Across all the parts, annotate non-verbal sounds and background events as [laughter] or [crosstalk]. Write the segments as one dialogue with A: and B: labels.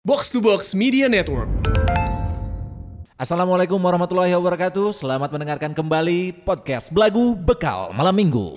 A: Box to Box Media Network.
B: Assalamualaikum warahmatullahi wabarakatuh. Selamat mendengarkan kembali podcast Belagu Bekal Malam Minggu.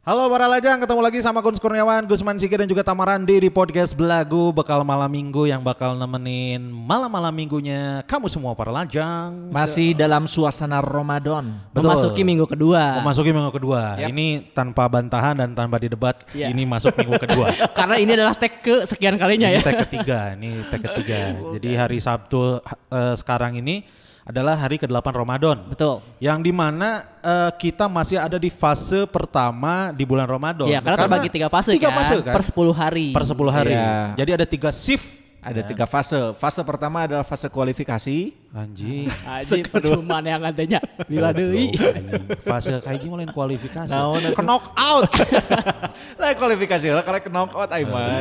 B: Halo para lajang, ketemu lagi sama Gun Kurniawan, Gusman Sigit dan juga Tamarandi di podcast Belagu Bekal Malam Minggu yang bakal nemenin malam-malam minggunya kamu semua para lajang.
C: Masih dalam suasana Ramadan.
B: Betul.
D: Memasuki minggu kedua.
B: Memasuki minggu kedua. Ini tanpa bantahan dan tanpa didebat.
D: Iya.
B: Ini masuk minggu
D: [laughs]
B: kedua.
D: [laughs] Karena ini adalah tag ke sekian kalinya
B: ini
D: ya.
B: tag ketiga. Ini tag
D: [laughs]
B: ketiga. Jadi hari Sabtu eh, sekarang ini adalah hari ke-8 Ramadan.
D: Betul.
B: Yang dimana eh, kita masih ada di fase pertama di bulan Ramadan.
D: Iya, karena terbagi tiga fase
B: tiga
D: kan.
B: fase kan.
D: Per 10 hari.
B: Per 10 hari.
C: Iya.
B: Jadi ada tiga shift.
C: Ada tiga fase. Fase pertama adalah fase kualifikasi.
B: Anjing.
D: Aji percuman Nah, yang adanya bila deui.
B: Iya. fase kayak gimana yang kualifikasi.
C: Nah. knock out. [laughs] Lah Nah, kualifikasi lah karena knock out ai mana.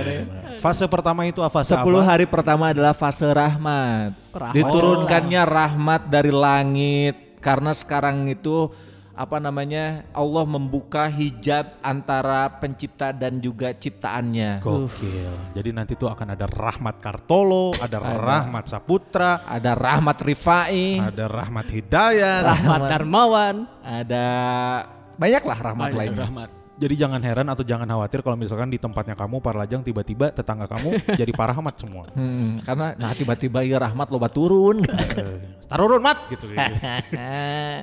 B: Fase pertama itu apa? Fase
C: 10
B: apa?
C: hari pertama adalah fase rahmat.
D: Rahmat.
C: Diturunkannya rahmat dari langit karena sekarang itu apa namanya? Allah membuka hijab antara pencipta dan juga ciptaannya.
B: Gokil. Jadi nanti tuh akan ada Rahmat Kartolo, ada Rahmat Saputra,
C: Ada rahmat Rifai,
B: ada Rahmat Hidayat.
D: Rahmat Darmawan.
C: ada banyaklah rahmat
B: Lain
C: lainnya.
B: Rahmat. Jadi jangan heran atau jangan khawatir kalau misalkan di tempatnya kamu para lajang tiba-tiba tetangga
C: [laughs]
B: kamu jadi para rahmat semua.
C: Hmm, karena nah tiba-tiba ya rahmat loba
B: [laughs]
C: turun.
B: Eh, Tarurun mat gitu.
C: [laughs]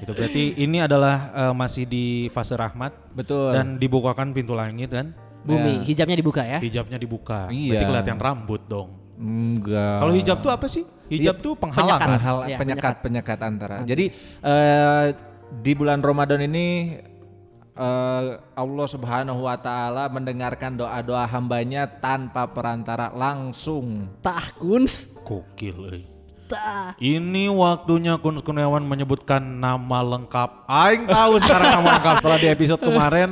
B: Itu berarti ini adalah eh, masih di fase rahmat
C: Betul.
B: dan dibukakan pintu langit kan?
D: Bumi, hijabnya dibuka ya.
B: Hijabnya dibuka.
C: Iya.
B: Berarti kelihatan rambut dong.
D: Eh.
C: enggak.
B: Kalau iya, hijab tuh apa sih?
D: Iya,
B: Hijab tuh penghalang.
D: penyekat.
B: kan?
C: hal
D: Ya,
C: penyekat-penyekat antara. Jadi eh, di bulan Ramadan ini eh, Allah Subhanahu wa taala mendengarkan doa-doa hambanya tanpa perantara langsung.
D: Tah kuns.
B: Gokil euy.
D: Tah.
B: Ini waktunya Kun Kurniawan menyebutkan nama lengkap. Aing tahu sekarang nama lengkap setelah di episode kemarin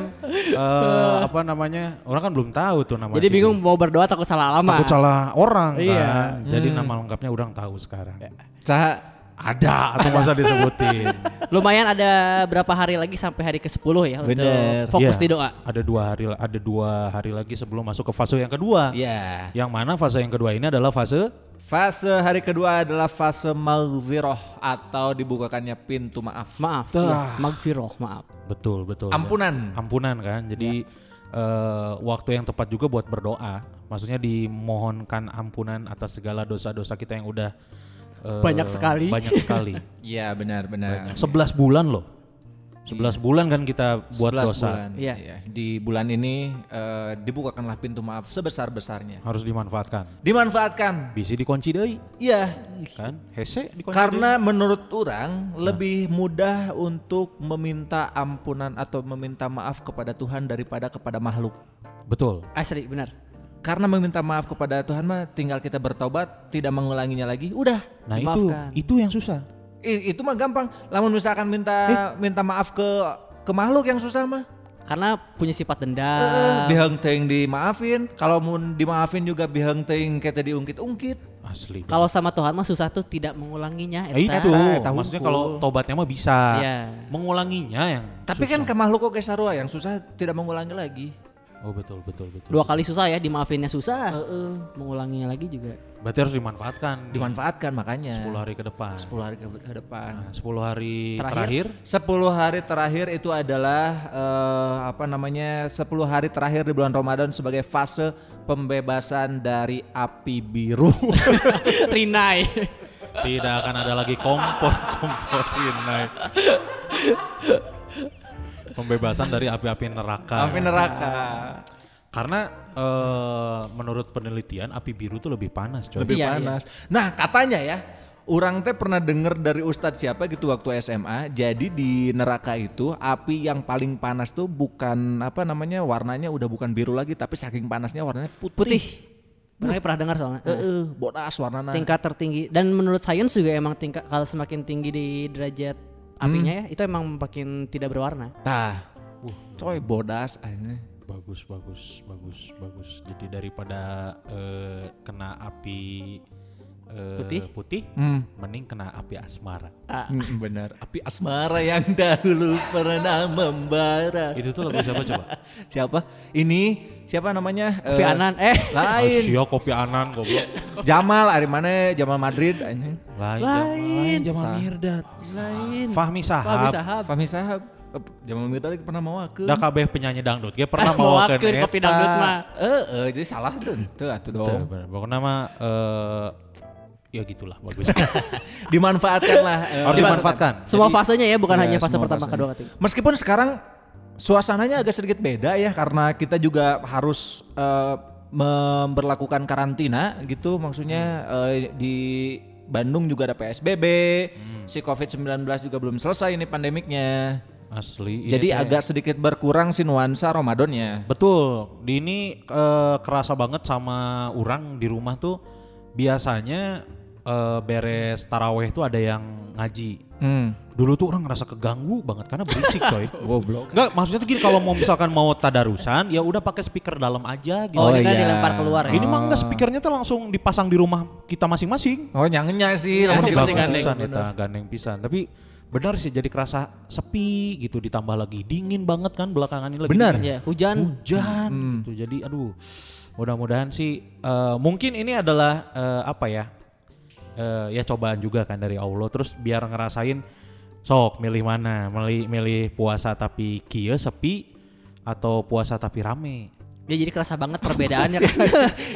B: eh, apa namanya? Orang kan belum tahu tuh namanya.
D: Jadi bingung mau berdoa takut salah alamat.
B: Takut salah orang kan.
D: Iya. Ya.
B: Jadi nama lengkapnya orang tahu sekarang.
C: Saha
B: Ada atau masa disebutin?
D: Lumayan ada berapa hari lagi sampai hari ke-10 ya untuk
C: Bener.
D: [laughs] fokus
B: Iya.
D: di doa.
B: Ada dua hari ada dua hari lagi sebelum masuk ke fase yang kedua.
D: Iya.
C: ya.
B: Yang mana fase yang kedua ini adalah fase
C: Fase hari kedua adalah fase maghfirah atau dibukakannya pintu maaf.
D: Maaf, ya, magfirah, maaf.
B: Betul, betul.
C: Ampunan.
D: Hmm.
B: Ya. Ampunan kan.
D: Iya.
B: Jadi eh, waktu yang tepat juga buat berdoa. Maksudnya dimohonkan ampunan atas segala dosa-dosa kita yang udah eh,
D: Banyak sekali.
B: Banyak
D: [laughs]
B: sekali.
C: Iya, benar-benar.
B: 11 bulan loh. 11 bulan kan kita buat
C: 11
B: dosa.
C: bulan.
D: Iya.
C: Iya. Di bulan ini eh, dibukakanlah pintu maaf sebesar-besarnya.
B: Harus dimanfaatkan.
C: Dimanfaatkan.
B: Bisa dikunci deui
C: Iya,
B: kan? Hese dikunci
C: karena menurut orang lebih mudah untuk meminta ampunan atau meminta maaf kepada Tuhan daripada kepada makhluk.
B: deui. Betul.
D: Asli, benar.
C: Karena meminta maaf kepada Tuhan mah tinggal kita bertobat, tidak mengulanginya lagi, udah.
B: Nah,
D: Dimaafkan.
B: itu itu yang susah.
C: I- itu mah gampang. Lamun misalkan minta minta maaf ke ke makhluk yang susah mah
D: Karena punya
C: Eh,
D: sifat dendam.
C: Bihang teuing dimaafin, kalau mun dimaafin juga bihang teuing kita diungkit-ungkit.
B: Asli.
D: Kalau sama Tuhan mah susah tuh tidak
C: Ah,
D: mengulanginya.
B: Eh,
C: iya
D: eta.
B: itu
C: Eta
B: maksudnya
C: hukum.
B: kalau tobatnya mah bisa.
D: Iya.
B: Mengulanginya yang
C: Tapi kan ke makhluk oke sarua yang susah tidak mengulangi lagi.
B: Oh, betul betul betul.
D: Dua kali susah ya, dimaafinnya susah.
C: Heeh.
D: Mengulanginya lagi juga. [laughs]
B: Berarti harus dimanfaatkan. nih,
C: Dimanfaatkan makanya.
B: 10 hari ke depan.
C: 10 hari ke ke depan.
B: Nah, 10 hari terakhir,
D: Terakhir.
C: 10 hari terakhir itu adalah eh, apa namanya? 10 hari terakhir di bulan Ramadan sebagai fase pembebasan dari api biru. [laughs]
D: Rinai.
B: tidak akan ada lagi kompor [laughs] komporin naik. Pembebasan dari api-api neraka. ya.
C: api neraka.
B: Karena eh, menurut penelitian api biru itu lebih panas, coy.
C: Lebih
D: Iya, iya.
C: panas. Nah, katanya ya Orang teh pernah denger dari ustadz siapa gitu waktu SMA. Jadi di neraka itu api yang paling panas tuh bukan apa namanya warnanya udah bukan biru lagi tapi saking panasnya warnanya putih.
D: Putih. Pernah ya, pernah dengar soalnya.
C: Heeh, bodas warnana.
D: Tingkat tertinggi dan menurut sains juga emang tingkat kalau semakin tinggi di derajat apinya
C: Hmm.
D: ya, itu emang makin tidak berwarna.
C: Tah. coy bodas aja.
B: Bagus, bagus, bagus, bagus. Jadi daripada eh, kena api eh,
D: Putih?
B: putih
C: Hmm.
B: mending kena api asmara.
C: Mm, Benar. Api asmara yang [laughs] dahulu pernah membara.
B: Itu tuh lagu siapa coba?
D: [laughs]
C: Siapa? Ini siapa namanya?
D: Kofi
C: Eh,
D: Annan, eh.
C: [laughs]
D: [laughs]
C: Lain.
B: Asia kopi anan goblok.
C: Jamal dari mana? Jamal Madrid. anjing.
B: Lain,
D: Lain.
B: Jamal
C: Sah.
B: Mirdad.
D: Lain.
B: Fahmi
D: Fahmi
B: Sahab.
D: Sahab.
C: Fahmi Sahab. Eh, Jamal Madrid pernah mau aku.
B: Dah kabeh penyanyi dangdut ge pernah
D: [laughs] Ah,
B: bawa ke
D: bawakeun kopi dangdut mah.
C: Eh, eh, jadi salah tuh. Tuh atuh dong.
B: Pokoknya mah eh, ya gitulah
D: [laughs]
B: bagus.
C: Dimanfaatkan lah. eh,
B: Harus dimanfaatkan.
D: Semua fasenya ya, bukan
C: Ya,
D: hanya fase
C: semua
D: pertama,
C: fasenya.
D: kedua, ketiga.
C: Meskipun sekarang suasananya agak sedikit beda ya karena kita juga harus eh, memperlakukan karantina gitu
D: Hmm.
C: maksudnya eh, di Bandung juga ada PSBB.
D: Hmm.
C: Si Covid-19 juga belum selesai ini pandemiknya.
D: Iya,
B: Asli. iya. ini
C: Jadi
B: teh-
C: agak sedikit berkurang si nuansa Ramadannya.
B: Betul, di ini eh, kerasa banget sama orang di rumah tuh biasanya eh, beres taraweh tuh ada yang ngaji.
C: Hmm.
B: Dulu tuh orang ngerasa keganggu banget karena berisik
D: [laughs]
B: coy.
C: Goblok.
B: Enggak, maksudnya tuh gini kalau mau misalkan mau tadarusan ya udah pakai speaker dalam aja gitu.
C: Oh,
D: Oh, ini kan
C: iya.
D: dilempar keluar ya.
B: Ini mah enggak speakernya tuh langsung dipasang di rumah kita masing-masing.
C: Oh, nyangenya sih.
D: Iya
C: Ramadan.
D: sih, pasti gandeng.
B: pisan eta, gandeng pisan. Tapi benar sih jadi kerasa sepi gitu ditambah lagi dingin banget kan belakangan ini lagi.
C: Benar.
B: dingin.
D: Ya,
C: Hmm.
D: hujan.
B: Hujan gitu. Jadi aduh mudah-mudahan sih eh, mungkin ini adalah eh, apa ya? eh, ya cobaan juga kan dari Allah terus biar ngerasain sok milih mana milih milih puasa tapi kia sepi atau puasa tapi rame
D: Ya jadi kerasa banget
C: [laughs]
D: perbedaannya.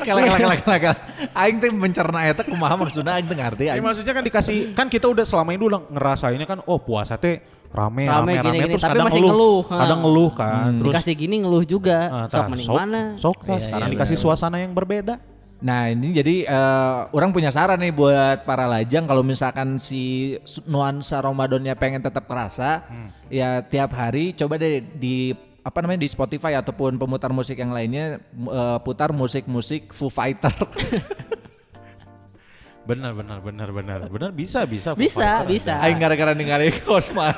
C: Kala kala kala kala. kala. Aing teh mencerna eta kumaha maksudnya aing teh ngarti
B: Ya,
C: aing.
B: maksudnya kan dikasih kan kita udah selama ini udah ngerasainnya kan oh puasa teh rame
D: Rame,
B: rame rame,
D: gini-gini,
B: terus
D: tapi
B: kadang
D: masih ngeluh, ha.
B: kadang ngeluh kan terus
D: Dikasih gini ngeluh juga.
B: ah,
D: sok
B: tah,
D: mending
B: sok,
D: mana?
B: sok tah,
C: Iya,
B: sekarang
C: iya,
B: dikasih suasana yang berbeda
C: Nah ini jadi eh, orang punya saran nih buat para lajang kalau misalkan si su- nuansa Ramadannya pengen tetap kerasa
B: Hmm.
C: ya tiap hari coba deh di apa namanya di Spotify ataupun pemutar musik yang lainnya m- eh, putar musik-musik Foo Fighter.
B: benar benar benar benar benar bisa bisa Foo
D: Bisa,
B: Fighter.
D: bisa.
C: Aing gara-gara ninggalin Kosma.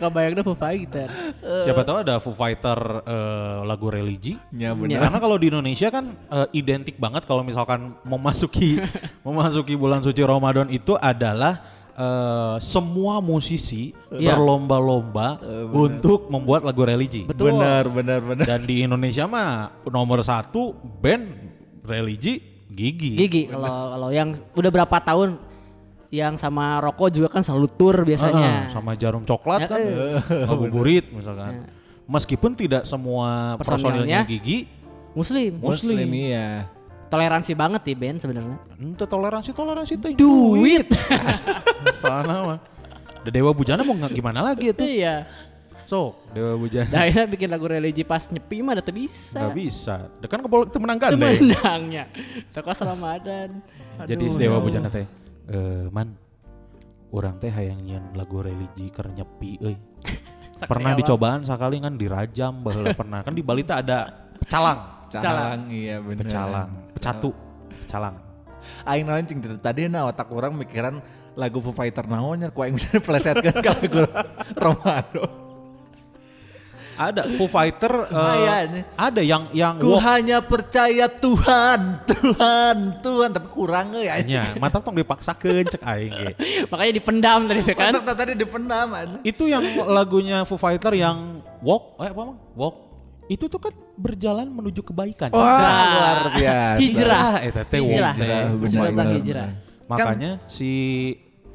D: Kebayangnya Foo Fighter. Eh,
B: siapa tahu ada Foo Fighter eh, lagu religi
C: Ya
D: Ya.
C: benar.
B: Karena kalau di Indonesia kan eh, identik banget kalau misalkan
D: [laughs]
B: memasuki memasuki bulan suci Ramadan itu adalah eh, semua musisi
D: Iya. Eh,
B: berlomba-lomba untuk membuat lagu religi.
D: Betul.
C: Benar benar benar.
B: Dan di Indonesia mah nomor satu band religi Gigi.
D: Gigi kalau kalau yang udah berapa tahun yang sama Roko juga kan selalu tour
B: Ah,
D: biasanya.
B: sama jarum coklat kan.
D: Eh.
B: Ngabuburit misalkan. Meskipun tidak semua
D: Ya. Personilnya.
B: personilnya Gigi
D: Muslim.
B: Muslim.
C: Muslim ya.
D: Toleransi banget sih Ben sebenarnya.
B: ente toleransi toleransi teh [laughs]
D: Duit.
B: sana mah. Da Dewa Bujana mau nggak gimana lagi itu?
D: iya.
B: So, Dewa Bujana.
D: Nah, akhirnya bikin lagu religi pas nyepi mah ada teu bisa.
B: Gak bisa. kan Dekan kebolak itu menang gandeng.
D: Temenangnya. Toko Ramadan.
B: Jadi si Dewa Bujana teh, eh man, orang teh hayang nyian lagu religi keur nyepi euy. Pernah dicobaan sekali kan dirajam baheula pernah. Kan di Bali teh ada pecalang,
C: Calang iya benar.
B: pecalang, pecatu, pecalang.
C: Aing naon cing teu- tadi na otak orang mikiran lagu Foo Fighter naonnya ku aing bisa [laughs] plesetkeun ka lagu Ramadan.
B: Ada Foo Fighter eh,
C: Lumayan.
B: ada yang yang
C: Ku
B: walk
C: hanya percaya Tuhan, Tuhan, Tuhan, tapi kurang euy anjing.
B: nya. mata tong dipaksakeun cek aing ge.
D: Makanya dipendam tadi tuh kan.
C: [laughs] Kan tadi dipendam anjing.
B: Itu yang lagunya Foo Fighter yang walk, eh apa Mang? Walk. Itu tuh kan berjalan menuju kebaikan.
D: Nah,
C: luar biasa.
D: Hijrah.
B: Ah, eta teh walk
D: Hijrah.
B: teh.
C: Hijrah,
D: Surat
C: benar,
D: tentang
C: benar,
D: hijrah.
C: benar.
B: Makanya si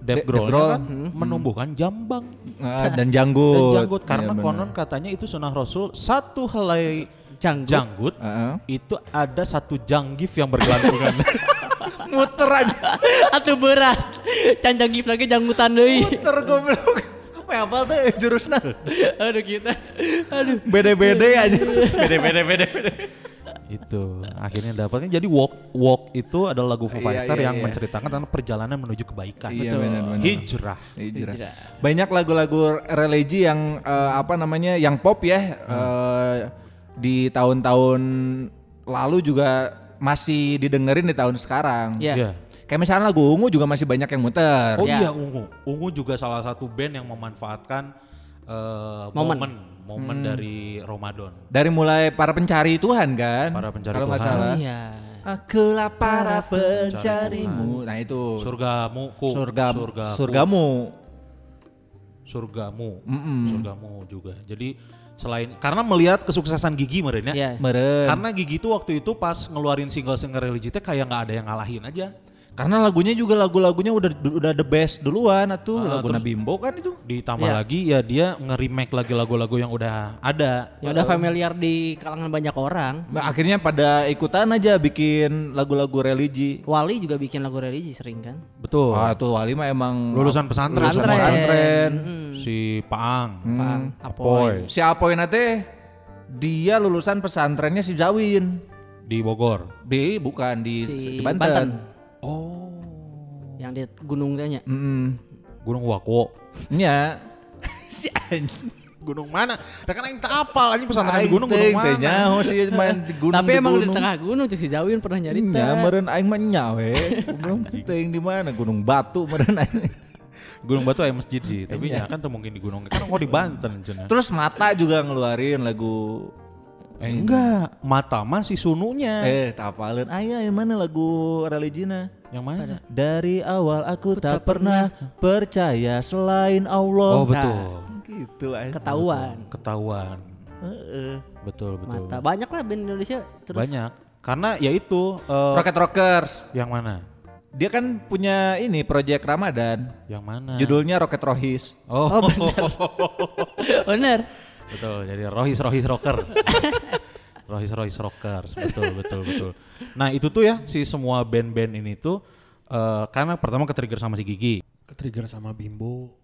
B: Dave
C: Dave
B: Grohl
C: Grohl, Hmm.
B: kan menumbuhkan jambang
C: Ah, dan
B: dan
C: janggut.
B: janggut karena
C: Iya, benar.
B: konon katanya itu sunnah Rasul satu helai
D: Janggut.
B: janggut
C: Heeh.
B: itu ada satu janggif yang bergelantungan.
C: [laughs] muter aja,
D: [laughs]
C: [laughs]
D: Atuh berat. Canjang gif lagi janggutan deui.
C: muter goblok. Apa tuh jurusna?
D: Aduh kita. Aduh.
C: Bede-bede aja.
B: bede bede bede bede. itu akhirnya dapatnya jadi walk walk itu adalah lagu Foo
C: Iya,
B: Fighter
C: iya,
B: yang
C: iya.
B: menceritakan tentang perjalanan menuju kebaikan.
C: Iya,
B: Betul.
C: benar-benar.
B: Hijrah.
C: Hijrah.
D: Hijrah.
C: Banyak lagu-lagu religi yang eh, apa namanya, yang pop ya. eh, di tahun-tahun lalu juga masih didengerin di tahun sekarang.
D: Ya.
B: Iya.
C: Kayak misalnya lagu ungu juga masih banyak yang muter.
B: Oh iya
D: Ya.
B: Ungu. Ungu juga salah satu band yang memanfaatkan eh,
D: Momen. Hmm.
B: momen momen dari Ramadan.
C: Dari mulai para pencari Tuhan kan?
B: Para pencari
C: Kalau nggak
B: Tuhan.
C: salah.
D: Iya.
C: Akulah para pencarimu. Nah itu
B: Surgamu ku.
C: surga
B: Surgaku.
C: surgamu.
B: Surgamu.
C: Mm-mm.
B: Surgamu juga. Jadi selain karena melihat kesuksesan Gigi meren ya.
D: Iya.
C: Meren.
B: Karena Gigi tuh waktu itu pas ngeluarin single-single religi teh kayak nggak ada yang ngalahin aja.
C: Karena lagunya juga lagu-lagunya udah udah the best duluan atuh
B: Ah,
C: lagu
B: terus-
C: Nabimbo kan itu.
B: Ditambah
D: Iya.
B: lagi ya dia nge-remake lagi lagu-lagu yang udah ada.
D: Ya udah familiar di kalangan banyak orang.
C: Nah, akhirnya pada ikutan aja bikin lagu-lagu religi.
D: Wali juga bikin lagu religi sering kan?
B: Betul.
C: Wah, tuh Wali mah emang
B: Lulusan pesantren.
C: Lulusan
D: Pesantren. Hmm.
C: pesantren. Hmm.
B: Si Paang.
D: Apaan? Apoy.
C: Si Apoy nate dia lulusan pesantrennya si Zawin.
B: Di Bogor.
C: Di bukan di, di
D: Di
C: Banten.
D: Banten.
B: Oh.
D: Yang di gunung tanya.
C: Mm-mm.
B: Gunung Wakuo.
C: Nya. si anjing.
B: Gunung mana? Rekan yang tak apal anjing pesantren di
C: Aing
B: gunung
C: teh,
B: gunung
C: teh
B: mana?
C: nyaho sih main di gunung.
D: Tapi emang
C: gunung. Hmm,
D: di
C: ya,
D: tengah gunung tuh si Zawin pernah nyarita.
C: Nya meureun aing mah nyawe. Belum teuing di mana? Gunung Batu meureun
B: [laughs]
C: aing.
B: Gunung Batu ada masjid sih, tapi ya kan tuh mungkin di gunung. Kan kok di Banten cenah.
C: Terus mata juga ngeluarin lagu
B: Eh, enggak, mata mah si sununya.
C: eh tapalin ayah yang mana lagu religina
B: Yang mana?
C: dari awal aku tak, pernah percaya selain Allah
D: Nah.
B: Oh, betul.
C: gitu aja
D: Ketahuan.
B: Ketahuan. Betul, betul.
D: Mata banyak lah band Indonesia terus
B: Banyak. Karena ya itu eh,
C: Rocket Rockers
B: yang mana?
C: dia kan punya ini proyek Ramadan
B: Yang mana?
C: judulnya Rocket Rohis
B: Oh,
D: [laughs]
B: [laughs]
D: Bener.
B: betul. Jadi Rohis Rohis Rockers. Rohis Rohis Rockers. Betul, betul, betul. Nah, itu tuh ya si semua band-band ini tuh eh, karena pertama ketrigger sama si Gigi.
A: Ketrigger sama Bimbo.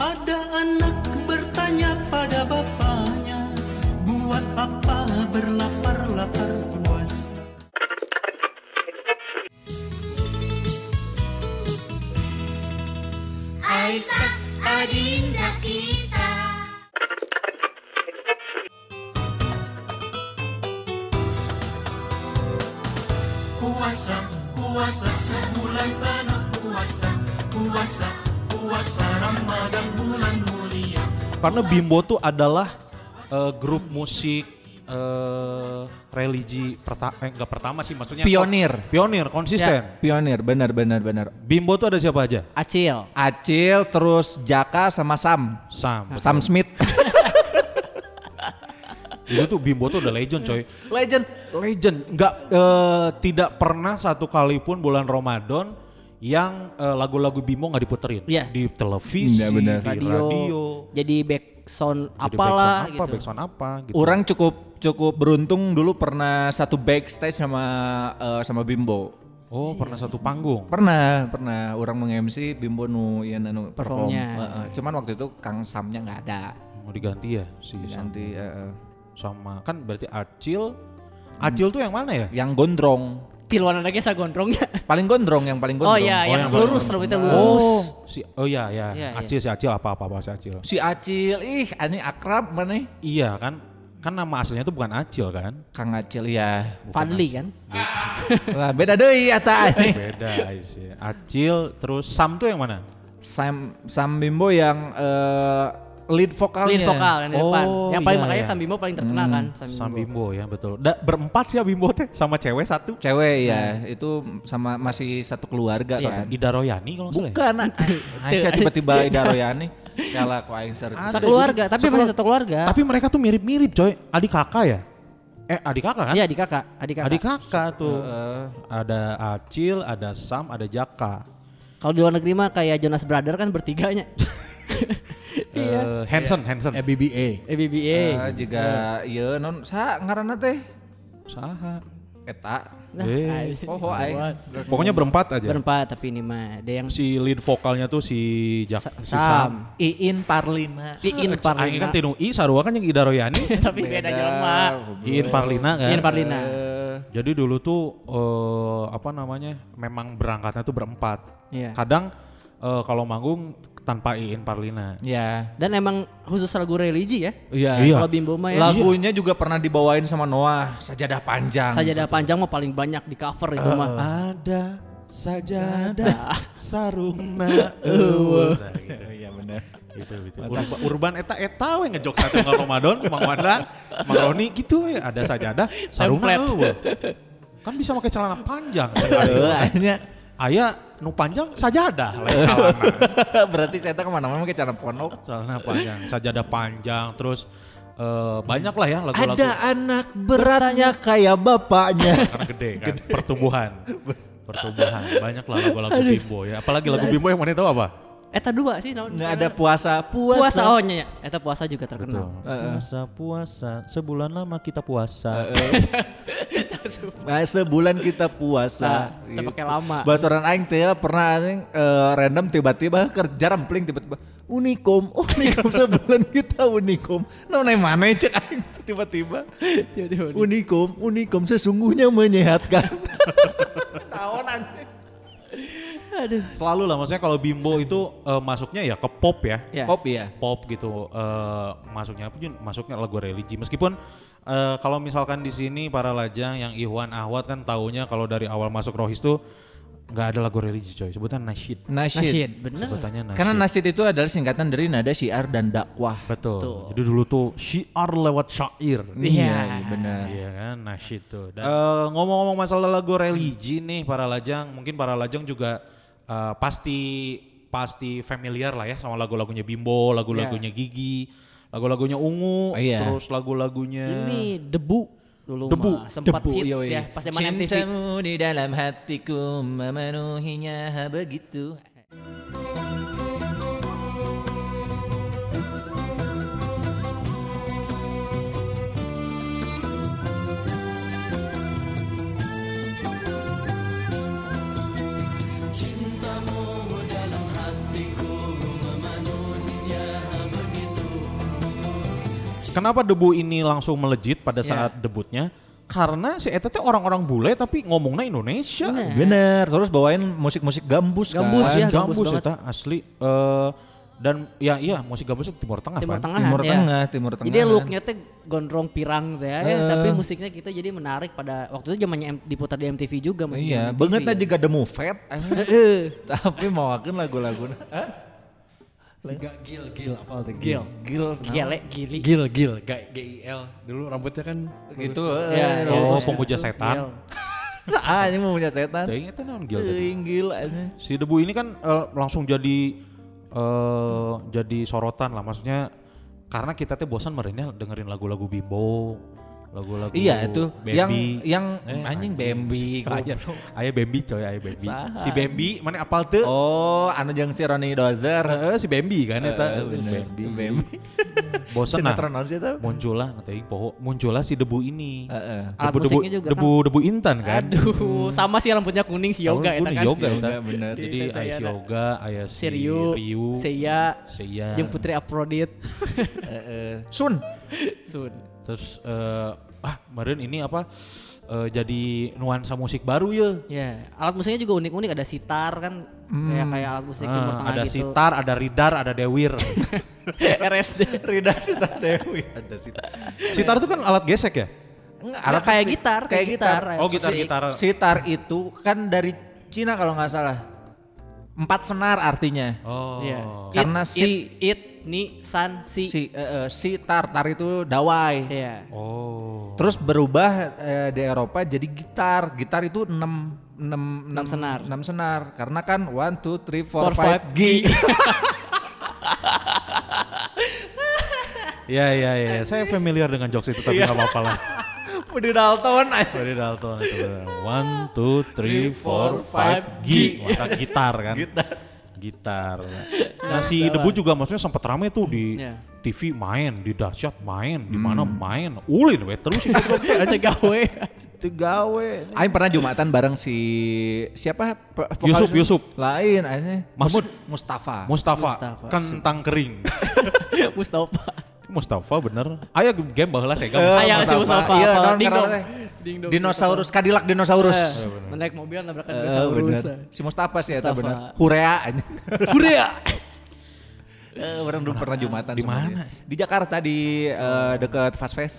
E: Ada anak bertanya pada bapaknya, buat apa berlapar-lapar puas?
F: Aisyah adinda kita
E: Puasa, puasa sebulan penuh puasa, puasa, puasa Ramadan bulan mulia.
B: Karena Bimbo tuh adalah eh, grup musik eh, religi pertama eh, enggak pertama sih maksudnya
C: Pionir. Ya.
B: pionir konsisten.
C: pionir benar benar benar
B: Bimbo tuh ada siapa aja?
D: Acil.
C: Acil terus Jaka sama Sam
B: Sam.
C: Sam Smith [laughs]
B: Itu tuh Bimbo tuh udah legend coy.
C: legend
B: Legend, nggak eh, tidak pernah satu kali pun bulan Ramadan yang eh, lagu-lagu Bimbo nggak diputerin
D: Iya.
B: di televisi,
C: Iya, benar.
B: di radio,
D: Radio, Jadi back sound
B: jadi backsound
D: apalah gitu.
B: apa, backsound apa gitu.
C: Orang cukup cukup beruntung dulu pernah satu backstage sama eh, sama Bimbo.
D: Iya.
B: Oh, pernah satu panggung.
C: Pernah, pernah orang meng-MC Bimbo nu ieu na nu perform.
D: Performnya.
C: Heeh, Cuman waktu itu Kang Samnya nggak ada.
B: Mau diganti ya si
D: Iya.
B: Sam
C: Nanti eh, heeh.
B: sama kan berarti Acil. Acil tuh yang mana ya?
C: yang gondrong.
D: Tilwan anaknya sagondrongnya.
C: Paling gondrong yang paling gondrong.
D: Oh iya,
B: yang
D: yang, lurus rambutnya lurus.
B: Oh, si oh iya ya,
D: Iya, iya.
B: Acil si Acil apa apa apa si Acil.
C: Si Acil, ih anjing akrab mana?
B: Iya kan? Kan nama aslinya tuh bukan Acil kan?
C: Kang Acil [laughs] ya.
D: Fadli kan?
C: Lah beda deui eta anjing.
B: Beda [laughs] iya sih. Acil terus Sam tuh yang mana?
C: Sam Sam Bimbo yang eh, lead vokalnya.
D: Lead vokal yang di depan.
B: Oh,
D: Yang paling
B: iya,
D: makanya
B: iya.
D: Sam Bimbo paling terkenal kan Sam Bimbo.
B: Sam Bimbo ya betul. Da, berempat sih ya Bimbo teh sama cewek satu.
C: Cewek ya, itu sama masih satu keluarga
D: Iya.
C: kan.
B: Nah, Ida Royani kalau nggak salah. ya?
C: Bukan. Aisyah tiba-tiba Ida Royani. Kalah ku aing search.
D: Satu keluarga, tapi masih satu keluarga.
B: Tapi mereka tuh mirip-mirip coy. Adik kakak ya? Eh adik kakak kan?
D: Iya, adik kakak, adik kakak.
B: Adik kakak tuh. Ada Acil, ada Sam, ada Jaka.
D: Kalau di luar negeri mah kayak Jonas Brother kan bertiganya.
B: Iya. Hanson, Hanson.
D: [laughs]
A: EBBA.
D: EBBA.
C: Eh, Juga iya non sa ngaranna teh
B: Saha.
C: eta.
D: Nah,
B: Eh,
D: anjing,
C: poho aing.
D: sawan.
B: Pokoknya berempat aja.
D: Berempat tapi ini mah ada yang [laughs]
B: Si lead vokalnya tuh si Jak
D: Sa-
B: si Sam.
D: Sam.
C: Iin Parlina.
D: Iin
B: Aing kan
D: Parlina.
B: tinu I, Sarua kan yang Ida Royani.
D: tapi beda Nah. jelema.
B: Iin Parlina kan.
D: Iin Parlina.
B: Jadi dulu tuh eh, apa namanya? Memang berangkatnya tuh berempat.
D: Iya.
B: Kadang eh, kalau manggung tanpa Iin Parlina.
C: Ya.
D: Dan emang khusus lagu religi ya.
B: Iya.
D: Kalau Bimbo mah ya.
C: Lagunya juga pernah dibawain sama Noah, Sajadah Panjang.
D: Sajadah panjang mah paling banyak di cover itu mah.
B: Ah. Ada sajadah sarung na eueuh. Nah, gitu.
C: Iya benar.
B: Betul, betul. Urban, Gitu, urban eta eta we ngejok satu nggak Ramadan, Mang Wanda, Mang Roni gitu we ada sajadah, sarungna
D: Template.
B: eueuh. Kan bisa pakai celana panjang.
C: Hanya
B: Aya nu panjang sajadah lain celana.
C: berarti saya tahu kemana-mana ke cara ponok.
B: Celana panjang, sajadah panjang terus eh, banyak lah ya lagu-lagu
C: Ada anak beratnya kayak bapaknya.
B: karena gede kan pertumbuhan. Pertumbuhan. Banyak lah lagu-lagu Bimbo ya. Apalagi lagu Bimbo yang mana tahu apa?
D: Eta dua sih. naon-
C: Nggak ada puasa, puasa.
D: puasa. Oh nya, nya. Eta puasa juga terkenal.
B: Puasa puasa sebulan lama kita puasa.
C: Nah, sebulan kita puasa. gitu.
D: Nah, kita pakai lama.
C: Baturan aing teh ya, pernah aing eh, random tiba-tiba kerja rempling tiba-tiba [laughs] unikom, unikom sebulan kita unikom. Nah, naik mana cek aing tuh tiba-tiba.
D: [laughs] Tiba-tiba unikom.
C: unikom, unikom sesungguhnya menyehatkan. [laughs] Tahun anjing.
B: Selalu lah maksudnya kalau Bimbo itu eh, masuknya ya ke pop ya.
D: Ya.
C: Pop ya.
B: pop gitu eh masuknya apa Jun? masuknya lagu religi meskipun eh, kalau misalkan di sini para lajang yang Iwan Ahwat kan taunya kalau dari awal masuk Rohis tuh nggak ada lagu religi coy sebutan nasyid
D: Nasyid, bener.
B: sebutannya nasyid
C: Karena nasid itu adalah singkatan dari nada syiar dan dakwah.
B: betul
D: Betul.
B: jadi dulu tuh syiar lewat syair
D: Iya.
C: benar.
B: Iya kan, nasyid tuh. Dan, eh, ngomong-ngomong masalah lagu religi nih para lajang, mungkin para lajang juga eh, pasti pasti familiar lah ya sama lagu-lagunya Bimbo,
D: Iya.
B: lagu-lagunya Gigi, lagu-lagunya
C: Oh,
B: Ungu,
C: iya.
B: terus lagu-lagunya
D: Ini debu dulu
B: Debu.
D: mah sempat
C: Debu,
D: hits
C: yoi.
D: ya pas zaman MTV.
C: Cintamu di dalam hatiku memenuhinya begitu.
B: Kenapa debu ini langsung melejit pada
D: Iya.
B: saat debutnya? Karena si Eta teh orang-orang bule tapi ngomongnya Indonesia.
C: Bener, terus bawain musik-musik Eh. gambus,
D: Gambus
C: kan.
D: ya.
B: gambus,
D: gambus banget.
B: Eta asli. Eh, dan ya iya musik gambus itu Timur Tengah
D: Timur
B: kan?
D: Tengah.
C: Timur
D: ya.
C: Tengah, Timur Tengah.
D: Jadi looknya teh gondrong pirang teh, ya, tapi musiknya gitu jadi menarik pada waktu itu zamannya M- diputar di MTV juga masih.
C: Iya, Eh.
D: di MTV.
C: banget aja gak ada mufet.
D: Heeh.
C: [laughs] Tapi mau akan lagu-lagu.
A: Gak gil gil apa tuh?
D: gitu. Gil.
C: Gil,
D: Gile, gili.
A: Gil gil G G I L. Dulu rambutnya kan
C: gitu.
A: lurus.
D: Iya,
C: eh,
D: iya.
B: Oh, pemuja setan.
D: Gil.
C: Ah, ini mau punya setan.
B: Teuing Eta naon gil teh?
C: Teuing, Gil, anjing.
B: si debu ini kan eh, langsung jadi eh, jadi sorotan lah maksudnya karena kita teh bosan merenya dengerin lagu-lagu bimbo lagu-lagu
C: Iya itu
B: Bambi.
C: yang yang
B: Eh,
C: anjing
B: [laughs]
C: [laughs] Bambi.
B: Aya, aya Bambi coy, aya Bambi.
C: Saha?
B: Si Bambi mana apal tuh?
C: Oh, anu jeung si Ronnie Dozer.
B: si Bambi kan eta. Bambi.
C: Eh, Bambi.
B: [laughs] Bosan nah.
C: Sinetron harusnya tuh.
B: Muncullah ngeteuing poho, muncullah si debu ini.
C: Heeh.
D: Alat
B: debu,
D: musiknya juga kan.
B: debu, debu intan kan.
D: Aduh, sama sih rambutnya kuning si yoga
B: Tahun
D: eta
B: kuning,
D: kan.
B: Yoga eta.
C: Yoga, bener.
B: Jadi
D: Di
B: aya si
D: Sensayana.
B: Yoga, aya si
D: Si Ryu,
B: Ryu,
D: Seiya,
B: Seiya.
D: jeung Putri Aphrodite.
C: Sun.
D: [laughs] Sun.
B: Terus eh, ah kemarin ini apa eh, jadi nuansa musik baru ya.
D: Ya, alat musiknya juga unik-unik ada sitar kan kayak kayak alat musik Timur
B: Ah,
D: Tengah
B: ada
D: gitu. [laughs]
B: sitar, ada ridar, ada dewir.
D: RSD.
C: Rida Sita Dewi.
B: ada sitar. Sitar itu kan alat gesek ya?
C: Enggak,
D: Alat kayak gitar, kayak gitar.
B: Oh, gitar-gitar.
C: Sitar itu kan dari Cina kalau nggak salah. Empat senar artinya.
B: Oh.
D: Iya.
C: Karena
D: It,
C: si-
D: it, it, ni san si.
C: Si eh, eh, sitar tar itu dawai.
D: Iya.
B: Oh.
C: Terus berubah eh, di Eropa jadi gitar. Gitar itu 6 6
D: Enam senar.
C: 6 senar. Karena kan 1 2 3
D: Four, five,
C: 4 5 G. [laughs]
B: Iya iya iya, saya familiar dengan jokes itu tapi
D: Iya.
B: nggak apa-apa lah.
D: [laughs]
C: Udah kan, Dalton aja.
B: Dari Dalton itu. One, two, three, four, five, G. Mata gitar kan. Gitar. Gitar. Nah si Debu juga maksudnya sempat rame tuh di
D: Iya.
B: TV main, di dahsyat main, di mana main. Ulin we terus
D: [laughs]
B: itu
D: Ada gawe.
B: gawe.
C: Aing pernah jumatan bareng si siapa? Pe- vokalis-
B: Yusuf, Yusuf.
C: Lain akhirnya.
B: Mahmud.
C: Mustafa.
B: Mustafa,
D: Mustafa.
B: kentang kering. [laughs]
D: Mustafa.
B: Mustafa bener. Ayo game baheula
C: Eh,
B: saya
D: Saya si Mustafa,
C: Iya,
D: apa?
C: naon
D: Ding
C: karena
D: dong.
C: teh?
D: Ding dong,
C: Dinosaurus, Cadillac dinosaurus.
D: Eh, Naik mobil nabrakan
C: Eh,
D: dinosaurus.
C: bener. Si Mustafa sih eta
D: Mustafa.
C: bener. Hurea anjing.
D: Korea.
C: [laughs] Eh, orang dulu pernah jumatan
B: Di
C: sama
B: mana?
C: dia. Di Jakarta di eh, dekat Fast Fest.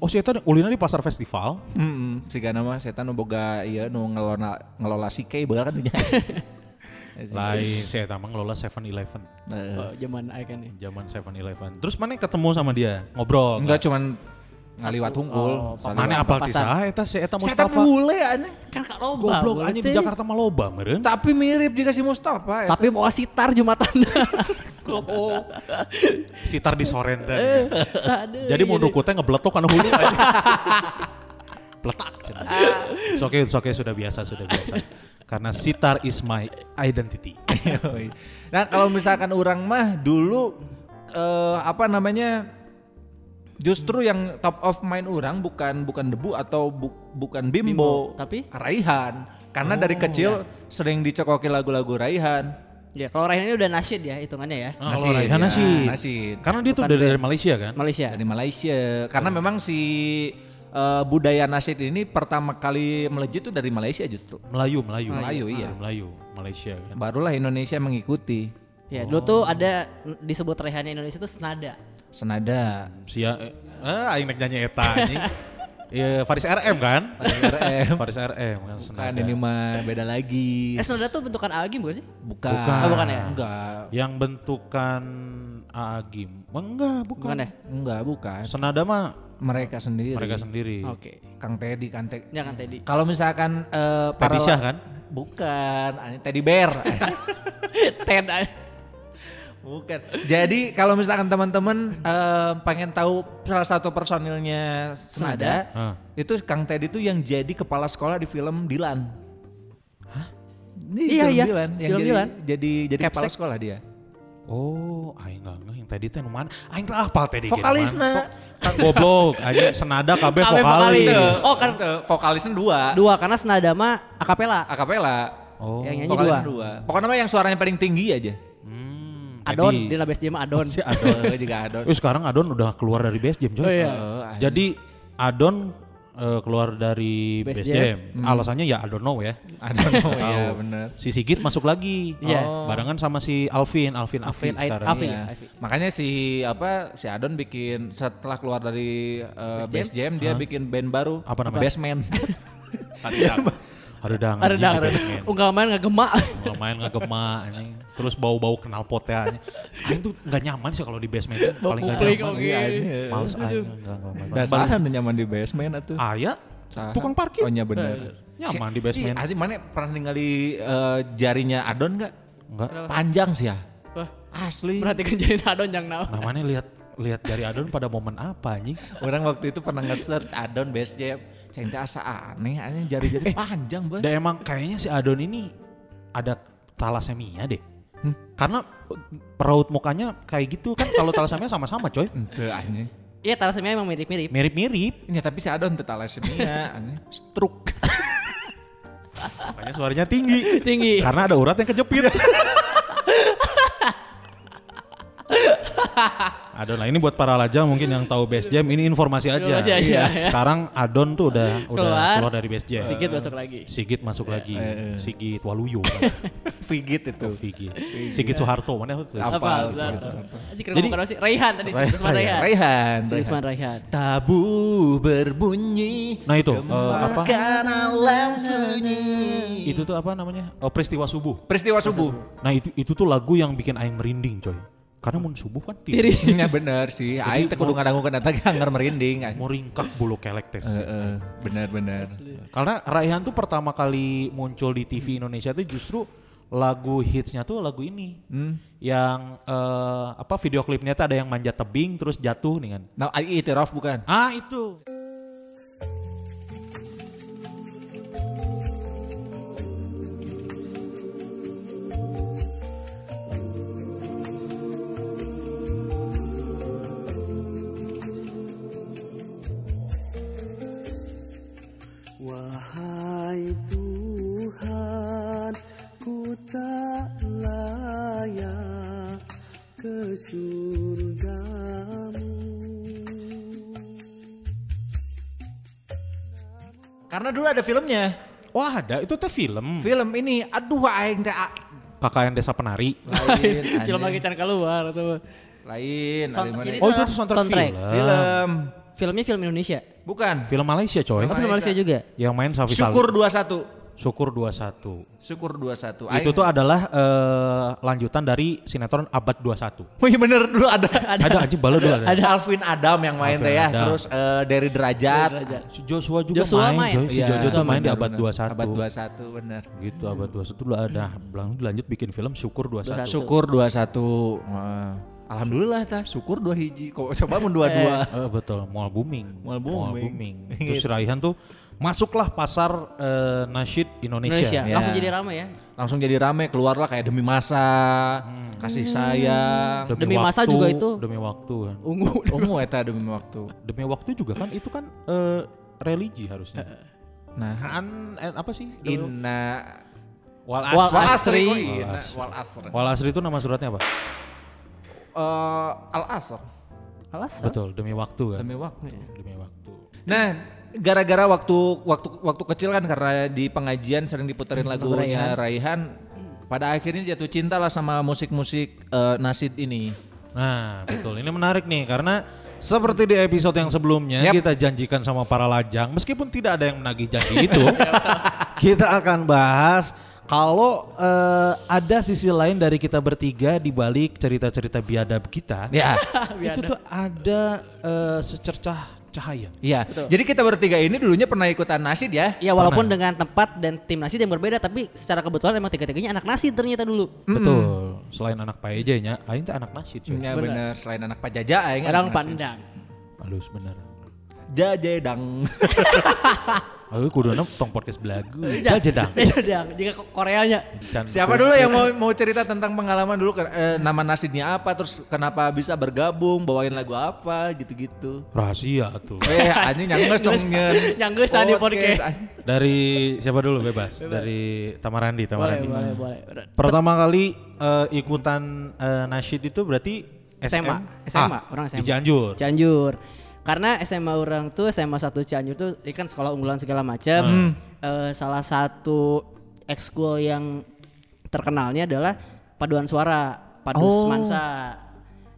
B: Oh si Eta ulina di pasar festival.
C: iya, [laughs] Heeh, siga nama setan nu boga ieu nu ngelona ngelola si K bener kan dinya.
B: lain saya tahu ngelola 7-Eleven
C: Eh,
D: Oh, zaman icon nih.
B: zaman 7-Eleven terus mana ketemu sama dia ngobrol kan?
C: Enggak cuman ngaliwat hungkul.
D: Oh,
C: saling-
B: mana
D: Sama
B: apal
D: papasan.
B: tisah eta si
C: Saya
B: eta
C: tak
B: Mustafa
C: bule aneh.
D: Kan kak loba.
B: goblok anjing di
D: berarti.
B: Jakarta mah loba meureun
C: Tapi mirip dikasih Mustafa. ya.
D: Tapi bawa sitar Jumatan.
B: oh sitar di Sorenta
D: Sadeu.
B: jadi mundur teh ngebletok anu hulu aja. Peletak. cenah. It's okay, it's okay, sudah biasa, sudah biasa. Karena sitar is my identity.
C: [laughs] Yoi. nah kalau misalkan orang mah dulu eh, apa namanya justru yang top of mind orang bukan bukan debu atau bu- bukan bimbo,
D: Bimbo, tapi?
C: Raihan karena dari kecil sering dicekoki lagu-lagu Raihan
D: Ya, kalau Raihan ini udah nasyid ya hitungannya ya.
B: Nah,
C: Nasid,
B: kalau Raihan
C: ya,
B: nasid.
C: nasid.
B: Karena dia tuh
D: Bukan
B: dari,
D: brand.
B: dari Malaysia kan.
D: Malaysia.
C: dari Malaysia karena memang si eh, budaya nasid ini pertama kali melejit itu dari Malaysia justru
B: Melayu, Melayu.
C: Melayu, iya.
B: Dari Melayu, Malaysia kan.
C: barulah Indonesia mengikuti
D: Ya, dulu tuh ada disebut Raihan Indonesia tuh senada.
C: senada
B: Sia, eh, ah, aing nek nyanyi eta anjing. Iya, Faris RM kan? Faris
C: RM.
B: Faris RM kan
C: kan
B: senada.
C: ini mah beda lagi
D: Eh, senada tuh bentukan algim bukan sih?
C: bukan
B: Bukan. Oh, bukan
D: ya?
C: enggak
B: Yang bentukan Aagim. Enggak, bukan.
D: Bukan ya?
C: enggak bukan
B: Senada mah
C: mereka sendiri.
B: mereka sendiri.
D: Oke.
C: Kang Teddy, Kang Te-
D: Jangan
C: [laughs]
D: Teddy.
C: Kalau misalkan eh, para
B: Syah kan?
C: Bukan, anjing, Teddy Bear.
D: Ted.
C: Bukan. Jadi kalau misalkan teman-teman eh, pengen tahu salah satu personilnya Senada,
B: Hah.
C: itu Kang Teddy itu yang jadi kepala sekolah di film Dilan. Hah?
D: Iya,
C: film
D: iya.
C: Dilan, yang
D: Film
C: jadi,
D: Dilan.
C: jadi jadi
D: Capsek.
C: kepala sekolah dia.
B: Oh, aing nggak nggak yang tadi teh nu mana? Aing teh apal tadi ge nu
C: Vokalisna.
B: mana? Vok- Goblok, anjing senada kabeh
D: Kabeh vokalis.
B: vokalis.
D: Oh, kan
C: Tuh, Iya. Eh, vokalisnya dua,
D: dua karena senada mah akapela.
C: akapela.
B: Oh.
D: Yang nyanyi dua.
C: Vokalisnya dua. Pokoknya mah yang suaranya paling tinggi aja.
B: Hmm,
D: Adon,
B: Teddy.
D: di labes dia mah Adon.
B: Si
D: [laughs]
B: Adon.
C: Aduh, juga Adon.
B: Eh, sekarang Adon udah keluar dari base jam coy.
D: Oh, iya.
C: Oh, anjing.
B: Jadi Adon eh, keluar dari
D: Base
B: base
D: Jam. Hmm.
B: jam. Alasannya ya I don't know ya.
C: [laughs] Adon, oh, iya bener.
B: Si Sigit masuk lagi.
D: Iya.
B: Oh. Barengan sama si Alvin, Alvin Afi
D: Alvin, Aid-
B: sekarang.
D: Alvin. Afi,
C: Iya.
D: Afi.
C: Makanya si apa si Adon bikin setelah keluar dari uh, Base Jam dia bikin band baru
B: Apa namanya?
C: Basement.
B: Haredang. gitu.
D: Ada
B: anjing,
D: dah.
B: di basement.
D: Unggal main nggak gemak.
B: Kalau main nggak gema anjing. Terus bau-bau kenal potnya anjing. Aing tuh nggak nyaman sih kalau di basement itu
D: Bau
B: paling nggak
D: kupling,
B: nyaman.
D: oke.
B: Males aing enggak
C: [laughs] iya. Dasar nyaman di basement atuh.
B: Aya tukang
C: Oh
B: parkir.
C: iya bener.
B: Nyaman di basement.
C: Ih, Aji mana pernah ningali eh, jarinya Adon nggak?
B: Enggak.
C: Panjang sih ya.
D: Wah,
C: Asli.
D: Perhatikan jadi Adon jangan nau.
B: Namanya
C: Iya.
B: lihat lihat dari Adon pada momen apa anjing?
C: Orang waktu itu pernah nge-search Adon Base Jam. Cinta asa aneh, aneh jari-jari panjang banget.
B: Dan emang kayaknya si Adon ini ada talasemia deh.
C: Hmm.
B: Karena peraut mukanya kayak gitu kan kalau talasemia
C: [laughs]
B: sama-sama coy.
C: Ente aneh.
D: Iya, talasemia emang mirip-mirip.
B: Mirip-mirip.
C: Ya tapi si Adon tetap [laughs] talasemia, aneh. Stroke.
B: Makanya suaranya tinggi.
D: Tinggi.
B: Karena ada urat yang kejepit. Adon lah nah ini buat para lajang mungkin yang tahu base jam ini informasi aja.
D: Informasi aja,
B: Iya.
D: ya.
B: Sekarang Adon tuh udah udah
D: Keluar.
B: keluar, dari base jam.
D: Sedikit masuk Iya, lagi.
B: Sigit masuk lagi. Sigit Waluyo.
D: [laughs]
B: kan.
C: Vigit itu.
B: Sigit. Sigit Soeharto mana itu?
C: Apal,
D: Apa?
C: Apal.
D: Jadi keren bukan apa sih? Raihan tadi sih, Usman Raihan.
C: Raihan.
D: Si Usman Raihan.
C: Tabu berbunyi
B: Nah itu eh, apa?
C: karena alam sunyi.
B: Itu tuh apa namanya? Oh, peristiwa subuh.
C: Peristiwa subuh.
B: Nah itu itu tuh lagu yang bikin aing merinding coy. Karena mun subuh kan tiris.
D: Diri.
C: Ya bener sih. Aing teh kudu ngadangu kan eta anger merinding.
B: Mau ringkak bulu kelek tes.
C: Heeh, bener bener.
B: Karena Raihan tuh pertama kali muncul di TV Indonesia tuh justru lagu hitsnya tuh lagu ini.
C: Hmm.
B: Yang eh, apa video klipnya tuh ada yang manjat tebing terus jatuh nih kan.
C: Nah, aing itiraf bukan?
B: Ah itu.
E: Wahai Tuhan, ku tak layak ke surgamu.
C: Karena dulu ada filmnya.
B: Wah Oh, ada itu teh film.
C: Film ini aduh aing teh ah. a-
B: Kakak yang desa penari.
C: [laughs] lain.
D: Film
C: anjing.
D: lagi can keluar atau apa.
C: Lain.
D: Sound-
C: lain Ah. mana.
D: ini
B: Oh itu
D: adalah
B: tuh soundtrack,
D: soundtrack.
B: film.
C: Film.
D: Filmnya film Indonesia.
C: Bukan.
B: Film Malaysia coy.
D: Oh, film Malaysia juga.
B: Yang main Safi Salim.
C: Syukur 21.
B: Syukur 21.
C: Syukur 21.
B: Itu tuh adalah eh, lanjutan dari sinetron Abad 21.
C: [laughs] Wih bener dulu [laughs] ada.
B: Ada, ada anjing kan? bala dulu ada.
C: Ada Alvin Adam yang main
B: Alvin
C: teh ya.
B: Adam.
C: Terus eh, dari derajat.
B: Si Joshua juga
D: Joshua
B: main,
D: main.
B: coy. Si
C: Iya,
B: Jojo tuh
D: Joshua
B: main di
C: bener,
B: Abad
C: bener.
B: 21.
C: Abad 21 bener.
B: Gitu
D: Iya.
B: Abad 21 dulu ada. Langsung dilanjut bikin film Syukur 21.
D: 21.
C: Syukur 21. Wah. Alhamdulillah tah, syukur dua hiji. Kok coba mun dua-dua.
B: Eh, betul, mall booming.
C: Mall booming.
D: [laughs]
B: Terus si Raihan tuh masuklah pasar eh, nasyid Indonesia. Iya.
D: Indonesia
C: Ya.
D: langsung jadi ramai ya.
C: Langsung jadi rame, keluarlah kayak demi masa, kasih sayang.
D: Demi masa juga itu.
B: Demi waktu. kan.
D: Ungu.
C: Ungu eta demi waktu.
B: Demi waktu juga kan itu kan eh, religi harusnya.
C: Nah,
B: An, eh, apa sih?
C: inna
B: Wal
D: Wal
B: Asri.
D: Asri.
C: Oh, inna. Wal asr.
B: Wal Asri itu nama suratnya apa?
C: Eh, al asr. Iya.
D: Alas.
B: Betul, demi waktu kan.
C: Demi waktu.
B: Demi waktu.
C: Nah, gara-gara waktu waktu waktu kecil kan karena di pengajian sering diputerin lagu Raihan. pada akhirnya jatuh cinta lah sama musik-musik eh, nasid ini.
B: Nah, betul. Ini menarik nih karena seperti di episode yang sebelumnya
C: Yap.
B: kita janjikan sama para lajang meskipun tidak ada yang menagih janji itu. [laughs] kita akan bahas kalau eh, ada sisi lain dari kita bertiga di balik cerita-cerita biadab kita,
C: Ya.
B: itu tuh ada eh, secercah cahaya.
C: Iya. Jadi kita bertiga ini dulunya pernah ikutan nasid ya.
D: Ya walaupun dengan tempat dan tim nasi yang berbeda tapi secara kebetulan emang tiga-tiganya anak nasi ternyata dulu.
B: Betul. Selain anak paejanya, aing teh anak nasyid cuy.
C: Ya bener, selain anak Pak Jaja aing anak
D: Orang
C: nasid.
D: pandang.
B: Halus bener.
C: Jajedang.
B: Aku kuduna tong podcast belagu.
D: [laughs]
C: [laughs]
B: Jajedang.
D: Jedang. Jika Koreanya.
B: Can-
C: Iya. Siapa dulu yang mau mau cerita tentang pengalaman dulu ke- eh, nama nasidnya apa terus kenapa bisa bergabung, bawain lagu apa gitu-gitu.
B: Rahasia tuh.
C: Eh, anjing nyangges dong nyen.
D: Nyangges, ah, di podcast.
C: anjing.
B: Dari siapa dulu bebas? Dari Tamarandi,
D: Boleh,
B: Tamarandi.
D: boleh, boleh.
B: Pertama kali eh, ikutan eh, nasyid itu berarti SM?
D: SMA,
B: Ah,
D: SMA, orang SMA.
B: Di Cianjur.
D: Cianjur. Karena SMA orang tuh SMA satu Cianjur tuh ini kan sekolah unggulan segala macam.
C: Hmm.
D: Eh, salah satu ekskul yang terkenalnya adalah paduan suara,
C: Oh.
D: padus mansa.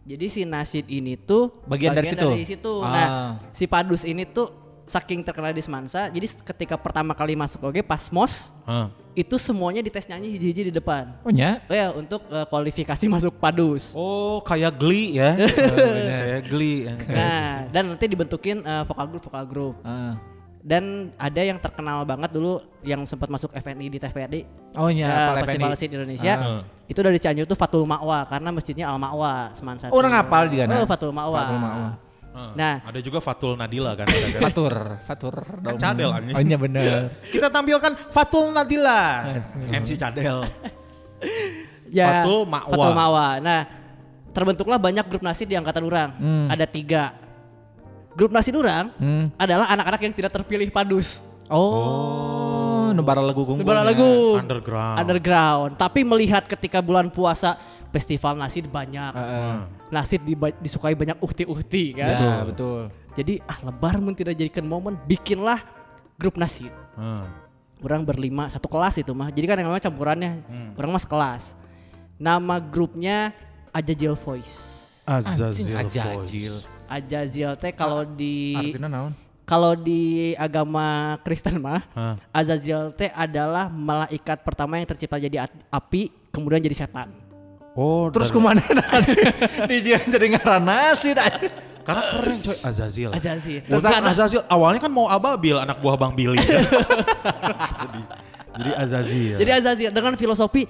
D: Jadi si nasid ini tuh
C: Bagian dari situ?
D: Nah,
C: Ah.
D: si padus ini tuh saking terkenal di semansa, jadi ketika pertama kali masuk oke pas mos
B: Heeh.
D: itu semuanya dites nyanyi hiji-hiji di depan.
C: Oh ya?
D: Oh ya untuk eh, kualifikasi [laughs] masuk padus.
B: Oh, kayak Glee [laughs] ya. Eh, bener ya, Glee.
D: Nah, dan nanti dibentukin eh, vokal group vokal group. Dan ada yang terkenal banget dulu yang sempat masuk FNI di TVRI.
C: Oh iya,
D: Eh,
C: hafal
D: Festival
C: FNI.
D: Sid Indonesia.
B: Ah.
D: Itu dari Cianjur tuh Fatul Ma'wa karena masjidnya Al Ma'wa Semansa.
C: Orang hafal juga, nah.
D: Oh, Fatul Ma'wa.
C: Fathul Ma'wa.
D: Nah,
B: ada juga Fatul Nadila kan.
C: Fatur, Fatur. dong.
B: cadel, anjing.
C: Oh iya bener.
B: [laughs] Kita tampilkan Fatul Nadila. MC Cadel.
D: ya
B: Fathul Ma'wa.
D: Fathul Ma'wa. Nah, terbentuklah banyak grup nasid di angkatan orang.
C: Hmm.
D: Ada tiga. Grup nasid orang adalah anak-anak yang tidak terpilih padus.
C: Oh, nebara lagu gunggul.
D: Lebaran
C: ya.
D: lagu
B: underground.
D: underground tapi melihat ketika bulan puasa festival nasi banyak nasi diba- disukai banyak uhti-uhti kan
C: Ya, betul.
D: jadi ah lebar mun tidak jadikan momen bikinlah grup nasi
B: Hmm.
D: orang berlima satu kelas itu mah jadi kan yang namanya campurannya orang mas kelas nama grupnya Ajajil Voice
B: Azazil
C: Ajajil.
B: Voice.
D: Ajazil teh kalau di
C: Artinya naon?
D: kalau di agama Kristen mah
B: Hah.
D: Azazil teh adalah malaikat pertama yang tercipta jadi at- api kemudian jadi setan.
B: Oh,
C: Terus
B: dari-
C: kemana nanti? Di jalan jadi ngaran nasid. anjing.
B: Karena keren coy Azazil.
D: Azazil.
B: Bukan
D: Bukan
B: Azazil, awalnya kan mau Ababil anak buah Bang [laughs] Billy. jadi, jadi Azazil.
D: Jadi Azazil dengan filosofi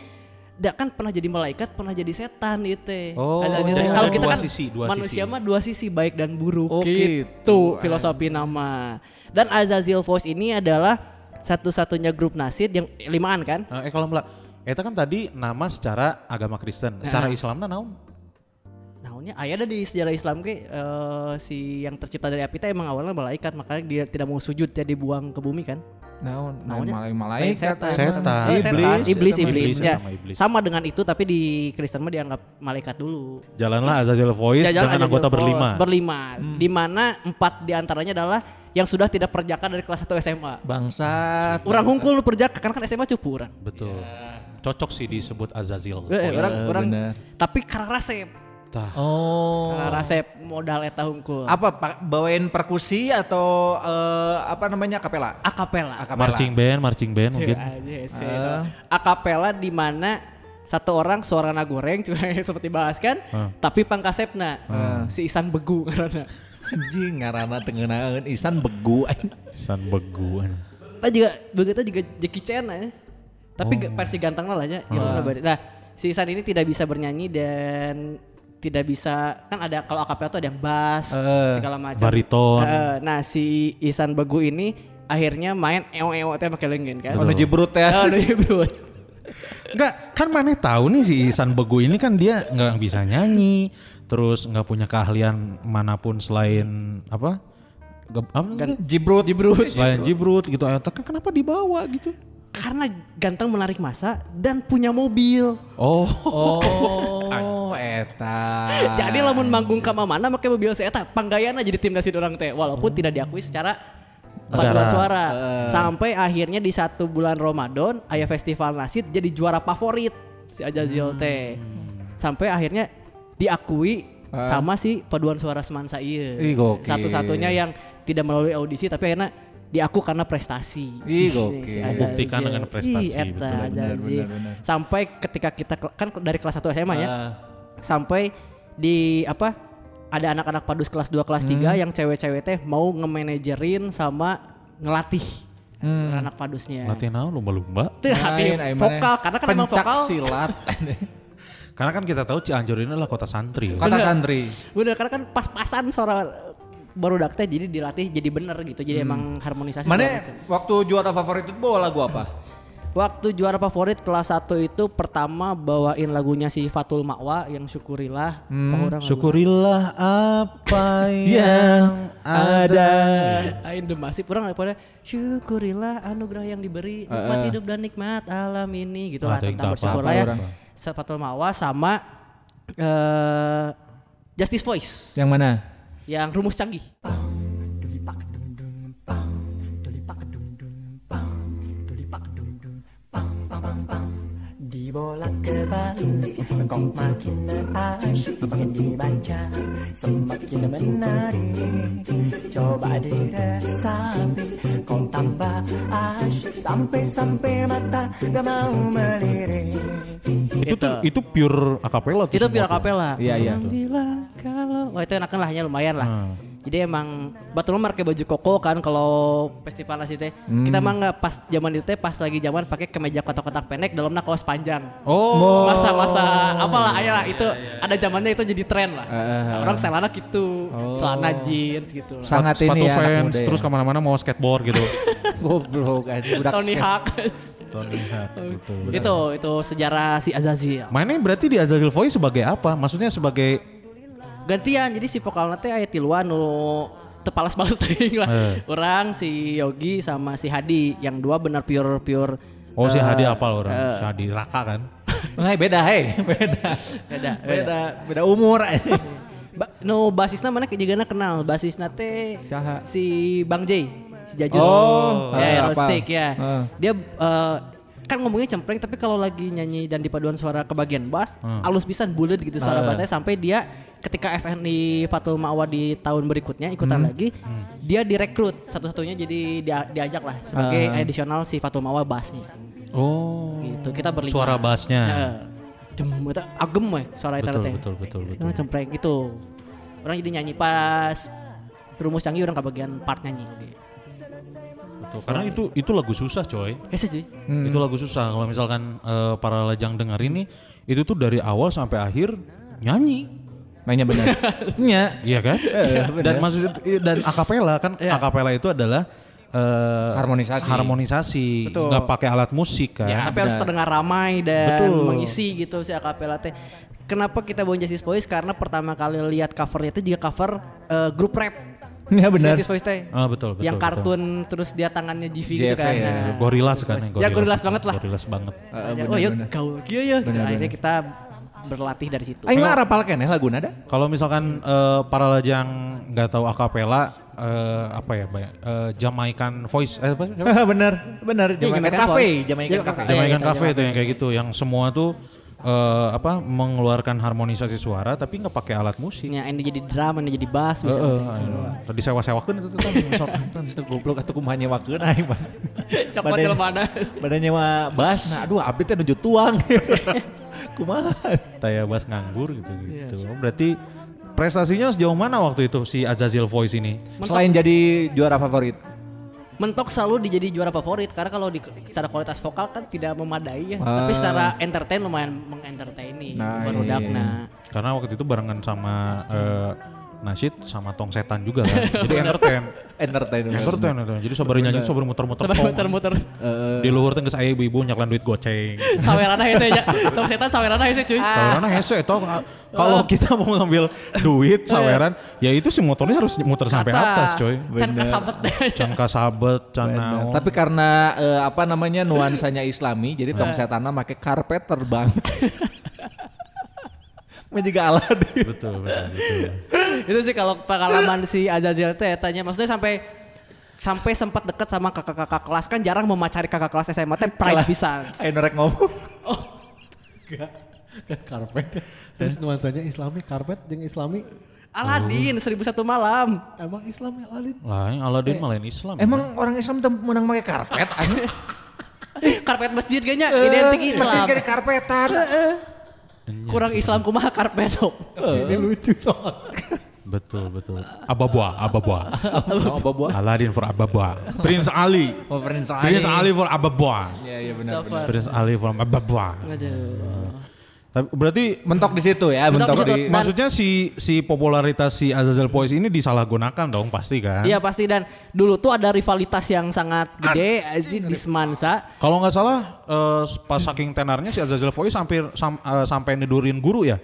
D: dia kan pernah jadi malaikat, pernah jadi setan itu. teh.
B: Oh,
D: Azazil teh.
B: jadi
D: kalau
B: ada
D: kita
B: dua
D: kan
B: sisi, dua
D: manusia
B: sisi.
D: mah dua sisi baik dan buruk.
C: Oh, gitu.
D: gitu filosofi nama. Dan Azazil Voice ini adalah satu-satunya grup nasid yang limaan kan?
B: Nah, eh kalau melak, itu kan tadi nama secara agama Kristen, secara Islamnya naon?
D: Naonnya aya ada di sejarah Islam ke eh, si yang tercipta dari api teh emang awalnya malaikat makanya dia tidak mau sujud dia dibuang ke bumi kan?
C: Naon?
D: Naonnya?
C: malai-malai.
D: setan.
B: Setan.
C: Oh,
D: Eh, setan.
B: Iblis.
D: iblis,
B: Setan, iblis,
D: iblis, ya.
B: sama iblis.
D: Sama dengan itu tapi di Kristen mah dianggap malaikat dulu.
B: Jalanlah Azazil Voice
D: Jajaran
B: Iya, dengan
D: Ajajil
B: anggota
D: Force,
B: berlima.
D: Oh,
B: Hmm.
D: Berlima. Di mana empat diantaranya adalah yang sudah tidak perjaka dari kelas 1 SMA.
C: Bangsat.
D: Orang hungkul lu perjaka karena kan SMA cupu orang.
B: Betul. Cocok sih disebut Azazil.
D: Eh,
B: Voice.
D: orang, orang
C: bener.
D: tapi karena resep.
B: Tah.
C: Oh.
D: Karena rasa modal eta hungkul.
C: Apa pa- bawain perkusi atau eh, apa namanya kapela?
D: Akapela.
C: Akapela.
B: Marching band, marching band mungkin.
D: Iya,
B: Ah.
D: Akapela di mana satu orang suara goreng [laughs] cuma seperti bahas kan,
B: Ah.
D: tapi pangkasepna si Isan begu [laughs] karena.
C: Anjing ngarana tengenaeun Isan begu.
B: San begu. anjing.
D: Kita juga begitu juga Jackie Chan ya. Tapi ga- versi ganteng lah ya. gitu lah, Bari. Nah, si Isan ini tidak bisa bernyanyi dan tidak bisa kan ada kalau akapela tuh ada yang bass segala macam.
B: bariton.
D: Eh, nah, si Isan Begu ini akhirnya main eo-eo teh pakai lengan kan.
C: Anu jebrut
D: Oh,
C: ya.
D: lu nyebut.
B: Enggak, kan mana tahu nih si Isan Begu ini kan dia nggak bisa nyanyi, terus nggak punya keahlian manapun selain apa? Ge- apa namanya?
C: Jibrut. Jibrut.
B: selain jibrut gitu. Ayo, kan kenapa dibawa gitu?
D: Karena ganteng menarik masa dan punya mobil.
B: Oh,
C: Oh, eta.
D: Jadi lamun manggung ka mana make mobil saya eta panggayana jadi tim nasi orang teh walaupun
C: Hmm.
D: tidak diakui secara paduan
B: Negara.
D: suara.
C: Eh.
D: Sampai akhirnya di satu bulan Ramadan aya festival nasi jadi juara favorit si
C: Hmm.
D: Ajazil teh. Sampai akhirnya diakui sama si paduan suara semansa iya.
C: Eh. Ih, gokil.
D: Satu-satunya yang tidak melalui audisi tapi akhirnya diaku karena prestasi.
C: Ih, gokil.
D: Si Ajazil.
B: Membuktikan dengan prestasi,
D: Ih, eta
B: betul.
D: Ajazil.
C: Benar, benar, benar.
D: Sampai ketika kita ke- kan dari kelas 1 SMA ya
C: Ah.
D: sampai di apa ada anak-anak padus kelas 2 kelas 3
C: Hmm.
D: yang cewek-cewek teh mau ngemanajerin sama ngelatih anak padusnya.
B: latihan naon lumba-lumba.
D: Itu hati
C: Lain, Hmm. ayo,
D: vokal
C: mana?
D: karena kan memang
C: Pencak
D: vokal.
C: silat.
B: Karena kan kita tahu Cianjur ini adalah kota santri.
C: Kata santri.
D: Bener karena kan pas-pasan suara baru dakte jadi dilatih jadi bener gitu. Jadi emang harmonisasi
C: Hmm.
D: segala
C: Mana
D: macam.
C: waktu juara favorit itu bawa lagu apa?
D: Waktu juara favorit kelas 1 itu pertama bawain lagunya si Fatul Makwa yang syukurilah.
C: Hmm,
D: Pahurang lagu.
B: Syukurilah [laughs] apa yang ada.
D: Ain demasi kurang daripada syukurilah anugerah yang diberi nikmat hidup dan nikmat alam ini gitu
B: Ah,
D: lah
B: itu apa-apa
D: tentang bersyukur lah ya.
C: orang.
D: Sepatu mawa sama eh Justice Voice
C: Yang mana?
D: yang rumus canggih.
G: Dibolak kebalik Kau makin asyik Yang dibaca Semakin menarik Coba diresapi Kau tambah asyik Sampai-sampai mata Gak mau melirik
B: Itu tuh, itu pure akapela tuh.
D: Itu
B: semua
D: pure
B: tuh.
D: kapela.
C: Iya, Hmm. iya.
D: Orang bilang kalau wah itu enakan lahnya lumayan lah. Jadi emang batu lu pakai baju koko kan kalau festival nasi teh.
C: Hmm.
D: Kita mah nggak pas zaman itu teh pas lagi zaman pakai kemeja kotak-kotak pendek dalamnya kaos panjang.
B: Oh,
D: masa-masa apalah ayolah itu ada zamannya itu jadi tren lah
C: Eh,
D: Nah, orang celana gitu
C: Oh.
D: celana jeans gitu lah.
C: Sangat
B: sepatu
C: ini ya anak
B: fans
C: muda ya.
B: terus kemana-mana mau skateboard gitu.
C: goblok anjing budak
D: Tony
C: skate.
D: Hawk
B: Tony Hawk betul.
D: itu itu sejarah si ya. Azazil
B: Mainnya berarti di Azazil Voice sebagai apa? Maksudnya sebagai
D: gantian jadi si vokalnya teh aya tiluan nu tepalas [laughs] balas teuing lah orang si Yogi sama si Hadi yang dua benar pure pure
B: Oh
D: Eh,
B: si Hadi apal orang, si Hadi Raka kan.
C: Nah, beda hei, beda.
D: beda beda
C: Beda beda umur.
D: Ba- no basisnya mana kejigana kenal basisnya teh
C: Saha?
D: si Bang J si Jajul
C: Oh,
D: ya,
C: eh,
B: Ah,
D: Roadstick
C: apa?
D: ya
C: Eh.
D: dia eh, kan ngomongnya cempreng tapi kalau lagi nyanyi dan di paduan suara kebagian bass
B: Ah.
D: alus pisan bulat gitu suara bassnya sampai dia ketika FN di Fatul Ma'wa di tahun berikutnya ikutan
B: Hmm.
D: lagi dia direkrut satu-satunya jadi dia- diajak lah sebagai
B: Ah.
D: additional si Fatul Ma'wa bassnya
B: Oh.
D: gitu kita berlima
B: Suara bassnya.
D: Eh, ya. dem eta agem we suara eta
B: Betul,
D: teh
B: betul, betul, betul.
D: Orang cempreng gitu orang jadi nyanyi pas rumus canggih orang kebagian part nyanyi gitu
B: Betul. Karena itu itu lagu susah coy.
D: Yes, Ya cuy.
B: Itu lagu susah. Kalau misalkan eh, para lejang dengar ini, itu tuh dari awal sampai akhir nyanyi.
C: Mainnya [laughs] benar. Nya.
B: Iya kan?
C: bener.
B: dan maksud dan akapela kan
D: Iya.
B: akapela itu adalah eh,
C: Harmonisasi.
B: harmonisasi,
D: Betul.
B: nggak pakai alat musik kan.
D: Ya, tapi harus terdengar ramai dan mengisi gitu si akapela teh. Kenapa kita bawain Justice Boys? Karena pertama kali lihat covernya itu dia cover eh, grup rap.
C: Ya benar.
D: Justice Boys teh.
B: Ah, betul, betul,
D: Yang
B: betul.
D: kartun terus dia tangannya GV gitu
C: JV,
D: kan.
C: ya.
D: Nah.
B: Gorilas kan yang
D: Ya, gorilas banget lah.
B: Gorilas Ah, banget.
D: Aja, oh ya gaul kieu ya gitu. Akhirnya kita berlatih dari situ.
C: Aing mah rapalkeun ya lagu nada.
B: Kalau misalkan eh, para lajang nggak tahu akapela eh, apa ya banyak eh, Jamaican voice eh, apa
C: [laughs] benar, benar. Jamaican
D: Jamaican
C: Cafe,
D: Voice.
C: Jamaican
D: Jamaican
C: Cafe.
D: Voice.
B: Jamaican
D: Iya, iya,
B: Cafe itu yang kayak gitu yang semua tuh eh, apa mengeluarkan harmonisasi suara tapi nggak pakai alat musik.
D: Ya, ini jadi drum, ini jadi bass
B: Heeh,
D: misalnya.
B: anu. Tadi sewa-sewakan itu tuh
D: [laughs]
B: kan misalkan.
C: Itu goblok atau kumaha nyewakeun aing mah.
D: Coklat
C: Badan-
D: jelema na.
C: Badan nyewa bass nah aduh update teh nuju tuang. [laughs] kumaha?
B: Taya Bas nganggur gitu
D: Iya,
B: gitu. Berarti prestasinya sejauh mana waktu itu si Azazil Voice ini?
C: Selain jadi juara favorit.
D: Mentok selalu dijadi juara favorit karena kalau di, secara kualitas vokal kan tidak memadai ya. Tapi secara entertain lumayan mengentertaini
C: Nah,
D: baru dakna.
B: Karena waktu itu barengan sama eh, Nasid sama Tong Setan juga
D: [laughs]
B: kan. Jadi entertain.
C: Entertainment.
B: entertain itu. Jadi sabar nyanyi sabar muter-muter
D: Sampai
B: tong.
D: muter-muter.
B: Di luhur teh geus aya ibu-ibu nyaklan duit goceng.
D: Sawerana hese nya. Tong setan sawerana hese cuy.
B: Saweran hese itu kalau kita mau ngambil duit saweran ya itu si motornya harus muter sampai
D: Atas.
B: atas coy.
D: Can kasabet deh.
B: Can kasabet, can naon.
C: Tapi karena eh, apa namanya nuansanya Islami, jadi tong setana make karpet [laughs] terbang. Menjaga Aladin.
B: betul betul. betul.
D: itu sih kalau pengalaman si Azazil teh ya, tanya maksudnya sampai sampai sempat deket sama kakak-kakak kelas kan jarang memacari kakak kelas SMA teh pride pisan.
C: Ayo norek ngomong.
A: Enggak. Kan karpet. Terus nuansanya islami karpet yang islami.
D: Aladin 1001 malam.
A: Emang islami Aladin.
B: Lain Aladin malah Islam. ya.
C: Emang orang Islam tuh menang pakai karpet? anjing?
D: Karpet masjid kayaknya identik
C: Mesti
D: Islam.
C: kayak di karpetan.
D: Kurang Islam kumaha karpet sok.
A: Ini lucu soalnya.
B: Betul betul. Ababwa, Ababwa.
C: Oh, bobo.
B: Aladin for Ababwa. Prince Ali.
C: Oh, Prince Ali.
B: Prince Ali for Ababwa.
C: Iya, iya benar.
D: Safar.
B: Prince Ali for Ababwa.
D: Aduh.
B: Tapi berarti
C: Mentok di situ ya,
D: Mentok
C: mentok di.
D: di situ. Dan-
B: maksudnya si si popularitas si Azazel Boys ini disalahgunakan dong pasti kan?
D: Iya pasti dan dulu tuh ada rivalitas yang sangat gede Aziz di Semansa.
B: Kalau nggak salah eh, pas saking tenarnya si Azazel Boys hampir sam- eh, sampai nidurin guru ya.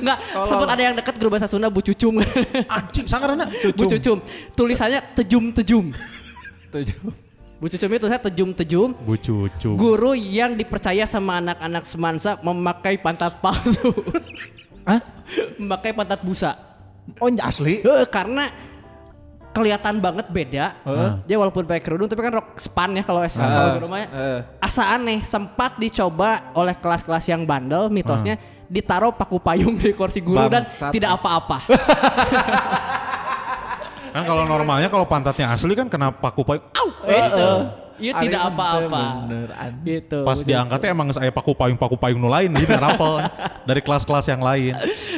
D: Enggak, sempat ada yang deket guru bahasa Sunda Bu Cucum.
B: Anjing sangarana.
D: Bu Cucum. Tulisannya tejum-tejum.
C: Tujuh.
D: Bu Cucum itu saya tejum-tejum.
B: Bu cucu.
D: Guru yang dipercaya sama anak-anak semansa memakai pantat palsu.
C: Hah?
D: [laughs] memakai pantat busa.
C: Oh, asli?
D: Heeh, karena kelihatan banget beda. Dia walaupun pakai kerudung tapi kan rok span ya kalau SM kalau guru mah.
C: Heeh.
D: Asa aneh sempat dicoba oleh kelas-kelas yang bandel mitosnya ditaruh paku payung di kursi guru dan
C: Bangsat.
D: tidak apa-apa.
B: Kan kalau normalnya kalau pantatnya asli kan kena paku payung. Au!
D: Itu. Iya
C: Ari
D: tidak
C: mah
D: apa-apa.
C: bener, anjing.
D: Gitu.
B: Pas diangkatnya emang saya paku payung paku payung nu lain jadi
D: [laughs]
B: rapel dari kelas-kelas yang lain.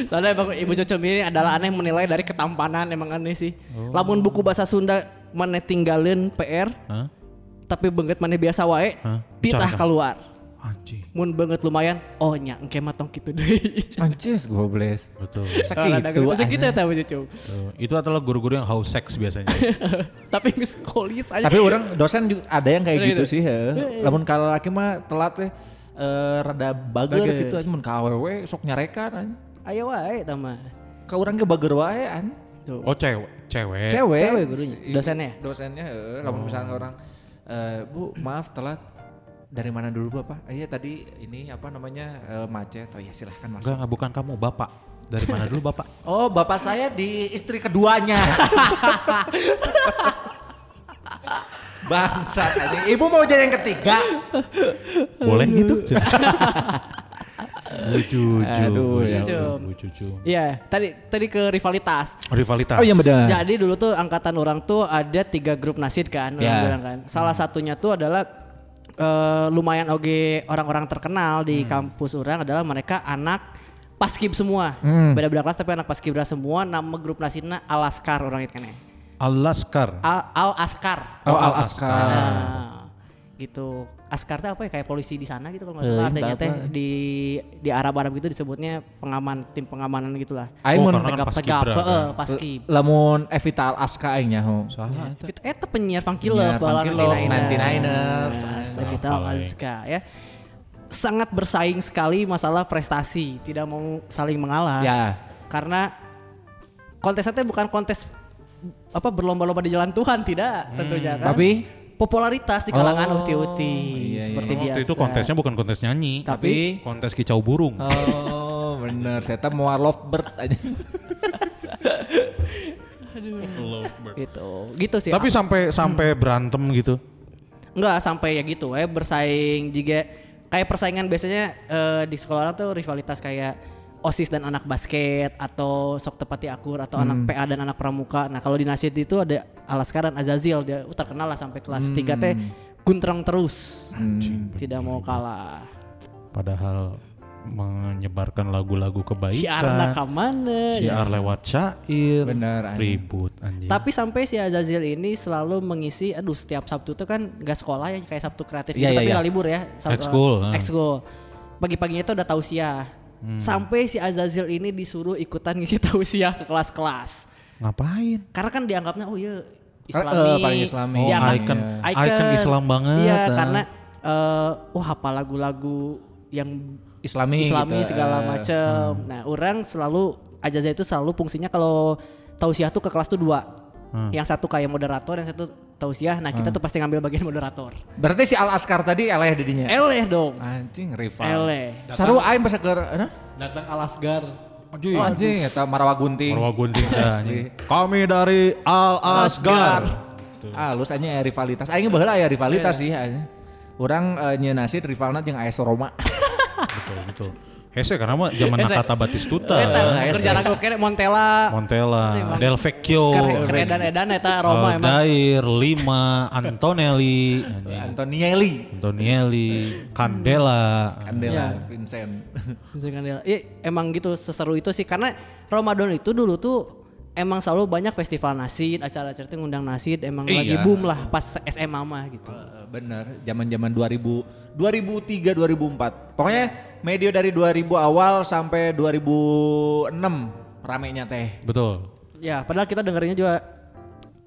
D: Soalnya Bang Ibu Cocom ini adalah aneh menilai dari ketampanan emang aneh sih.
C: Oh.
D: Lamun buku bahasa Sunda mana tinggalin PR
B: Hah?
D: tapi banget mana biasa wae
B: Hah?
D: titah
B: Bicara.
D: keluar.
B: Anjing.
D: Mun banget lumayan, oh nya engke matong gitu deui.
C: [laughs] Anjis, gue bless.
B: Betul.
C: Sekitu.
D: segitu
C: anjing.
D: eta Bu Cocom.
B: Tuh, Itu adalah guru-guru yang haus seks
D: [laughs]
B: biasanya.
D: Tapi geus kolis aja.
C: Tapi orang dosen juga ada yang kayak
D: Ada
C: gitu
D: gitu.
C: sih. he. Lamun kalau laki mah telat ya. eh, rada bager
D: Bager.
C: gitu aja. Mun ka awewe sok nyarekan anjing.
D: Ayo wae tama.
C: Ka urang ge bager wae an.
D: Tuh.
B: Oh cewek, cewek.
C: Eh. Cewek.
D: Cewek gurunya, dosennya?
C: Dosennya Oh. heeh. Lamun misalnya orang eh, Bu, maaf telat. Dari mana dulu Bapak? Eh, Iya tadi ini apa namanya eh, macet. Oh ya silahkan
B: Enggak,
C: masuk.
B: enggak bukan kamu, bapak. Dari mana dulu bapak?
C: Oh, bapak saya di istri keduanya. [laughs] Bangsat anjing. Ibu mau jadi yang ketiga.
B: Boleh
C: [laughs]
B: gitu? Lucu,
C: Aduh,
B: lucu,
C: ya
D: Allah.
B: lucu, lucu.
D: Iya, tadi tadi ke rivalitas.
B: Rivalitas.
C: Oh, yang benar.
D: Jadi dulu tuh angkatan orang tuh ada tiga grup nasid kan, orang
C: Ya.
D: bilang kan. Salah satunya tuh adalah eh, lumayan oge orang-orang terkenal di
C: Hmm.
D: kampus orang adalah mereka anak paskib semua.
C: Hmm.
D: Beda-beda kelas tapi anak paskibra semua. Nama grup nasidna Alaskar orang itu kan ya.
B: Alaskar.
D: Al, Al Askar.
C: Oh, Al Askar.
D: Nah, gitu. Askar tuh apa ya kayak polisi di sana gitu kalau nggak salah
C: Eh,
D: artinya
C: entah
D: teh
C: apa.
D: di di Arab Arab gitu disebutnya pengaman tim pengamanan gitulah.
C: Aing
B: Oh,
C: mun
B: karena kan
D: Tegap
B: paskibra,
D: tegap,
B: kan?
D: heeh,
C: Eh,
D: paskib.
C: lamun Evita Alaska aing nya ho.
B: Saha eta?
D: Gitu, Eta penyiar Funky
C: Penyiar
D: Love
C: Funky Love,
D: gitu.
C: 99ers.
D: Nah, Kita
B: eh?
D: Alaska ya Sangat bersaing sekali masalah prestasi Tidak mau saling mengalah
C: Ya.
D: Karena kontesannya bukan kontes apa berlomba-lomba di jalan Tuhan tidak
B: Hmm.
D: tentunya kan
C: Tapi?
D: popularitas di kalangan
C: Oh,
D: uti-uti
C: iya,
D: seperti
B: Karena
D: biasa
B: waktu itu kontesnya bukan kontes nyanyi,
D: Tapi-
B: kontes kicau burung.
C: Oh, bener. Saya teh mau lovebird aja.
D: gitu gitu sih
C: Hmm.
B: Tapi sampai sampai berantem gitu.
D: Enggak sampai ya gitu, eh bersaing juga kayak persaingan biasanya eh, di sekolah orang tuh rivalitas kayak OSIS dan anak basket atau sok tepati akur atau anak PA dan anak pramuka. Nah, kalau di Nasid itu ada Alaskaran Azazil dia terkenal lah sampai kelas 3 teh kuntrang terus. Tidak mau kalah.
B: Padahal menyebarkan lagu-lagu
D: Syiar anak
B: kebaikan.
D: mana?
B: Syiar lewat syair.
C: Iya. Benar, anjing.
B: Ribut anjing.
C: Iya.
D: Tapi sampai si Azazil ini selalu mengisi, aduh setiap Sabtu tuh kan nggak sekolah ya kayak Sabtu kreatif
C: Iya,
D: gitu,
C: iya,
D: tapi
C: iya.
D: nggak libur ya. Sabtu-
B: Ekskul, ah.
D: Ekskul. Pagi-paginya itu ada tausiah.
C: Hmm.
D: Sampai si Azazil ini disuruh ikutan ngisi [laughs] tausiah ke kelas-kelas.
B: Ngapain?
D: Karena kan dianggapnya oh iya
C: Eh, eh,
D: Islami.
C: paling Islami.
B: Oh,
D: Dianggap-
B: icon. Icon Islam banget,
D: Iya,
B: ah.
D: karena eh wah apa lagu-lagu yang
C: Islami
D: Islami
C: gitu, eh.
D: segala macem. Nah, orang selalu Ajaza itu selalu fungsinya kalau tausiah tuh ke kelas tuh dua.
C: Hmm.
D: Yang satu kayak moderator, yang satu tausiah. Nah, kita tuh pasti ngambil bagian moderator.
C: Berarti si Al Askar tadi eleh didinya.
D: Eleh dong.
C: Anjing rival.
D: Eh. Eleh.
C: Saru aing bisa ke Hah?
A: Datang Alasgar.
C: Oh, anjing eta Marwa Gunting.
B: Marwa Gunting dah, anjing. Kami dari Al Asgar.
C: Ah, lu sanya aya rivalitas. Aing baheula aya
D: Iya.
C: rivalitas sih anjing. Urang uh, nyeun nasid rivalna jeung AS Roma.
B: Betul, betul. gitu. Hese karena mah zaman Nakata Batistuta.
D: Eta
C: Iya
B: Hese.
D: kerja aku kene Montella.
B: Montella, Del Vecchio,
D: Keren- Keredan-edan eta
C: Oh,
D: Roma emang.
B: Aldair, Lima, Antonelli, anjing.
C: [laughs] Antonielli.
B: Antonielli, Candela.
D: Iya.
C: Andela Vincent.
D: Misalkan dia, "Ih, emang gitu seseru itu sih karena Ramadan itu dulu tuh emang selalu banyak festival nasid, acara-acara itu ngundang nasid, emang lagi
C: Iya.
D: boom lah pas SM Mama gitu.
C: Eh, Bener, zaman-zaman 2000, 2003, 2004. Pokoknya medio dari 2000 awal sampai 2006 ramenya teh.
B: Betul.
D: Ya, padahal kita dengerinnya juga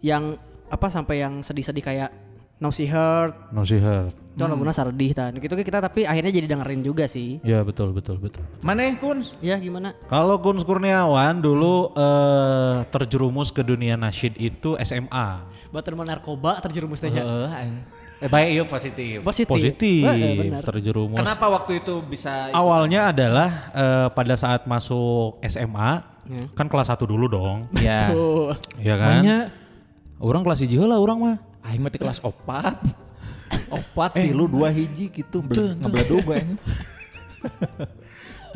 D: yang apa sampai yang sedih-sedih kayak Naughty Heart,
B: No see her.
D: itu lagunya sardih tan. Gitu kita tapi akhirnya jadi dengerin juga sih.
B: Ya betul betul betul.
C: Maneh kun?
D: Ya gimana?
B: Kalau Guns Kurniawan dulu eh, terjerumus ke dunia nasyid itu SMA.
D: Batur mau narkoba terjerumus tehnya.
C: Eh, anjing. eh baik iya positif.
D: Positif.
B: Positif,
D: Heeh, benar.
B: terjerumus.
C: Kenapa waktu itu bisa
B: Awalnya adalah eh, pada saat masuk SMA,
D: Ya.
B: kan kelas 1 dulu dong.
C: ya.
D: Tuh.
B: Iya kan?
C: Makanya
B: Orang kelas hiji heula orang mah.
C: aing mah di kelas opat. [laughs] Eh, opat tilu dua hiji gitu ngebledoga ini.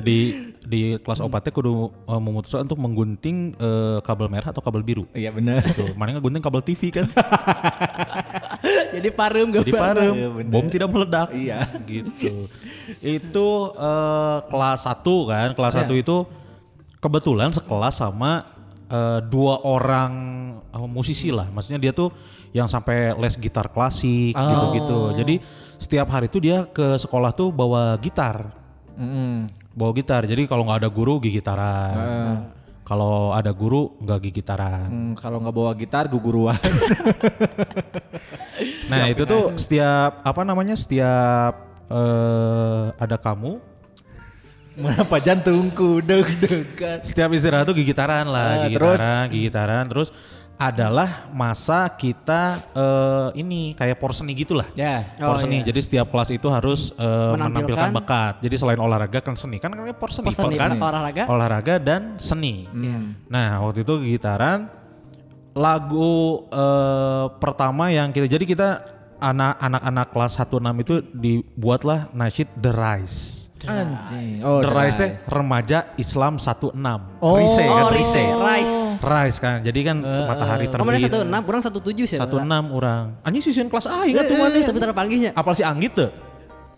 B: Di di kelas opatnya kudu eh, memutuskan untuk menggunting eh, kabel merah atau kabel biru.
C: [laughs] Iya bener.
B: [laughs] Tuh, mana nggak gunting kabel TV [laughs] kan?
D: [laughs] jadi parem gak
B: Jadi parem,
C: Iya, bener.
B: bom tidak meledak.
C: Iya.
B: gitu. itu eh, kelas 1 kan, kelas 1 itu kebetulan sekelas sama eh, dua orang eh, musisi lah. Maksudnya dia tuh yang sampai les gitar klasik gitu-gitu. Jadi setiap hari tuh dia ke sekolah tuh bawa gitar. Bawa gitar. Jadi kalau nggak ada guru gigitaran. Kalau ada guru nggak gigitaran.
C: Hmm, kalau nggak bawa gitar guguruan. [laughs]
B: Nah itu tuh setiap apa namanya setiap eh, ada kamu,
C: Mengapa jantungku deg-degan.
B: setiap istirahat tuh gigitaran
C: Ah,
B: lah, gigitaran, gigitaran, terus adalah masa kita eh, ini kayak gitu porseni gitulah.
C: Ya.
D: Oh,
B: porseni. Jadi setiap kelas itu harus eh, menampilkan.
D: Menampilkan.
B: bakat. Jadi selain olahraga kan seni kan namanya porseni,
D: Porseni,
B: kan?
D: olahraga.
B: olahraga dan seni.
C: Iya. Hmm.
B: Nah waktu itu gitaran lagu eh, pertama yang kita jadi kita anak- anak-anak kelas 16 itu dibuatlah nasyid The Rise.
C: Anjing. Oh, The
B: The Rise teh
C: Rise.
B: remaja Islam 16.
C: Oh. Eh,
B: Rise kan
D: Oh, Rise, Rise.
B: Rise kan. Jadi kan matahari
D: Kamu ada
B: terbit.
D: satu enam, orang satu Eh, tujuh sih.
B: 16 orang. Anjing sisian kelas A
D: Ingat
B: ingat
D: tuh
C: Eh,
B: tuh
D: mana?
B: mana.
D: Tapi terpanggilnya.
B: Apal si Anggit tuh?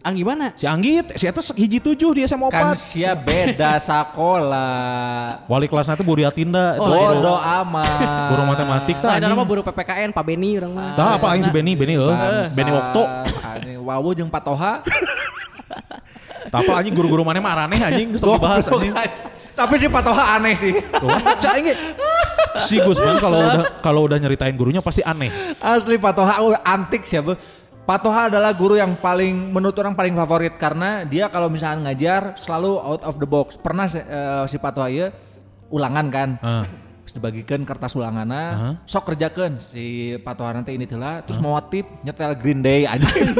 D: Ang Ah, gimana?
B: Si Anggit, si atas hiji tujuh dia SMA
C: Kan
B: 4.
C: sia beda sekolah.
B: Wali kelasnya tuh Buriatinda
C: Oh,
B: itu.
C: Bodoh amat.
B: Guru matematik eh,
D: Nah,
B: tah. anjing.
D: ada nama buru PPKN, Pak Beni orang mah.
B: Tah apa aing si Benny, Benny heuh.
C: Bangsat.
B: Benny Okto.
C: Anjing, Wawo jeung [laughs] Patoha.
B: Tah apa anjing guru-guru mana mah aneh anjing sok dibahas anjing.
C: Tapi si Patoha aneh sih.
B: Tuh, cak inget. Si Gusman kalau udah kalau udah nyeritain gurunya pasti aneh.
C: Asli Patoha oh, antik siapa? Patoha adalah guru yang paling menurut orang paling favorit karena dia kalau misalnya ngajar selalu out of the box. Pernah eh, si Patoha ieu ulangan kan.
B: Heeh.
C: Terus dibagikan kertas ulanganna,
B: Heeh.
C: sok kerjakan
B: [laughs]
C: si Patoha nanti ini telah terus mau tip nyetel Green Day anjing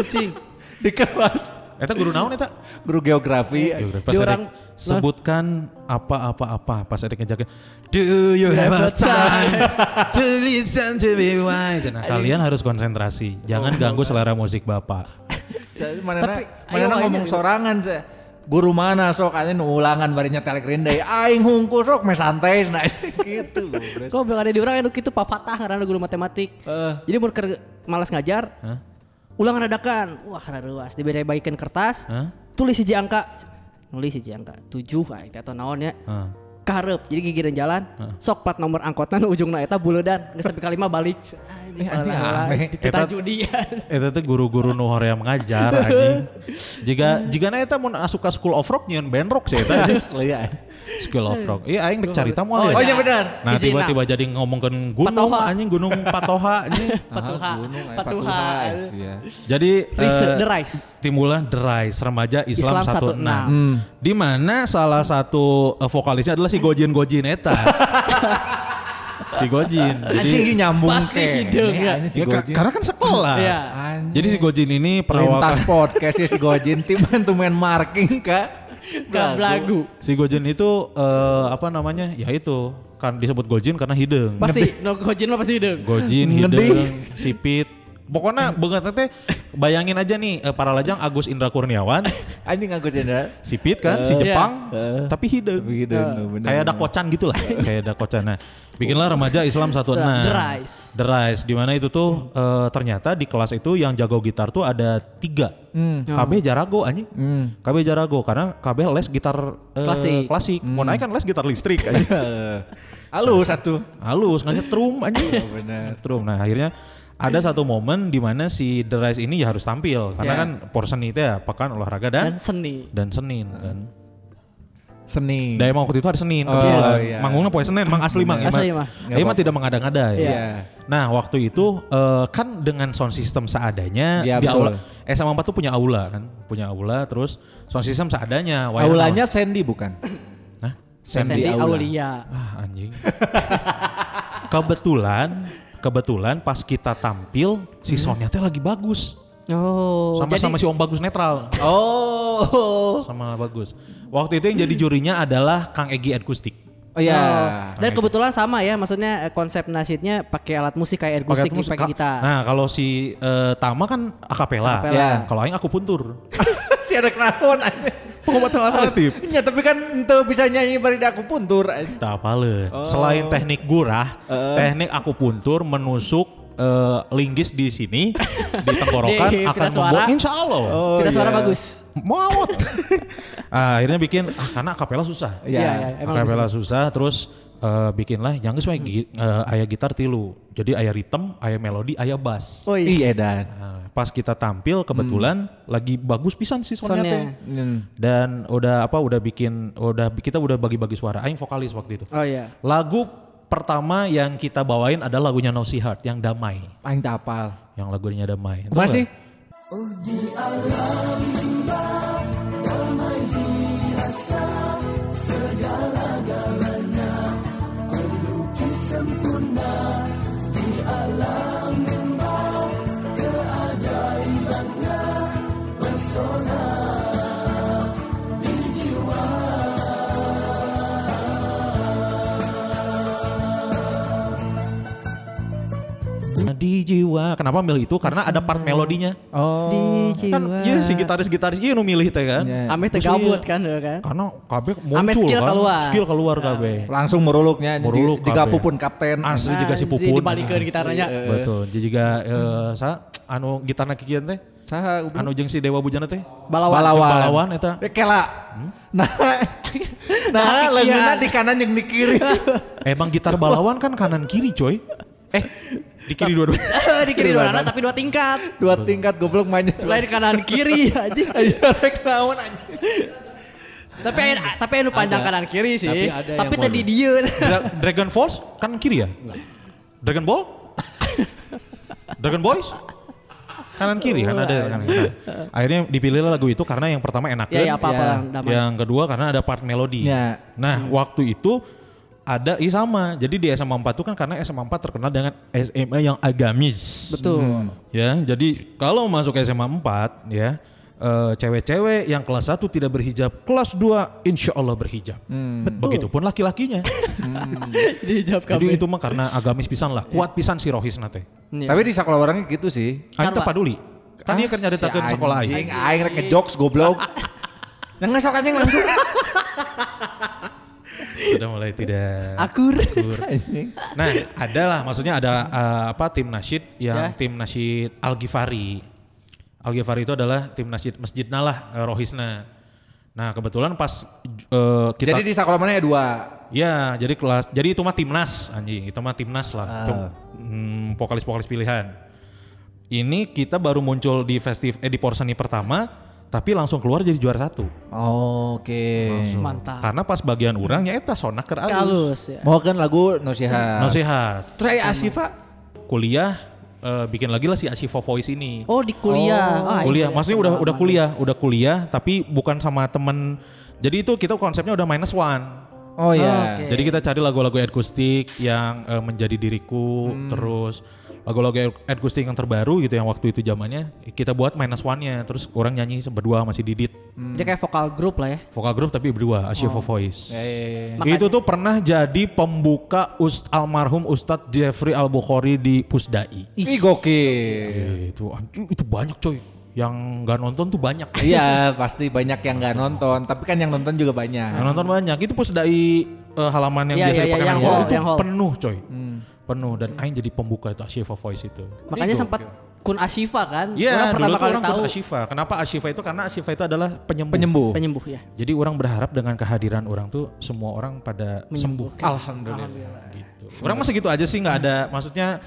C: di kelas.
B: Eta guru naon eta?
C: Guru geografi.
B: Geografi. Pas
D: Di
B: Erik
D: orang-
B: sebutkan apa-apa-apa pas Erik ngejakin Do you have a time [laughs] to listen to me why? Nah, kalian harus konsentrasi, jangan ganggu selera musik bapak.
C: Mana
D: Tapi,
C: mana
D: ayo wainya
C: ngomong
D: gitu.
C: sorangan saya. Guru mana sok anjing nu ulangan barinya telek rindai aing hungkul sok meh santai nah gitu. goblok.
D: Kok bilang ada di orang anu kitu papatah karena guru matematik. Jadi mun keur malas ngajar,
B: Hah?
D: ulangan dadakan. Wah, karena ruas dibere baikeun kertas.
B: Hah?
D: Tulis hiji angka. Nulis hiji angka 7 aing teh atau naon ya.
B: Heeh.
D: Karep, jadi gigireun jalan, sok plat nomor angkotan ujungna eta buleudan, geus tapi kalima balik. Anjing,
C: anjing
D: alah-alah,
C: aneh.
D: dititah
B: Eta-
D: judi.
B: Eta tuh guru-guru nu hoream ngajar anjing. Jika jika na eta mun asup ka school of rock nyeun band rock sih eta. anjing.
C: Terus leh, ya.
B: School of rock. Iya aing dek carita moal
D: Oh,
B: ya.
C: Oh iya benar.
B: Nah
D: Hiji,
B: tiba-tiba jadi ngomongkan gunung
D: Patoha.
B: anjing gunung Patoha anjing.
D: [laughs] Patuha.
C: Ah, gunung, eh,
D: Patuha.
C: is, ya.
B: Jadi
D: Rise,
B: eh,
D: The Rise.
B: timbulan The Rise remaja Islam,
D: Islam
B: 16.
D: 16.
B: Di mana salah satu eh, vokalisnya adalah si Gojin Gojin eta. si Gojin.
C: Anjing
B: iya,
C: ini nyambung
D: Pasti
C: ke.
D: hideung,
C: Ini
D: ya.
C: anjing si
B: Ya, ka-
C: Gojin.
B: karena kan sekolah.
D: Iya.
C: Iya, Anjing.
B: Jadi si Gojin ini
C: lintas
B: perawakan
C: podcast ya, si Gojin tim tuh main marking kak.
D: Gak belagu.
B: si Gojin itu eh, apa namanya? Ya itu kan disebut Gojin karena hidung.
D: Pasti, no gojin mah pasti hideung.
B: Gojin,
C: Ngedih.
B: hidung, sipit. Pokoknya beungeut teh bayangin aja nih eh, para lajang Agus Indra Kurniawan,
C: Anjing aku jenderal.
B: sipit kan, si
D: Iya.
B: Jepang,
C: Eh.
B: tapi hidung.
C: Begitu. bener.
B: kayak ada kocan gitu
C: [laughs]
B: lah kayak ada kocan nah bikinlah remaja Islam 16
D: The Rise.
B: The Rise di mana itu tuh eh, ternyata di kelas itu yang jago gitar tuh ada tiga
C: Hmm.
D: Oh.
B: KB Jarago anjing KB Jarago karena KB les gitar eh,
D: Klasik.
B: klasik mau
C: Hmm.
B: naik kan les gitar listrik
C: [laughs]
B: anjing
C: [laughs] Halo satu.
B: halus nggak nyetrum anjing
C: [laughs] Bener.
B: nyetrum nah akhirnya ada satu momen di mana si The Rise ini ya harus tampil karena
D: Ya.
B: kan porsen itu ya pekan olahraga
D: Dan
B: dan
D: seni.
B: dan Senin kan.
C: Seni.
B: Dari emang waktu itu hari Senin,
C: Oh,
B: kebetulan.
C: iya.
B: Manggungnya poe Senin, mang asli mang.
D: Asli,
B: Emang-
D: Mang.
B: Iya, emang tidak mengada-ngada ya.
D: Iya.
B: Nah waktu itu eh, kan dengan sound system seadanya
C: Iya,
B: di
C: betul.
B: aula. eh, SMA 4 tuh punya aula kan, punya aula terus sound system seadanya. wayang-
C: Aulanya Sandy bukan?
B: Hah?
D: Sandy,
C: Aula.
D: Aulia.
B: Ah anjing. kebetulan, kebetulan pas kita tampil si soundnya teh lagi bagus.
D: Hmm. Oh,
B: Sama-sama si Om Bagus netral.
C: Oh.
B: Sama bagus. Waktu itu yang jadi jurinya adalah Kang Egi Akustik.
C: Oh iya.
D: Oh, Dan kebetulan sama ya, maksudnya eh, konsep nasidnya pakai alat musik Ah.
B: Pakai
D: kayak akustik
B: musik.
D: pakai
B: Ka-
D: gitar.
B: Nah, kalau si eh, Tama kan akapela.
D: Akapela.
C: Ya.
B: Kalau aing aku
D: [laughs]
B: puntur.
C: [laughs] si ada kenapon aja.
B: Pengobatan alternatif.
C: Ya tapi kan ente bisa nyanyi bari da aku puntur. anjing.
B: Tak apale.
D: Oh.
B: Selain teknik gurah,
D: Eh.
B: teknik aku puntur menusuk eh, linggis di sini
D: [laughs]
B: di tenggorokan
D: Di
B: akan
D: pita
B: membuat
D: suara. Oh.
B: insya Allah
D: Kita suara
C: iya.
D: bagus.
B: maut [laughs] Ah, akhirnya bikin ah, karena akapela susah
C: Iya.
D: Iya, iya, emang
B: akapela susah terus eh, bikinlah yang geus we, gi- eh, aya gitar tilu jadi aya ritme aya melodi aya bass
D: Oh
C: Iya
D: iya.
C: Edan.
B: Nah, pas kita tampil kebetulan lagi bagus pisan sih soundnya
D: Soundnya.
B: teh. Hmm, dan udah apa udah bikin udah kita udah bagi-bagi suara aing vokalis waktu itu
D: Oh iya.
B: lagu pertama yang kita bawain adalah lagunya No Sea Heart yang damai
C: Aing tak apal.
B: yang lagunya damai Tau
C: Masih?
B: nggak? di jiwa kenapa milih itu karena ada part melodinya
C: Oh.
B: kan iya si gitaris-gitaris iya nu milih teh kan
C: Iya.
D: Ame teh
B: Terus
D: gabut
B: iya.
D: kan, ya kan?
B: karena KB
D: Ame
B: muncul
D: skill
B: kan
D: keluar. Iya.
B: skill keluar KB
C: Langsung meruluknya.
B: Meruluk
C: Jika
B: kabeh.
C: pupun kapten.
B: asli juga si
D: Anjing,
B: pupun
D: dibalikeun
B: Asli.
D: gitarnya. [laughs]
B: betul jadi juga eh, sa anu gitarna kikian teh
C: Saha
B: anu jeung si dewa bujana teh
D: Balawan.
C: Balawan.
B: Jeung balawan eta Hmm?
C: Eh, Kela.
B: [laughs]
C: Nah, nah
B: iya.
C: lengannya di kanan yang di
B: [laughs]
C: kiri.
B: emang gitar balawan kan kanan kiri coy eh di kiri dua-duanya
D: di kiri dua anak tapi dua tingkat.
C: Dua tingkat goblok mainnya.
D: Lain kanan [laughs] kiri anjing.
C: Iya, rek naon anjing.
D: tapi ayeuna- tapi anu panjang kanan kiri sih.
A: Tapi
D: Tapi,
A: ada yang
D: tadi dia.
B: Dra- Dragon Force kan kiri ya Dragon Ball Dragon Boys kanan kiri kan ada kanan kiri. akhirnya dipilihlah lagu itu karena yang pertama enak
D: ya ya apa-apa
C: Ya.
D: lah, damai.
B: Yang kedua karena ada part melodi.
C: Ya.
B: Nah, waktu itu ada i sama. Jadi di SMA 4 itu kan karena SMA 4 terkenal dengan SMA yang agamis.
D: Betul.
B: Ya, jadi kalau masuk SMA 4 ya eh eh, cewek-cewek yang kelas 1 tidak berhijab, kelas 2 insya Allah berhijab. Begitupun laki-lakinya.
D: Jadi hijab
B: Jadi
D: kabeh.
B: itu mah karena agamis pisan lah, kuat pisan si Rohis nate.
D: Iya.
C: Tapi di sekolah orangnya gitu sih.
B: Aing teu
D: Sarwa.
B: paduli. Tadi kan nyari
C: Ah, Si
B: sekolah aing.
C: anjing. Aing rek ngejokes
B: [laughs]
C: goblok. Yang ngesok anjing langsung.
B: Sudah mulai tidak
D: akur.
B: akur. Nah, adalah maksudnya ada eh, apa tim nasyid yang
D: Ya.
B: tim nasyid Al Ghifari. Al Ghifari itu adalah tim nasyid masjidna lah eh, Rohisna. Nah, kebetulan pas eh, kita
C: Jadi di sekolah mana ya dua?
B: Ya, jadi kelas. Jadi itu mah timnas anjing, itu mah timnas lah. Itu, mm, vokalis-vokalis pilihan. Ini kita baru muncul di festiv eh di Porseni pertama, tapi langsung keluar jadi juara satu.
C: Oke.
D: Mantap.
B: Karena pas bagian orang ya eta sonak keur alus.
D: Kalus ya.
C: Mau kan lagu Nosihat.
B: Nasihat.
C: Terus Aya Asifa
B: Kuliah eh, bikin lagi lah si Asifa Voice ini.
D: Oh di kuliah. Ah,
B: kuliah,
D: iya,
B: maksudnya udah udah
D: pengalaman.
B: kuliah, udah kuliah, tapi bukan sama temen. Jadi itu kita konsepnya udah minus one.
C: Oh
D: iya.
C: iya.
D: Oke.
B: Jadi kita cari lagu-lagu akustik yang eh, menjadi diriku
D: Hmm.
B: terus lagu-lagu akustik yang terbaru gitu yang waktu itu zamannya kita buat minus one-nya terus orang nyanyi berdua masih Didit
D: Dia kayak vokal grup lah ya.
B: vokal grup tapi berdua Asyifa
D: Oh.
B: Voice.
D: Makanya-
B: Itu tuh pernah jadi pembuka Ust- almarhum Ustadz Jeffrey Al Bukhari di Pusdai.
C: Ih
D: Iya.
C: gokil.
B: Eh, Itu anjing, itu banyak coy. Yang nggak nonton tuh banyak.
C: Iya pasti banyak yang nggak nonton, tapi kan yang nonton juga
B: Yang
C: banyak.
B: nonton banyak. Itu Pusdai eh, halaman yang
D: Iya,
B: biasa
D: iya, iya,
B: dipakai
D: yang
B: anak
D: hall,
B: itu
D: yang hall. Hmm.
B: penuh coy. Penuh dan aing jadi pembuka itu Asyifa Voice itu.
D: Makanya sempat Kun Ashifa kan. orang
B: Iya,
D: pertama
B: dulu tuh
D: kali
B: orang
D: tahu
B: tahu Ashifa. Kenapa Ashifa itu? Karena Ashifa itu adalah penyembuh.
C: Penyembuh.
D: penyembuh ya.
B: Jadi orang berharap dengan kehadiran orang tuh semua orang pada sembuh.
D: Menyembuhkan.
C: Alhamdulillah.
B: Gitu. Orang mah segitu aja sih nggak ada maksudnya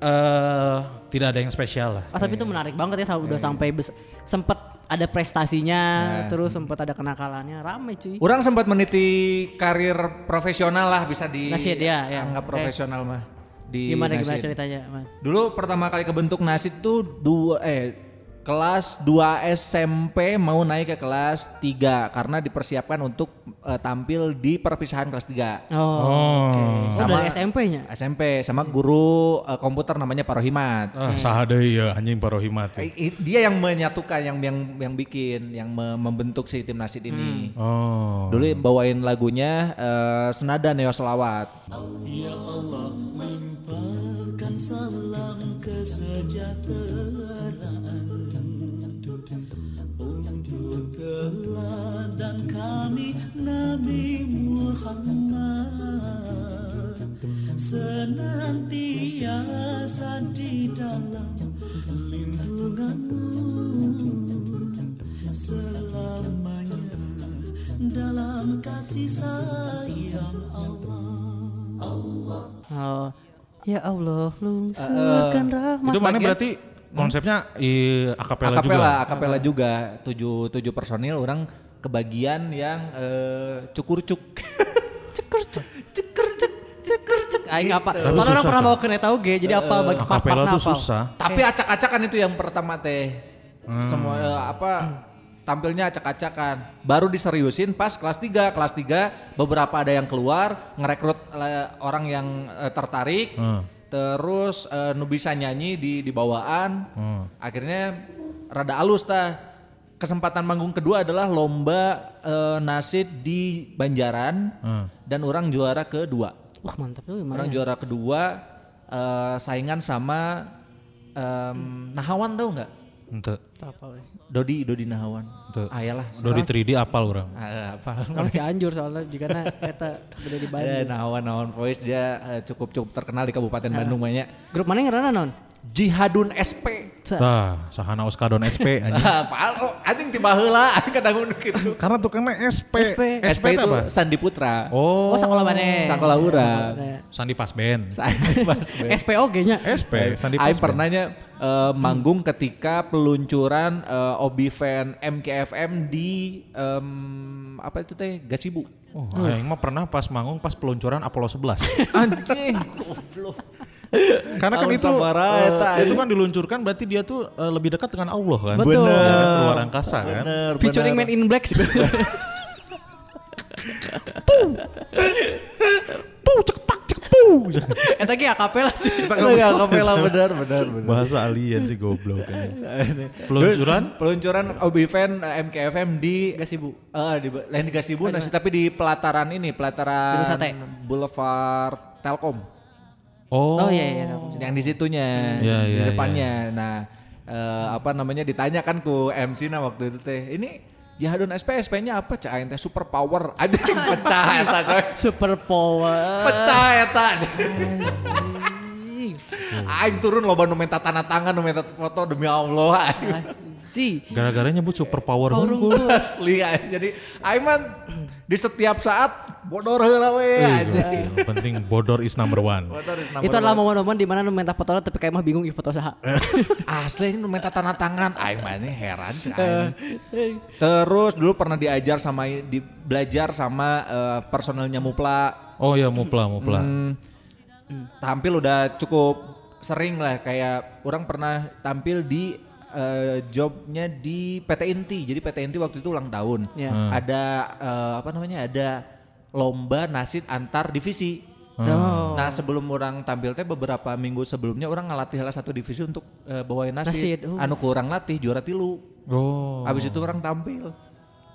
B: eh tidak ada yang spesial lah.
D: Ah, tapi itu menarik banget ya sam-
B: Iya,
D: udah sampai bes- sempet ada prestasinya, terus sempet ada kenakalannya, rame cuy.
C: Orang sempat meniti karir profesional lah bisa di
D: Nasid, ya, ya.
C: anggap
D: Oke.
C: profesional mah di
D: gimana gimana
C: nasid.
D: ceritanya, Man?
C: Dulu pertama kali kebentuk nasid tuh dua eh kelas 2 SMP mau naik ke kelas 3 karena dipersiapkan untuk eh, tampil di perpisahan kelas 3.
D: Oh,
B: Oh,
D: oh,
C: Sama-
D: dari SMP-nya.
C: SMP sama guru eh, komputer namanya Pak Rohimat.
B: ah, sahadei ya anjing parohimat.
C: Oh.
B: ya.
C: I- i- dia yang menyatukan yang yang yang bikin yang me- membentuk si tim nasid ini
B: Oh.
C: dulu bawain lagunya eh, senada neo selawat
E: Bahkan salam kesejahteraan Untuk teladan kami Nabi Muhammad Senantiasa di dalam lindunganmu Selamanya dalam kasih sayang Allah
D: Oh. Ya Allah, lungsurkan rahmat.
B: Itu mana
C: bagian-
B: berarti konsepnya eh, akapela,
C: akapela
B: juga.
C: akapela juga tujuh tujuh personil orang kebagian yang eh, cukurcuk [laughs]
D: Ceker cek, ceker cek, ceker cek. Aing apa?
B: Tapi
D: Soalnya orang
B: susah,
D: pernah
B: Kak.
D: mau ke tahu ge, jadi apa bagi
B: Akapela
D: part-part
B: tuh susah.
C: tapi acak-acakan itu yang pertama teh semua eh, apa tampilnya acak-acakan baru diseriusin pas kelas 3 kelas 3 beberapa ada yang keluar ngerekrut eh, orang yang eh, tertarik
B: Hmm.
C: terus eh, nu bisa nyanyi di di bawaan
B: Hmm.
C: akhirnya rada alus tah kesempatan manggung kedua adalah lomba eh, nasid di Banjaran
B: Hmm.
C: dan orang juara kedua
D: Wah, mantap tuh
C: orang
D: gimana? ya?
C: juara kedua eh, saingan sama em, Nahawan tau nggak
B: Ente,
D: Apa, we?
C: Dodi Dodi Nahawan
B: ente.
C: ayalah
B: Udah di 3D apal orang.
C: Ah, apa
D: Orang Cianjur soalnya jika na eta beda
C: ada
D: di Bandung.
C: Nahawan Nahawan Voice dia eh, cukup cukup terkenal di Kabupaten Bandung banyak
D: Grup mana yang ngerana non?
C: Jihadun SP [laughs]
B: Tah, sahana Oskadon SP [laughs] anjing.
C: Apaan oh, anjing tiba [laughs] heula anjing kadang gitu.
B: Karena tukangnya SP.
D: SP.
C: SP itu Sandi Putra.
B: Oh.
D: Oh, sekolah mana? ya.
C: Sakola urang.
B: Sandi Pasben.
C: Sandi Mas
D: [laughs]
C: Ben.
D: SPOG-nya.
B: SP. Sandi
C: Aing
B: Pasben.
C: pernahnya eh, manggung ketika peluncuran eh, Obi Fan MKFM di em, apa itu teh Gasibu.
B: Oh, aing mah pernah pas manggung pas peluncuran Apollo [laughs] 11.
C: Anjing goblok.
B: Karena kan
C: Tahun
B: itu
C: sabaraha
B: eh,
C: eta, anjing.
B: itu kan diluncurkan berarti dia tuh eh, lebih dekat dengan Allah kan.
C: iya. Betul.
B: Ya kan, Keluar angkasa kan.
C: Bener,
D: Featuring
C: bener.
D: Man in
C: [laughs]
D: Black sih.
B: Puh, cekpak cekpu.
D: Eta lagi akapela cuy.
C: Lu gak kapela benar benar benar.
B: Bahasa alien sih goblok.
C: [laughs] Peluncuran?
B: Peluncuran?
C: Peluncuran OB event eh, MKFM di
D: Gasibu.
C: Eh, di lain di Gasibu nasi tapi di pelataran ini, pelataran
D: Gedung Sate.
C: Boulevard Telkom.
B: Oh.
D: Oh iya iya. tahu.
C: Yang di situnya,
B: Iya,
C: di
B: iya,
C: depannya. Nah, eh, apa namanya ditanyakan ku MC nah waktu itu teh. Ini Jahadun SPSP-nya apa? Cak Aing teh super power. [laughs] Ada yang pecah eta coy.
D: Super power.
C: Pecah eta. Aing turun loba nu minta tanda tangan, nu minta foto demi Allah. Aing.
D: Si.
B: Gara-gara nyebut super power hunkul.
C: Asli aing. Jadi aing mah di setiap saat bodor heula we
B: Eh,
C: anjing.
B: gokil. Penting bodor is number one.
C: Bodor is number
D: Itu adalah
C: one.
D: momen-momen di mana lu minta foto tapi kayak mah bingung ih foto saha.
C: Eh.
D: [laughs]
C: asli nu minta tanda tangan. Aing mah ini heran sih aing. Terus dulu pernah diajar sama di, belajar sama eh, personelnya Mupla.
B: Oh iya mupla mupla.
C: Hmm, tampil udah cukup sering lah kayak orang pernah tampil di eh, jobnya di PT Inti. Jadi PT Inti waktu itu ulang tahun.
D: Iya.
C: Ada eh, apa namanya? Ada lomba nasid antar divisi.
D: Oh, No.
C: Nah sebelum orang tampil teh beberapa minggu sebelumnya orang ngelatih lah satu divisi untuk eh, bawain
D: Nasid,
C: nasid.
D: oh.
C: Anu kurang latih juara tilu.
B: Oh. Iya.
C: Abis itu orang tampil.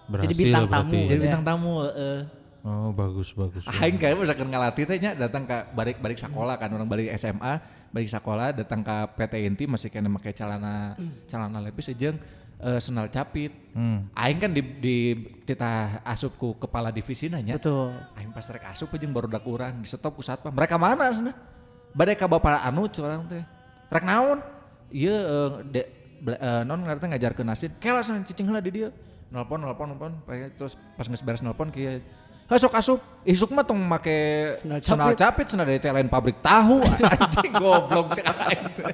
B: berhasil
D: bintang
B: berarti.
D: tamu.
C: Jadi bintang tamu. eh.
B: Oh bagus bagus.
C: Aing kayak misalkan ngelatih teh nya datang ke balik balik sekolah kan orang balik SMA balik sekolah datang ke PT Inti masih kena pakai celana celana lepis aja senal capit. Aing kan di di titah asupku kepala divisi nanya.
D: iya. Betul.
C: Aing pas rek asup aja baru dak urang di stop ku satpam. Mereka mana sana? Badai ka bapak anu curang teh. Rek naon? Iya eh, de, bela- eh, non ngarita ngajarkeun nasid. Kela sana cicing heula di dieu. Nelpon nelpon nelpon Pake- terus pas geus beres nelpon kieu Ha sok asup, isuk mah tong make
D: Sendal
C: sendal capit, sendal dari teh lain pabrik tahu. [laughs] Anjing goblok cek aing teh.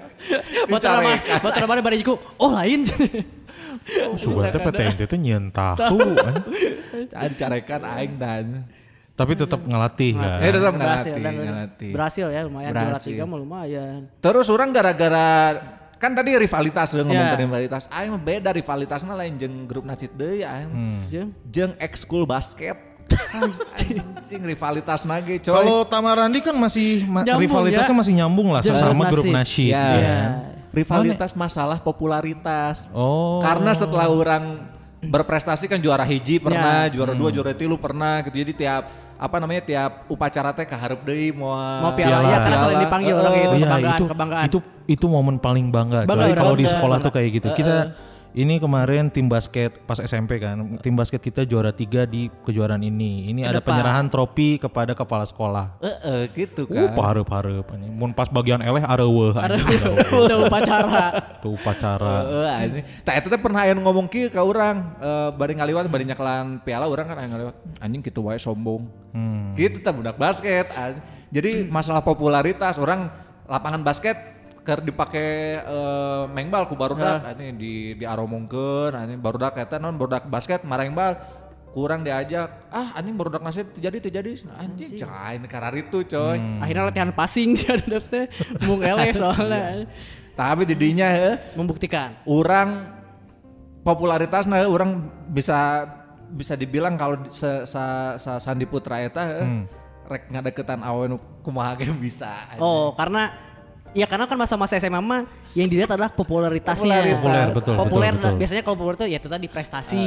D: Foto nama, foto nama bari jiku. Oh
C: [laughs]
D: lain.
B: Sugan teh PTNT teh nyian tahu. anjing.
C: Cari dicarekan aing dan.
B: kan? Tapi tetap ngelatih kan.
C: Eh tetap
D: berhasil, dan
C: ngelatih,
D: berhasil.
C: ngelatih.
D: Berhasil ya lumayan juara
C: Berhasil.
D: tiga mah lumayan.
C: Terus orang gara-gara kan tadi rivalitas deh ngomong
D: Ya.
C: tadi rivalitas. Aing mah beda rivalitasnya lain jeung grup Nacit deui aing.
B: Hmm.
D: Jeung?
C: Jeung ekskul basket. Anjing rivalitas nage coy.
B: Kalau Tamarandi kan masih ma-
D: Nyambung,
B: rivalitasnya
D: ya.
B: masih nyambung lah
D: Jauh.
B: sesama
D: Grup
B: grup
D: nasyid.
B: nasyid.
C: Ya.
B: Iya.
C: Rivalitas masalah popularitas.
B: Oh.
C: Karena setelah orang berprestasi kan juara hiji pernah,
B: Ya.
C: juara dua,
B: Hmm.
C: juara tilu pernah gitu. Jadi tiap apa namanya tiap upacara teh kaharep deui moal.
D: Mau piala,
B: Piala.
D: ya karena selalu dipanggil orang kayak gitu
B: Iya,
D: kebanggaan,
B: itu,
D: kebanggaan.
B: itu itu momen paling bangga.
D: Bangga,
B: Kecuali kalau di
D: bangga.
B: sekolah tuh kayak gitu. Kita ini kemarin tim basket pas SMP kan, tim basket kita juara tiga di kejuaraan ini. Ini ada
D: Kedepan.
B: penyerahan trofi kepada kepala sekolah.
C: Heeh, gitu
B: Uh,
C: kan.
B: parep parep. Mun pas bagian eleh areuweuh anjing. gitu.
D: Udah [laughs] Hmm. upacara.
B: Tuh upacara.
C: Heeh, anjing. Nah, Tah eta teh pernah aya nu ngomong kieu ka urang, eh, bari ngaliwat bari nyakelan piala urang kan aya ngaliwat. Anjing kitu wae sombong. Gitu teh budak basket. anjing. Jadi masalah popularitas orang lapangan basket keur dipake eh, mengbal ku barudak anjing di diaromongkeun anjing barudak eta non barudak basket marengbal kurang diajak ah anjing barudak nasib terjadi terjadi Nah, anjing cai karar itu coy
D: Akhirnya latihan passing dia udah teh mung ele soalnya
C: tapi didinya heuh,
D: membuktikan.
C: orang popularitas nah orang bisa bisa dibilang kalau di- se, sa, sa- Sandi Putra eta eh,
B: Hmm.
C: rek ngadeketan awen kumaha ge bisa.
D: Oh, karena ya karena kan masa-masa SMA mah yang dilihat adalah popularitasnya.
C: Populer, populer,
B: betul,
D: Populer,
B: betul, betul.
D: biasanya kalau populer tuh ya itu tadi prestasi.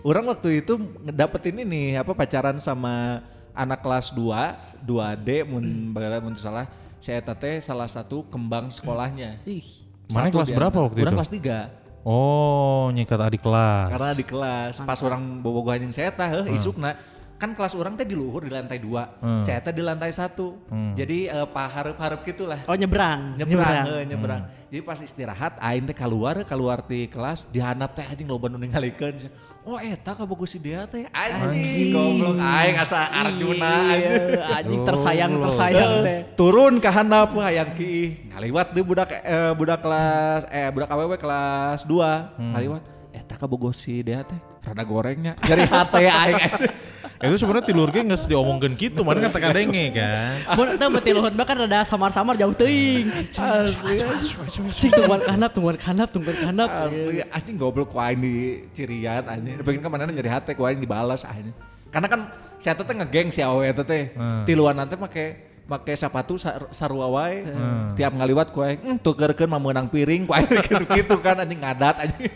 C: Orang waktu itu ngedapetin ini apa pacaran sama anak kelas 2, 2D mun bagala mun teu salah. Saya teh salah satu kembang sekolahnya.
D: Ih,
B: Mana
C: Satu
B: kelas
C: di
B: berapa
C: antara-
B: waktu
C: Orang
B: itu?
C: kelas 3.
B: Oh, nyikat adik kelas.
C: Karena di kelas pas orang bobogoh anjing saya tah heuh, isukna kan kelas orang teh di luhur di lantai dua, saya teh di lantai satu. Jadi eh, pa harap-harap gitulah.
D: oh nyebrang,
C: Nyebrang, eh, nyebrang. Jadi pas istirahat aing teh keluar, keluar di kelas dihandap teh anjing loba nu ninggalikeun. Oh eta ka bogo si dia teh anjing goblok aing asa
D: eh,
C: Arjuna anjing.
D: Iya, anjing tersayang tersayang teh.
C: Eh, turun ke handap wah yang ki ngaliwat deh budak eh, budak kelas eh budak awewe kelas 2 ngaliwat "Eh, eta ka bogo si dia teh rada gorengnya jadi [laughs] hate aing
B: Itu sebenarnya tilur ge geus diomongkeun gitu, mana kata kadenge kan.
D: Mun teu beti luhut mah kan rada samar-samar jauh teuing. Cik tungguan kanap, tungguan kanap, tungguan kanap.
C: asli anjing goblok ku aing di cirian anjing pengen kemana nyari hate Hmm. ku aing dibalas anjing karena kan saya teh ngegeng si awewe eta teh tiluan nanti make pakai sepatu sar sarwawai tiap ngaliwat kue hmm, tukerkeun mah meunang piring kue [laughs] gitu-gitu kan anjing ngadat anjing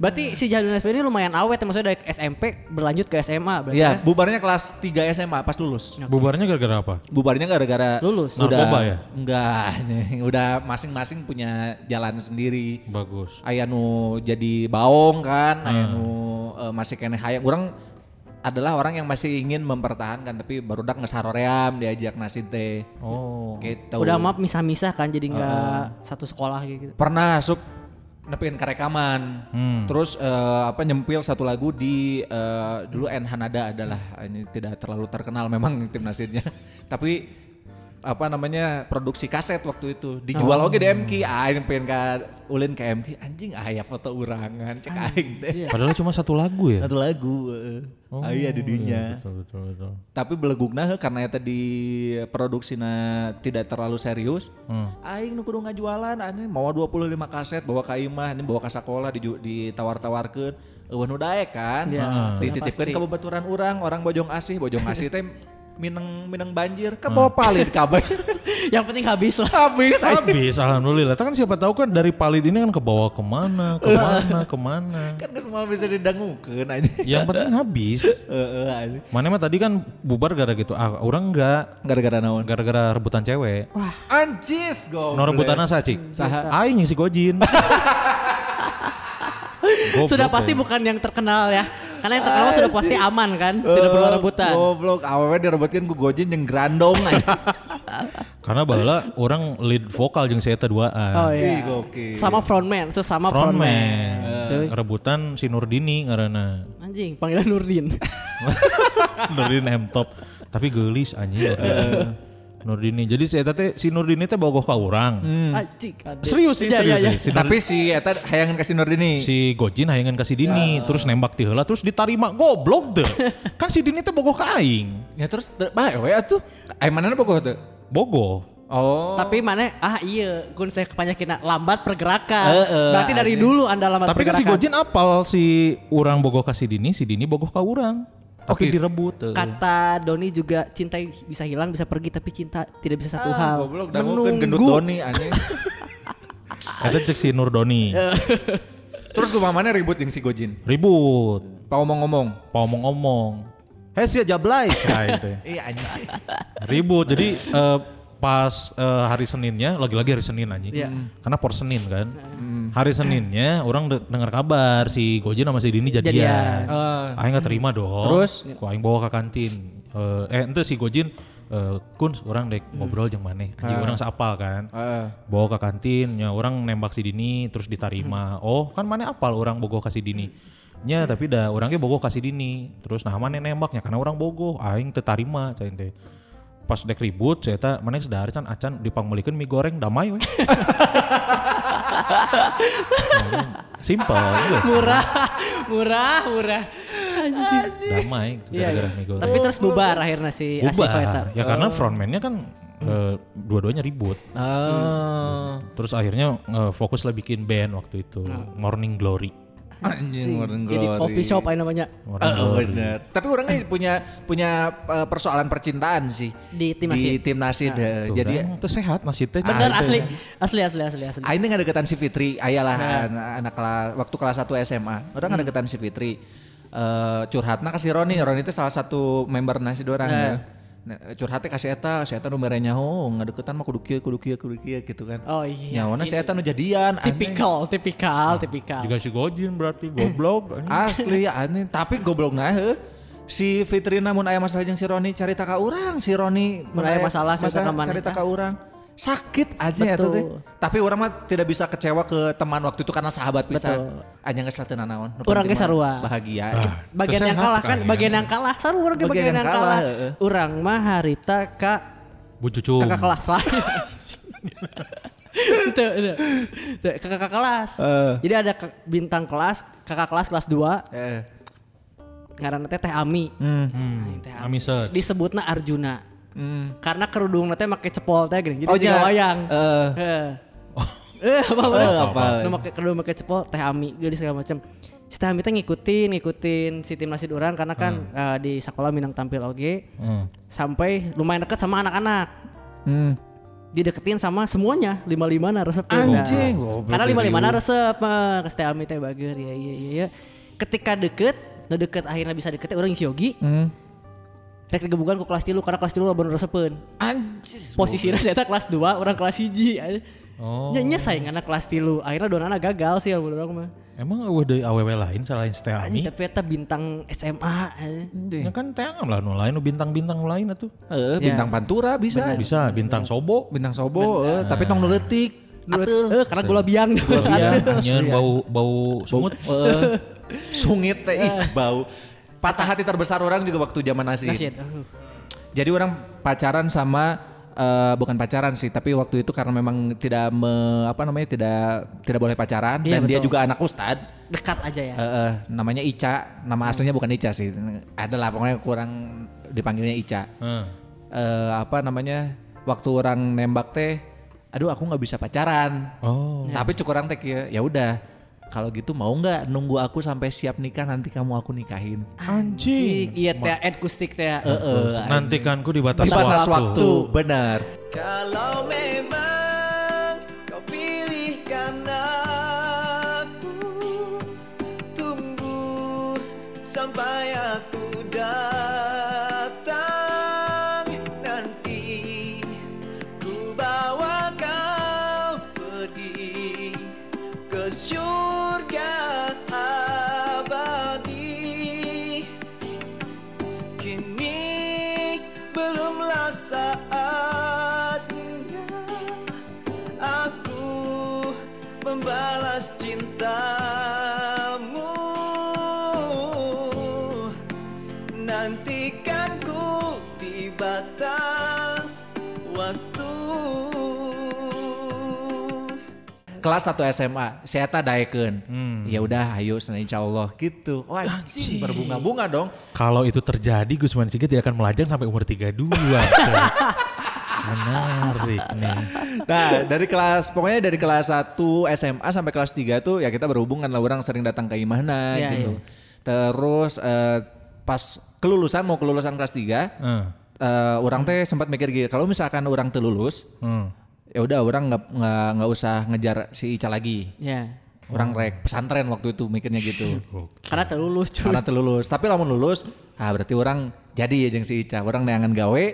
B: Nah.
D: Berarti si Jahlun SP ini lumayan awet ya, maksudnya dari SMP berlanjut ke SMA berarti
C: Iya,
D: ya.
C: bubarnya kelas 3 SMA pas lulus.
B: Bubarnya gara-gara apa?
C: Bubarnya gara-gara
D: Lulus.
C: udah
B: Narkoba ya?
C: enggak, [laughs] anjing. udah masing-masing punya jalan sendiri.
B: Bagus.
C: Aya nu jadi baong kan,
B: Ah.
C: aya nu eh, masih kene hayang. Orang adalah orang yang masih ingin mempertahankan tapi barudak ngesaroream diajak nasi teh.
B: Oh.
C: Gitu.
D: Udah maaf misah-misah kan jadi nggak satu sekolah kayak gitu. [laughs]
C: Pernah sup nepin ke rekaman. Terus eh, apa nyempil satu lagu di eh, dulu En Hanada adalah ini tidak terlalu terkenal memang [laughs] tim nasirnya. tapi apa namanya produksi kaset waktu itu dijual oke di MK. Ah ini pengen ke ulin ke MK anjing ah ya foto urangan cek aing teh.
D: Iya.
B: Padahal cuma satu lagu ya. Oh,
C: Satu lagu heeh. Ah iya di dunia.
B: Betul betul betul.
C: Tapi belegugna heuh, karena eta di produksina tidak terlalu serius.
B: Hmm.
C: Aing nu kudu ngajualan anjing mawa 25 kaset bawa ka imah anjing bawa ka sakola diju- ditawar-tawarkeun. Eueuh nu daek kan.
D: Ya,
C: Heeh.
D: sudah
C: Dititipkeun
D: pasti.
C: ka babaturan urang, orang Bojong Asih, Bojong Asih teh mineng mineng banjir ke bawa palin kabeh.
D: Yang penting habis lah.
C: Habis anjing.
B: Habis alhamdulillah. Tapi kan siapa tahu kan dari palit ini kan ke bawah kemana,
D: [laughs]
B: kemana, kemana.
C: kan geus moal bisa didangukeun anjing.
B: Yang penting habis.
C: Heeh anjing.
B: Mana mah tadi kan bubar gara gitu. Ah, orang enggak
C: Gara-gara naon?
B: gara-gara rebutan cewek. Wah,
C: Anjis goblok.
B: no rebutan asa, Cik. Aing yang si
D: [laughs]
B: Gojin. Goblok
D: sudah
B: ya.
D: pasti bukan yang terkenal ya. Karena yang terkenal sudah pasti aman kan, tidak perlu rebutan.
C: Goblok, awewe direbutkeun ku Gojin jeung Grandong anjing.
B: Karena bala orang lead vokal jeung si eta duaan.
D: Oh
C: Ih,
D: iya.
C: gokil.
D: Sama frontman, sesama frontman.
B: Frontman. Eh,
D: Cuy.
B: Rebutan si Nurdini ngarana. [laughs]
D: Anjing, panggilan Nurdin.
B: Nurdin M top tapi geulis anjing
D: Eh.
B: Nurdini jadi si eta teh si Nurdini teh bogoh ka urang
D: Anjing. adek.
B: Hmm. serius sih
D: Hmm. Iya, iya,
B: serius
D: iya.
B: sih. si, Nur-
C: Tapi si Eta hayangan kasih Nurdini.
B: si Gojin hayangan ka si
D: Ya.
B: Dini terus nembak ti heula terus ditarima goblok
D: [laughs]
B: deh kan si Dini teh bogoh ka aing
C: Ya terus te- bae we atuh. Aing mana bogoh teu?
B: bogoh
C: Oh.
D: Tapi mana ah iya kun saya kepanyakin lambat pergerakan.
C: Heeh,
D: Berarti dari dulu Anda lambat
B: tapi kan si
D: pergerakan.
B: Gojin apal si urang bogoh ka si Dini si Dini bogoh ka urang tapi
C: Oke.
B: direbut eh. teh. iya.
D: Kata Doni juga cinta bisa hilang bisa pergi tapi cinta tidak bisa satu hal.
C: Goblok dangukeun gendut Doni anjing.
B: eta cek si Nurdoni
D: Eh.
C: terus kumaha mana ribut jeung si Gojin?
B: ribut
C: Pa ngomong-ngomong.
B: pa omong-omong heh sia [laughs] jablay cai teh
C: Iya anjing.
B: Nah, ribut jadi eh, pas eh, hari Seninnya lagi-lagi hari Senin anjing
D: Iya. Hmm.
B: karena por Senin kan hari Seninnya orang de- dengar kabar si Gojin sama si Dini jadian,
D: Jadian.
B: kan? Aing nggak terima dong
C: Terus?
B: ku Aing bawa ke kantin Eh, eh ente si Gojin eh, kun orang dek ngobrol jeung maneh anjing orang seapal kan
C: Heeh.
B: bawa ke kantin ya orang nembak si Dini terus ditarima oh kan mana apal orang bogoh kasih Dini nya tapi dah orangnya bogoh kasih Dini terus nah mana nembaknya karena orang bogoh aing teu tarima cai teh pas dek ribut saya teh mana sedari can acan dipangmelikeun mie goreng damai we Nah, simple gitu.
D: Murah, murah, murah. Anjing.
B: damai gitu,
D: Iya,
B: gara-gara
D: iya.
B: mie goreng
D: Tapi terus bubar akhirnya si Asif Eta.
B: bubar ya karena frontman-nya kan
D: Hmm.
B: eh, dua-duanya ribut
C: Oh.
D: Ah.
B: terus akhirnya eh, fokus lah bikin band waktu itu
D: Hmm.
B: Morning Glory
C: Hmm. Anjing orang
D: Jadi coffee shop aja namanya
B: Morning Glory.
D: Oh, iya.
C: bener. Tapi orangnya punya punya eh, persoalan percintaan sih
D: di tim
C: di
D: Asif.
C: tim Nasid. eh,
B: Tuh
C: Jadi
B: kan, itu sehat masih teh.
D: Bener
B: Ah,
D: asli, asli, asli, asli, asli.
C: Aing nggak deketan si Fitri, ayalah
D: Nah.
C: anak, anak kela- waktu kelas 1 SMA. Orang
D: Hmm.
C: nggak deketan si Fitri. Eh curhatnya kasih Roni, Roni itu salah satu member nasi dorang ya. Nah, curhatnya kasih Eta, si Eta nu mere nyaho, nggak deketan mah kudu kieu kudu kieu kudu kieu gitu kan.
D: Oh iya.
C: Nyawana si Eta nu jadian, aneh.
D: Tipikal, tipikal,
B: Nah,
D: tipikal.
B: Juga si Gojin berarti
D: Hmm.
B: goblok.
D: [laughs]
C: Asli aneh, tapi goblok nah heuh. Si Fitri namun aya masalah jeung si Roni carita ka urang, si Roni
D: Mun aya masalah, carita ka maneh
C: carita
D: tah.
C: ka urang. Sakit aja ya
D: Betul.
C: teh. Tapi orang mah tidak bisa kecewa ke teman waktu itu karena sahabat pisan.
D: Betul.
C: Anya geus lateunan naon. nu
D: Urang
C: penting mah
D: ge sarua.
C: Bahagia.
D: Bagian yang
B: Tersehat
D: kalah kan,
B: kan,
D: bagian
B: ya.
D: yang kalah. Saru orang ke bagian yang kalah.
C: heeh.
D: Orang mah harita ka
B: Bu Cucung.
D: kakak kelas [laughs] lah. Itu, itu. Itu, kakak kelas.
C: Eh.
D: Jadi ada ke- bintang kelas, kakak kelas kelas 2,
C: Eh,
D: ngaranna teh Teh Ami.
B: Hmm,
D: Teh
B: Ami search.
D: Disebutna Arjuna.
C: hmm.
D: Karena kerudung teh make cepol teh gini. Jadi
C: Oh,
D: oh,
C: nya.
D: wayang.
C: Eh.
D: Heeh. Eh, apa apa?
C: Eh,
D: apa?
C: apa?
D: Lu make kedua make cepol teh ami geulis segala macam. Si teh ami teh ngikutin ngikutin si timnas Siduran karena kan
C: Hmm.
D: eh, di sekolah Minang tampil oge sampai lumayan dekat sama anak-anak.
C: Hmm.
D: Dideketin sama semuanya lima lima na resep teh.
C: Anjing,
D: Nah,
C: goblok
D: Karena
C: dari
D: lima lima na resep eh, ke si teh ami teh bager ya ya ya. ya. Ketika deket, nu deket akhirnya bisa deket teh orang si Yogi.
C: Hmm.
D: Rek digebukan ku kelas tilu karena kelas tilu lawan resepeun.
C: Anjis.
D: Posisinya [laughs] saya teh kelas 2, orang kelas 1.
B: Oh.
D: Nya nya saingan ya, kelas tilu. Akhirnya dua anak gagal sih kalau orang mah.
B: Emang eueuh deui awewe lain selain si Teh Ami?
D: Anjing tapi eta bintang SMA. anjing.
B: Ya kan Teh Angam lah nu lain nu bintang-bintang nu lain atuh.
C: Eh, bintang
D: Ya.
C: pantura bisa.
B: Bisa bintang sobo.
C: Bintang sobo, eh, tapi tong nuletik.
D: Dulu- Eh karena gula biang. Gula
B: Iya, anjir
D: ya.
B: bau bau sungut.
C: Eh, sungit teh ih,
D: Eh.
C: bau. Patah hati terbesar orang juga waktu zaman nasi.
D: Eh,
C: Jadi orang pacaran sama eh, bukan pacaran sih, tapi waktu itu karena memang tidak me- apa namanya tidak tidak boleh pacaran
D: Iya,
C: dan dia
D: betul.
C: juga anak ustad.
D: Dekat aja ya.
C: Eh, eh, namanya Ica,
D: Hmm.
C: nama aslinya bukan Ica sih. Adalah pokoknya kurang dipanggilnya Ica.
D: Hmm.
B: Heeh.
C: Eh, apa namanya? Waktu orang nembak teh, aduh aku nggak bisa pacaran.
D: eh,
B: Oh.
C: Tapi cukup orang teh kieu, ya udah. Kalau gitu mau nggak nunggu aku sampai siap nikah nanti kamu aku nikahin.
B: Anjing.
D: Iya teh Ed Kustik teh.
C: Heeh.
B: Nantikan ku di batas
C: Di batas
B: waktu.
C: waktu, benar.
E: Kalau memang kau pilihkan aku Tunggu sampai aku datang Nanti ku bawa kau pergi Ke surga abadi Kini belumlah saatnya Aku membalas cintamu Nantikan ku di batas waktu
C: Kelas 1 SMA, saya tak daekeun. Ya udah, ayo sana insya Allah gitu. Wah, anjing, berbunga-bunga dong.
B: Kalau itu terjadi Gusman Sigit tidak akan melajang sampai umur 32. coy. Menarik nih.
C: Nah, dari kelas pokoknya dari kelas 1 SMA sampai kelas 3 tuh ya kita berhubungan lah orang sering datang ke Imahna
D: Iya,
C: gitu. Terus eh, pas kelulusan mau kelulusan kelas 3,
B: Heeh.
C: eh, orang teh sempat mikir gitu, kalau misalkan orang telulus,
B: Heeh.
C: ya udah orang nggak nggak nggak usah ngejar si Ica lagi.
D: Ya.
B: Oh.
C: Orang rek pesantren waktu itu mikirnya
B: [laughs]
C: gitu.
D: Karena terlulus cuy.
C: Karena telulus, tapi lamun lulus, ah berarti orang jadi ya jeung si Ica. Orang neangan gawe,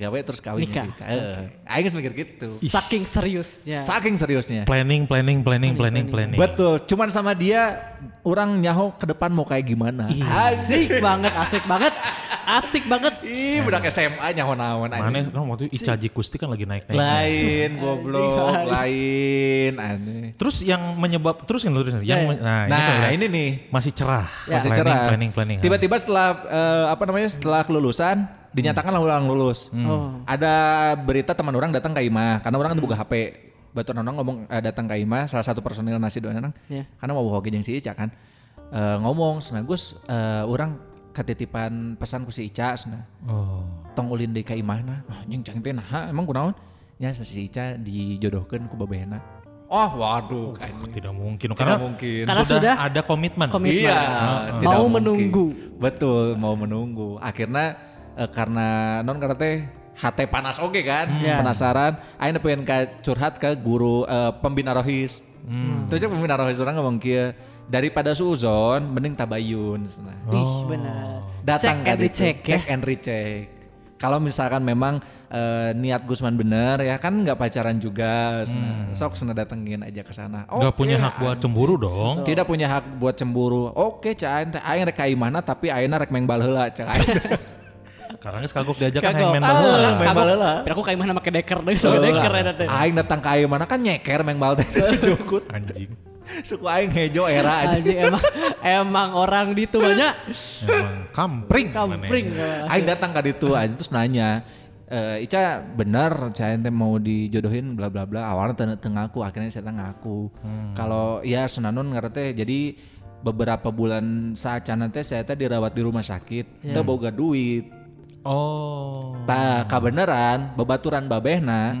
C: gawe terus kawin jeung si
D: Nikah.
C: Ica. Heeh. Aing geus mikir gitu.
D: [laughs] Saking serius
B: Iya.
D: ya.
C: Saking seriusnya.
B: Planning, planning, planning, planning, planning.
C: Betul, cuman sama dia orang nyaho ke depan mau kayak gimana.
B: Iya.
D: Asik banget, asik banget. Asik banget.
C: Ih, budak SMA nyaho naon
B: Mana
C: anjing.
B: kan waktu itu Ica Jikusti kan lagi naik-naik.
C: Lain
B: Iya.
C: goblok, lain aneh.
B: Terus yang menyebab terus yang terus yang
D: Ya, ya.
B: men- nah, ini, kan
C: Nah,
B: ya,
C: ini nih
B: masih cerah.
D: Ya.
C: masih
B: planning,
C: cerah.
B: Planning, planning.
C: Tiba-tiba setelah eh, apa namanya? Setelah kelulusan dinyatakan lah orang lulus.
D: Oh.
C: Ada berita teman orang datang ke Ima karena orang kan buka HP. Batu Nonong ngomong eh, datang ke Ima salah satu personil nasi doang Nonong.
D: Iya.
C: Karena mau hoki jeung si Ica kan. Eh, ngomong, "Sana Gus, eh, orang ketitipan pesan ku si Ica sana."
B: Oh.
C: tong ulin deui ka imahna "Ah, anjing cang teh naha emang kunaon nya si Ica dijodohkeun ku babehna oh waduh
B: Wah, tidak mungkin karena
C: mungkin.
D: Karena sudah
B: ada komitmen.
D: komitmen.
C: iya
D: Heeh.
C: tidak
D: Mau
C: mungkin.
D: menunggu.
C: betul mau menunggu akhirnya eh, karena non karena teh hate panas oke kan
D: Iya.
C: penasaran akhirnya pengen ka, curhat ke guru eh, pembina rohis
D: Hmm.
C: terus aja pembina rohis orang ngomong kia daripada suzon mending tabayun cenah
D: Ih, benar.
C: datang
D: Cek and
C: kan itu.
D: recheck ya.
C: Cek and recheck. Kalau misalkan memang eh, niat Gusman bener ya kan nggak pacaran juga,
D: Hmm.
C: sana. sok sana datengin aja ke sana.
B: Gak
C: Oke,
B: punya hak buat cemburu dong.
C: Aing Tidak punya hak buat cemburu. Oke, Cak Aing teh aing rek ka imahna tapi ayeuna rek meng baheula Cak Aing.
B: Karena geus kagok diajak kan
D: Kagok.
B: hangman
D: Ah,
B: baheula.
C: Main
D: kagok.
C: balela.
D: Tapi aku kayak mana pakai deker deh, sama deker ya teh.
C: Aing datang ka imahna kan nyeker meng bal teh jukut.
B: Anjing.
C: Suku aing hejo era aja.
D: Anjing emang emang orang di itu banyak
B: Emang kampring.
D: kampring.
B: maneh.
D: kalau
C: Aing datang ke itu aja terus nanya e, Ica bener Cai ente mau dijodohin bla bla bla awalnya teu- teu ngaku akhirnya saya ngaku kalau ya senanun ngerti jadi beberapa bulan saat teh saya teh dirawat di rumah sakit teu boga duit
B: Oh. Hmm.
C: Nah, kabeneran, babaturan babehna,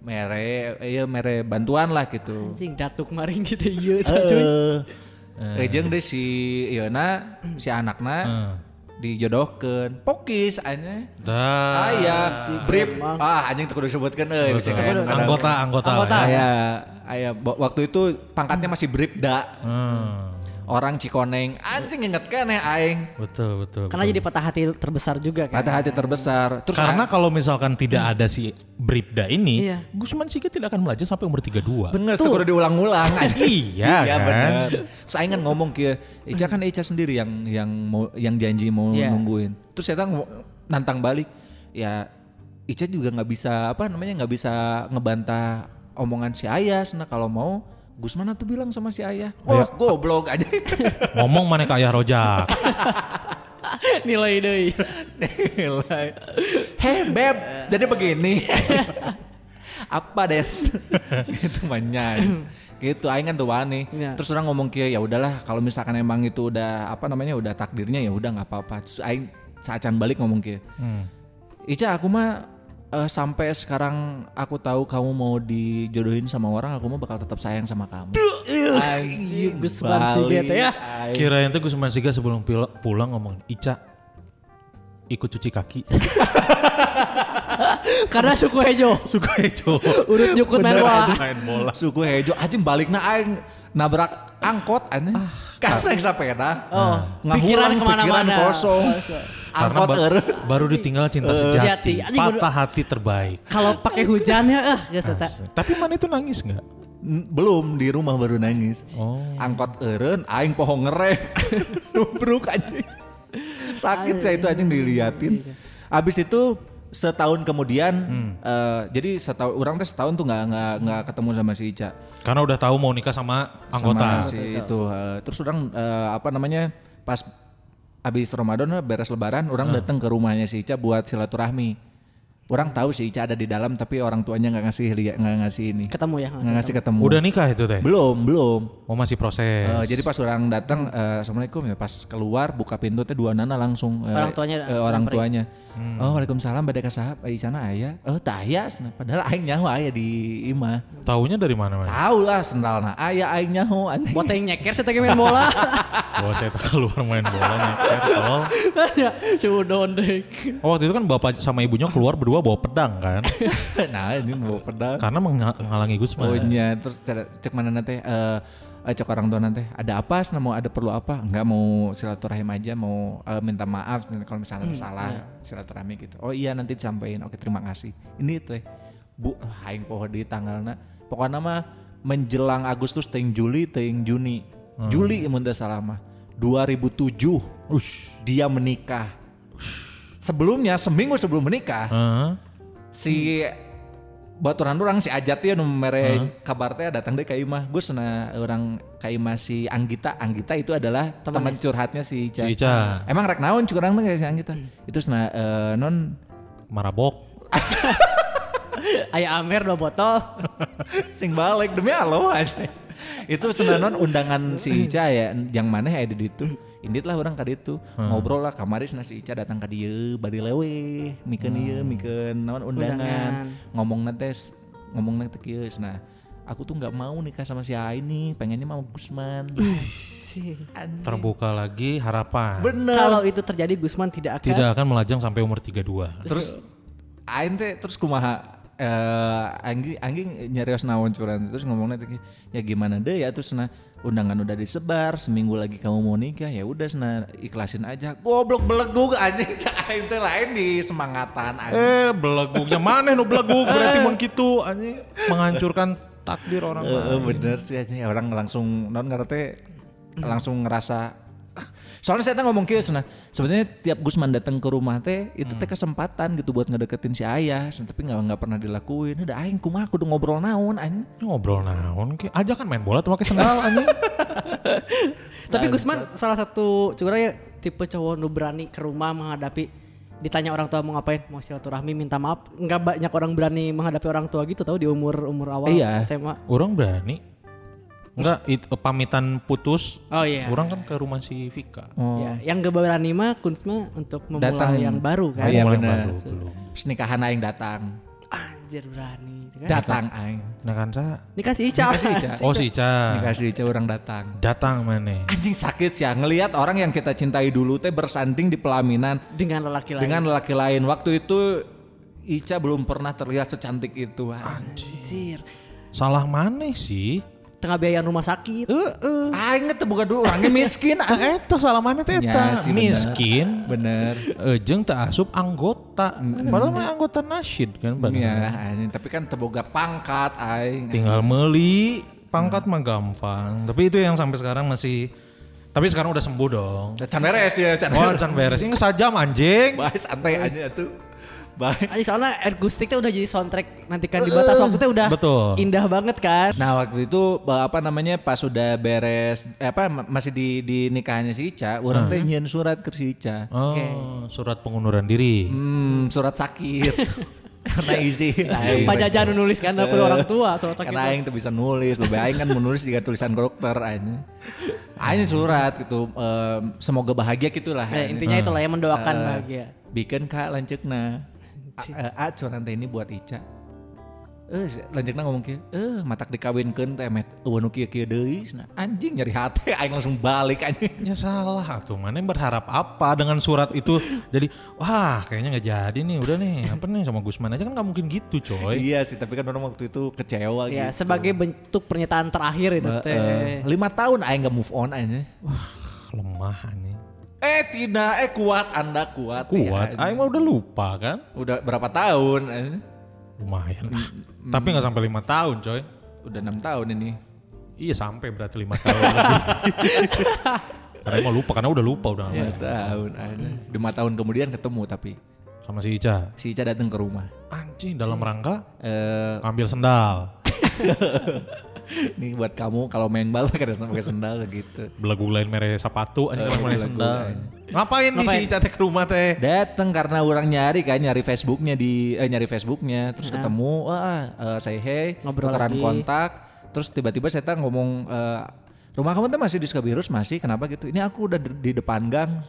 C: mere iya mere bantuan lah gitu.
D: Anjing datuk maring gitu iya
C: Eh,
D: cuy.
C: eh, jeung deh si Iona si anakna
B: Eh.
C: dijodohkan pokis anjing
B: Dah.
C: Aya, brip,
D: Emang.
C: ah anjing tuh kudu disebutkan euy bisa kayak kadang-
B: anggota, anggota.
D: Anggota.
B: lah ya.
C: Aya, aya bo- waktu itu pangkatnya masih bripda.
B: Hmm,
C: Orang Cikoneng, anjing inget kan ya aing.
B: betul, betul.
D: Karena
B: betul.
D: jadi patah hati terbesar juga kan.
C: Kata hati terbesar. Terus
B: karena
C: a-
B: kalau misalkan tidak ada si Bribda ini,
D: Iya.
B: Gusman Siga tidak akan melaju sampai umur 32.
C: bener tuh kudu diulang-ulang anjing.
B: iya,
C: Iya
B: kan?
C: bener. Terus aing kan ngomong ke Ica kan Ica sendiri yang yang mau yang janji mau
D: Iya.
C: nungguin. Terus saya nantang balik. Ya Ica juga nggak bisa apa namanya nggak bisa ngebantah omongan si Ayas. Nah kalau mau Gusman tuh bilang sama si Ayah.
B: Iya.
C: Wah goblok [laughs] aja.
B: Ngomong mana ke ayah rojak.
D: [laughs] Nilai deui.
C: Nilai. Hei beb, jadi
D: [laughs]
C: begini. Apa des? itu manyan. gitu aing kan tuh wani.
D: Iya.
C: Terus orang ngomong kia ya udahlah kalau misalkan emang itu udah apa namanya udah takdirnya ya udah nggak apa-apa. Terus aing sacan balik ngomong kia.
B: Hmm.
C: Ica aku mah eh, sampai sekarang aku tahu kamu mau dijodohin sama orang aku mah bakal tetap sayang sama kamu.
D: iya.
C: Anjing,
D: Gusman sih
C: balik,
D: gitu ya.
C: aing.
B: Kirain tuh Gusman Siga sebelum pil- pulang ngomong, Ica ikut cuci kaki. [laughs]
D: Karena suku hejo.
B: Suka itu.
D: Urut nyukut main
C: Bener, Nah,
D: bola.
C: anjing.
B: Main bola.
C: suku hejo aja balik na aing nabrak angkot aneh
B: Ah,
C: karena yang sepeda
D: Oh,
C: Ngahulang,
D: pikiran kemana-mana.
C: kan pikiran kosong
B: Karena
C: angkot
B: ba-
C: eur.
B: baru ditinggal cinta
D: Sejati.
B: er. Eh. sejati.
D: Anjing, gua-
B: Patah hati terbaik.
D: Kalau pakai hujan ya, eh, ya seta.
B: Tapi mana itu nangis nggak?
C: N- belum di rumah baru nangis
B: Oh.
C: angkot eren aing pohon ngerem [laughs] nubruk anjing sakit saya itu anjing
B: Iya,
C: diliatin abis itu setahun kemudian
B: Hmm.
C: eh, jadi setahun orang teh setahun tuh nggak nggak nggak ketemu sama si Ica
B: Karena udah tahu mau nikah sama
C: sama
B: anggota.
C: si itu eh, terus orang eh, apa namanya pas abis Ramadan eh, beres Lebaran orang datang ke rumahnya si Ica buat silaturahmi orang tahu si Ica ada di dalam tapi orang tuanya nggak ngasih lihat nggak ngasih ini
D: Ketemu ya
C: nggak ngasih ketemu
B: Udah nikah itu teh.
C: belum belum
B: Oh masih proses.
C: Eh, jadi pas orang datang eh, assalamualaikum ya pas keluar buka pintu teh dua nana langsung eh,
D: Orang tuanya
C: eh, orang
D: nyamperin.
C: tuanya
B: Hmm.
C: oh waalaikumsalam badai kasahap eh, sana ayah oh tak aya cenah. padahal aing nyawa aya di imah
B: Taunya dari mana mana?
C: tahu lah sendalna aya aing nyaho anjing
D: Boteng nyeker saya main bola. [laughs]
B: Bahwa saya tak keluar main bola nyeker, tolol.
D: Cudon deh.
B: Oh, waktu itu kan bapak sama ibunya keluar berdua bawa pedang [laughs] kan?
C: [laughs] nah ini mau pedang
B: Karena mengha- menghalangi Gusman.
C: Oh iya, terus cara- cek mana nanti eh eh, cek orang tua nanti ada apa sana mau ada perlu apa nggak mau silaturahim aja mau eh, minta maaf kalau misalnya ada salah silaturahmi gitu oh iya nanti disampaikan oke terima kasih ini teh bu ah, aing poho di tanggalna pokoknya mah menjelang Agustus ting Juli ting Juni Juli mun teu salah mah 2007
B: Ush.
C: dia menikah sebelumnya seminggu sebelum menikah
B: Heeh.
C: si baturan orang si Ajat ya nu mere kabar teh datang deh ke imah gue sana orang ke imah si Anggita Anggita itu adalah teman curhatnya si Ica,
B: Si Ica.
C: emang rek naon curang teh si Anggita itu sana eh, non
B: Marabok.
D: Ayah Amer dua botol.
C: sing balik demi Allah anjing. itu sana non undangan si Ica ya yang mana ya di itu Indit lah orang kali itu ngobrol lah kamaris nasi Ica datang ke dia bari lewe mikeun ieu mikeun naon undangan,
D: Undangan.
C: ngomong nanti ngomong nanti kius nah aku tuh nggak mau nikah sama si A ini pengennya mau Gusman Anjing.
B: Terbuka lagi harapan.
C: bener
D: Kalau itu terjadi Gusman tidak akan.
B: Tidak akan melajang sampai umur 32.
C: terus Ain teh terus kumaha eh Anggi Anggi nyarios naon curan terus ngomongnya teh ya gimana deh ya terus nah undangan udah disebar seminggu lagi kamu mau nikah ya udah sana ikhlasin aja goblok belegug anjing [laughs] Cak Ain teh lain di semangatan anjing
B: Eh, belegugnya mana nu belegug berarti mun kitu anjing menghancurkan takdir orang
C: Eh, eh,
B: lain.
C: bener sih anjing orang langsung non ngerti langsung ngerasa "Ah." Soalnya saya teh ngomong kieu nah sebenarnya tiap Gusman datang ke rumah teh itu
D: Hmm.
C: teh kesempatan gitu buat ngedeketin si ayah, tapi nggak nggak pernah dilakuin. Udah aing kumaha kudu ngobrol naon anjing.
B: Ngobrol naon ke? Aja kan main bola tuh pakai sendal anjing.
D: Tapi Gusman salah satu curangnya tipe cowok nu berani ke rumah menghadapi ditanya orang tua mau ngapain mau silaturahmi minta maaf nggak banyak orang berani menghadapi orang tua gitu tahu di umur umur awal
C: Iya.
D: SMA
B: Orang berani. Enggak, it- pamitan putus.
D: oh iya
B: Orang kan ke rumah si Vika.
D: Ya, yang gak berani mah Kunz mah untuk memulai
C: Datang.
D: yang baru
C: Oh,
D: kan
C: iya,
B: Mulai
C: bener.
B: baru belum.
C: Terus nikahan aing datang.
D: anjir berani gitu kan.
C: Datang aing. [laughs]
B: Nah kan sa.
D: Ini kasih Ica.
C: Kasih Ica.
B: Oh si Ica.
C: Dikasih Ica orang datang.
B: Datang mana?
C: Anjing sakit sih ya ngelihat orang yang kita cintai dulu teh bersanding di pelaminan
D: [laughs] Dengan lelaki lain.
C: dengan lelaki lain. Waktu itu Ica belum pernah terlihat secantik itu. Anjing.
D: anjir.
B: Salah mana sih?
D: Tengah biayaan rumah sakit.
B: Eh eh.
C: Aing teh boga dulu orangnya miskin.
B: Ah,
C: aing.
B: Eta salah mana teh
C: Ya,
B: eta.
C: sih, bener.
B: Miskin.
C: Bener.
B: Ejeng tak asup anggota. Padahal mah anggota nasyid kan.
C: Mm, Ya,
B: bener.
C: anjing. tapi kan teboga pangkat aing.
B: Tinggal meli. Pangkat mah gampang. Tapi itu yang sampai sekarang masih. Tapi sekarang udah sembuh dong.
C: Can beres ya, can
B: Wah,
C: beres.
B: can beres. Ini sajam anjing.
C: Baik santai aja tuh. Baik.
D: Anjir soalnya akustiknya udah jadi soundtrack nanti kan di batas waktu teh udah
B: Betul.
D: indah banget kan.
C: Eh. Nah waktu itu ba- apa namanya pas sudah beres eh, apa ma- masih di di nikahannya si Ica, orang teh nyian surat ke si Ica.
B: Oh,
D: Oke.
B: surat pengunduran diri.
C: Hmm, surat sakit. [laughs] Iya, Karena isi aing.
D: Pajajan nulis kan aku orang tua soal
C: Eh.
D: sakit.
C: Karena aing tuh bisa nulis, babe aing kan menulis juga tulisan karakter aing. Aing surat gitu, em, semoga bahagia gitulah.
D: Eh, intinya itulah yang mendoakan bahagia.
C: gitu. bikin kak lanceukna. A, a, curang teh ini buat Ica. Eh, si- lanceukna ngomong kieu, eh matak dikawinkeun teh met eueuh nu kieu kieu deui. Nah, anjing nyeri hati [laughs] aing langsung balik anjing.
B: Ya salah tuh, mana yang berharap apa dengan surat itu? Jadi, wah kayaknya nggak jadi nih, udah nih, apa nih sama Gusman aja kan nggak mungkin gitu coy.
C: Iya sih, tapi kan orang waktu itu kecewa
D: Ya,
C: gitu. Eh,
D: sebagai bentuk pernyataan terakhir itu teh.
C: Heeh. lima tahun aing gak move on aja.
B: Lemah anjing.
C: Eh tidak, eh kuat anda kuat.
B: Kuat,
C: Ya, anjing.
B: Aing mah udah lupa kan?
C: Udah berapa tahun? anjing?
B: Lumayan.
C: Mm,
B: Tapi nggak sampai lima tahun coy.
C: Udah enam tahun ini.
B: Iya sampai berarti lima tahun. lebih.
C: [laughs]
B: karena emang lupa, karena udah lupa udah
C: Lima tahun aja. Lima tahun kemudian ketemu tapi
B: sama si Ica.
C: si Ica datang ke rumah.
B: Anjing dalam rangka
C: Eh,
B: ambil sendal,
C: Ini buat kamu kalau main bal [laughs] kadang pakai sendal gitu.
B: belagu lain mere sepatu, anjing
C: Eh,
B: kan mere
C: belagu
B: sendal.
C: lain.
B: Ngapain, di si
D: Ngapain?
B: Ica teh ke rumah teh?
C: Dateng karena orang nyari kan nyari Facebooknya di eh, nyari Facebooknya terus ketemu wah eh, say hey
D: Ngobrol
C: tukeran
D: lagi.
C: kontak terus tiba-tiba saya tak ngomong eh, rumah kamu tuh masih di Skabirus masih kenapa gitu ini aku udah di, di depan gang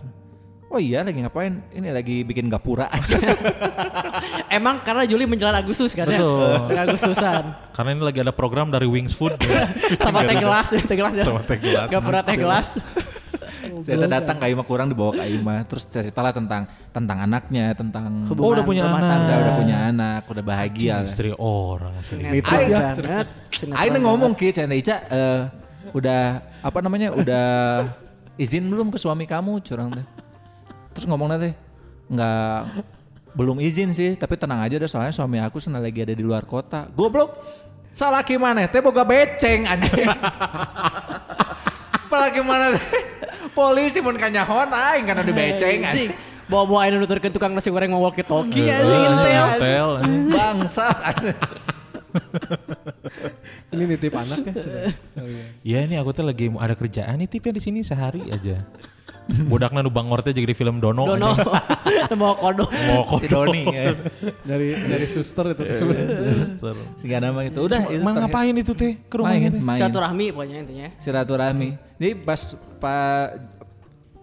C: oh iya lagi ngapain ini lagi bikin gapura [laughs]
D: Emang karena Juli menjelang Agustus kan ya?
B: Betul.
D: Agustusan.
B: Karena ini lagi ada program dari Wings
D: [laughs]
B: Food.
D: Sama teh gelas, teh gelas ya.
B: Sama teh gelas.
D: Gak pernah teh gelas. [laughs] Oh,
C: saya tak datang
D: kan?
C: ke Ima kurang dibawa ke Ima terus ceritalah tentang tentang anaknya tentang
D: Hubungan
B: oh udah punya
D: rumah
B: anak.
C: udah, udah punya anak udah bahagia lah.
B: Istri orang.
D: Sinetron
A: Itu dia.
D: banget. sinetron
C: Aina
D: banget.
C: ya. ngomong ki Cina Ica eh, udah apa namanya udah izin belum ke suami kamu curang teh. Terus ngomong nanti nggak belum izin sih tapi tenang aja deh soalnya suami aku senang lagi ada di luar kota. Goblok salah gimana teh boga beceng anjing. [laughs] Salah gimana teh? Polisi pun kanyahon aing karena di beceng
D: Anjing,
C: anjing.
D: Iya Bawa-bawa air nutur ke tukang nasi goreng mau walkie-talkie
B: Iya,
D: anjing.
B: intel.
C: Intel.
A: [laughs]
C: Bangsat. anjing.
A: Ini nitip anak ya. Cina? Oh, iya.
B: Ya ini aku tuh lagi mau ada kerjaan nih tipnya di sini sehari
D: [laughs]
B: aja. Budaknya nu bangor teh jadi di film Dono. Oh,
D: Dono. [laughs]
B: anjing.
D: Bawa kodok.
B: Mau
C: Si
B: kodok.
C: Doni ya.
A: Dari dari suster
C: Iya.
A: itu sebenarnya.
B: Suster.
C: Sehingga nama itu udah itu
B: Mang
C: terakhir.
B: ngapain itu teh ke rumahnya
C: main,
B: teh?
C: main.
D: Silaturahmi pokoknya intinya.
C: silaturahmi. Jadi pas pak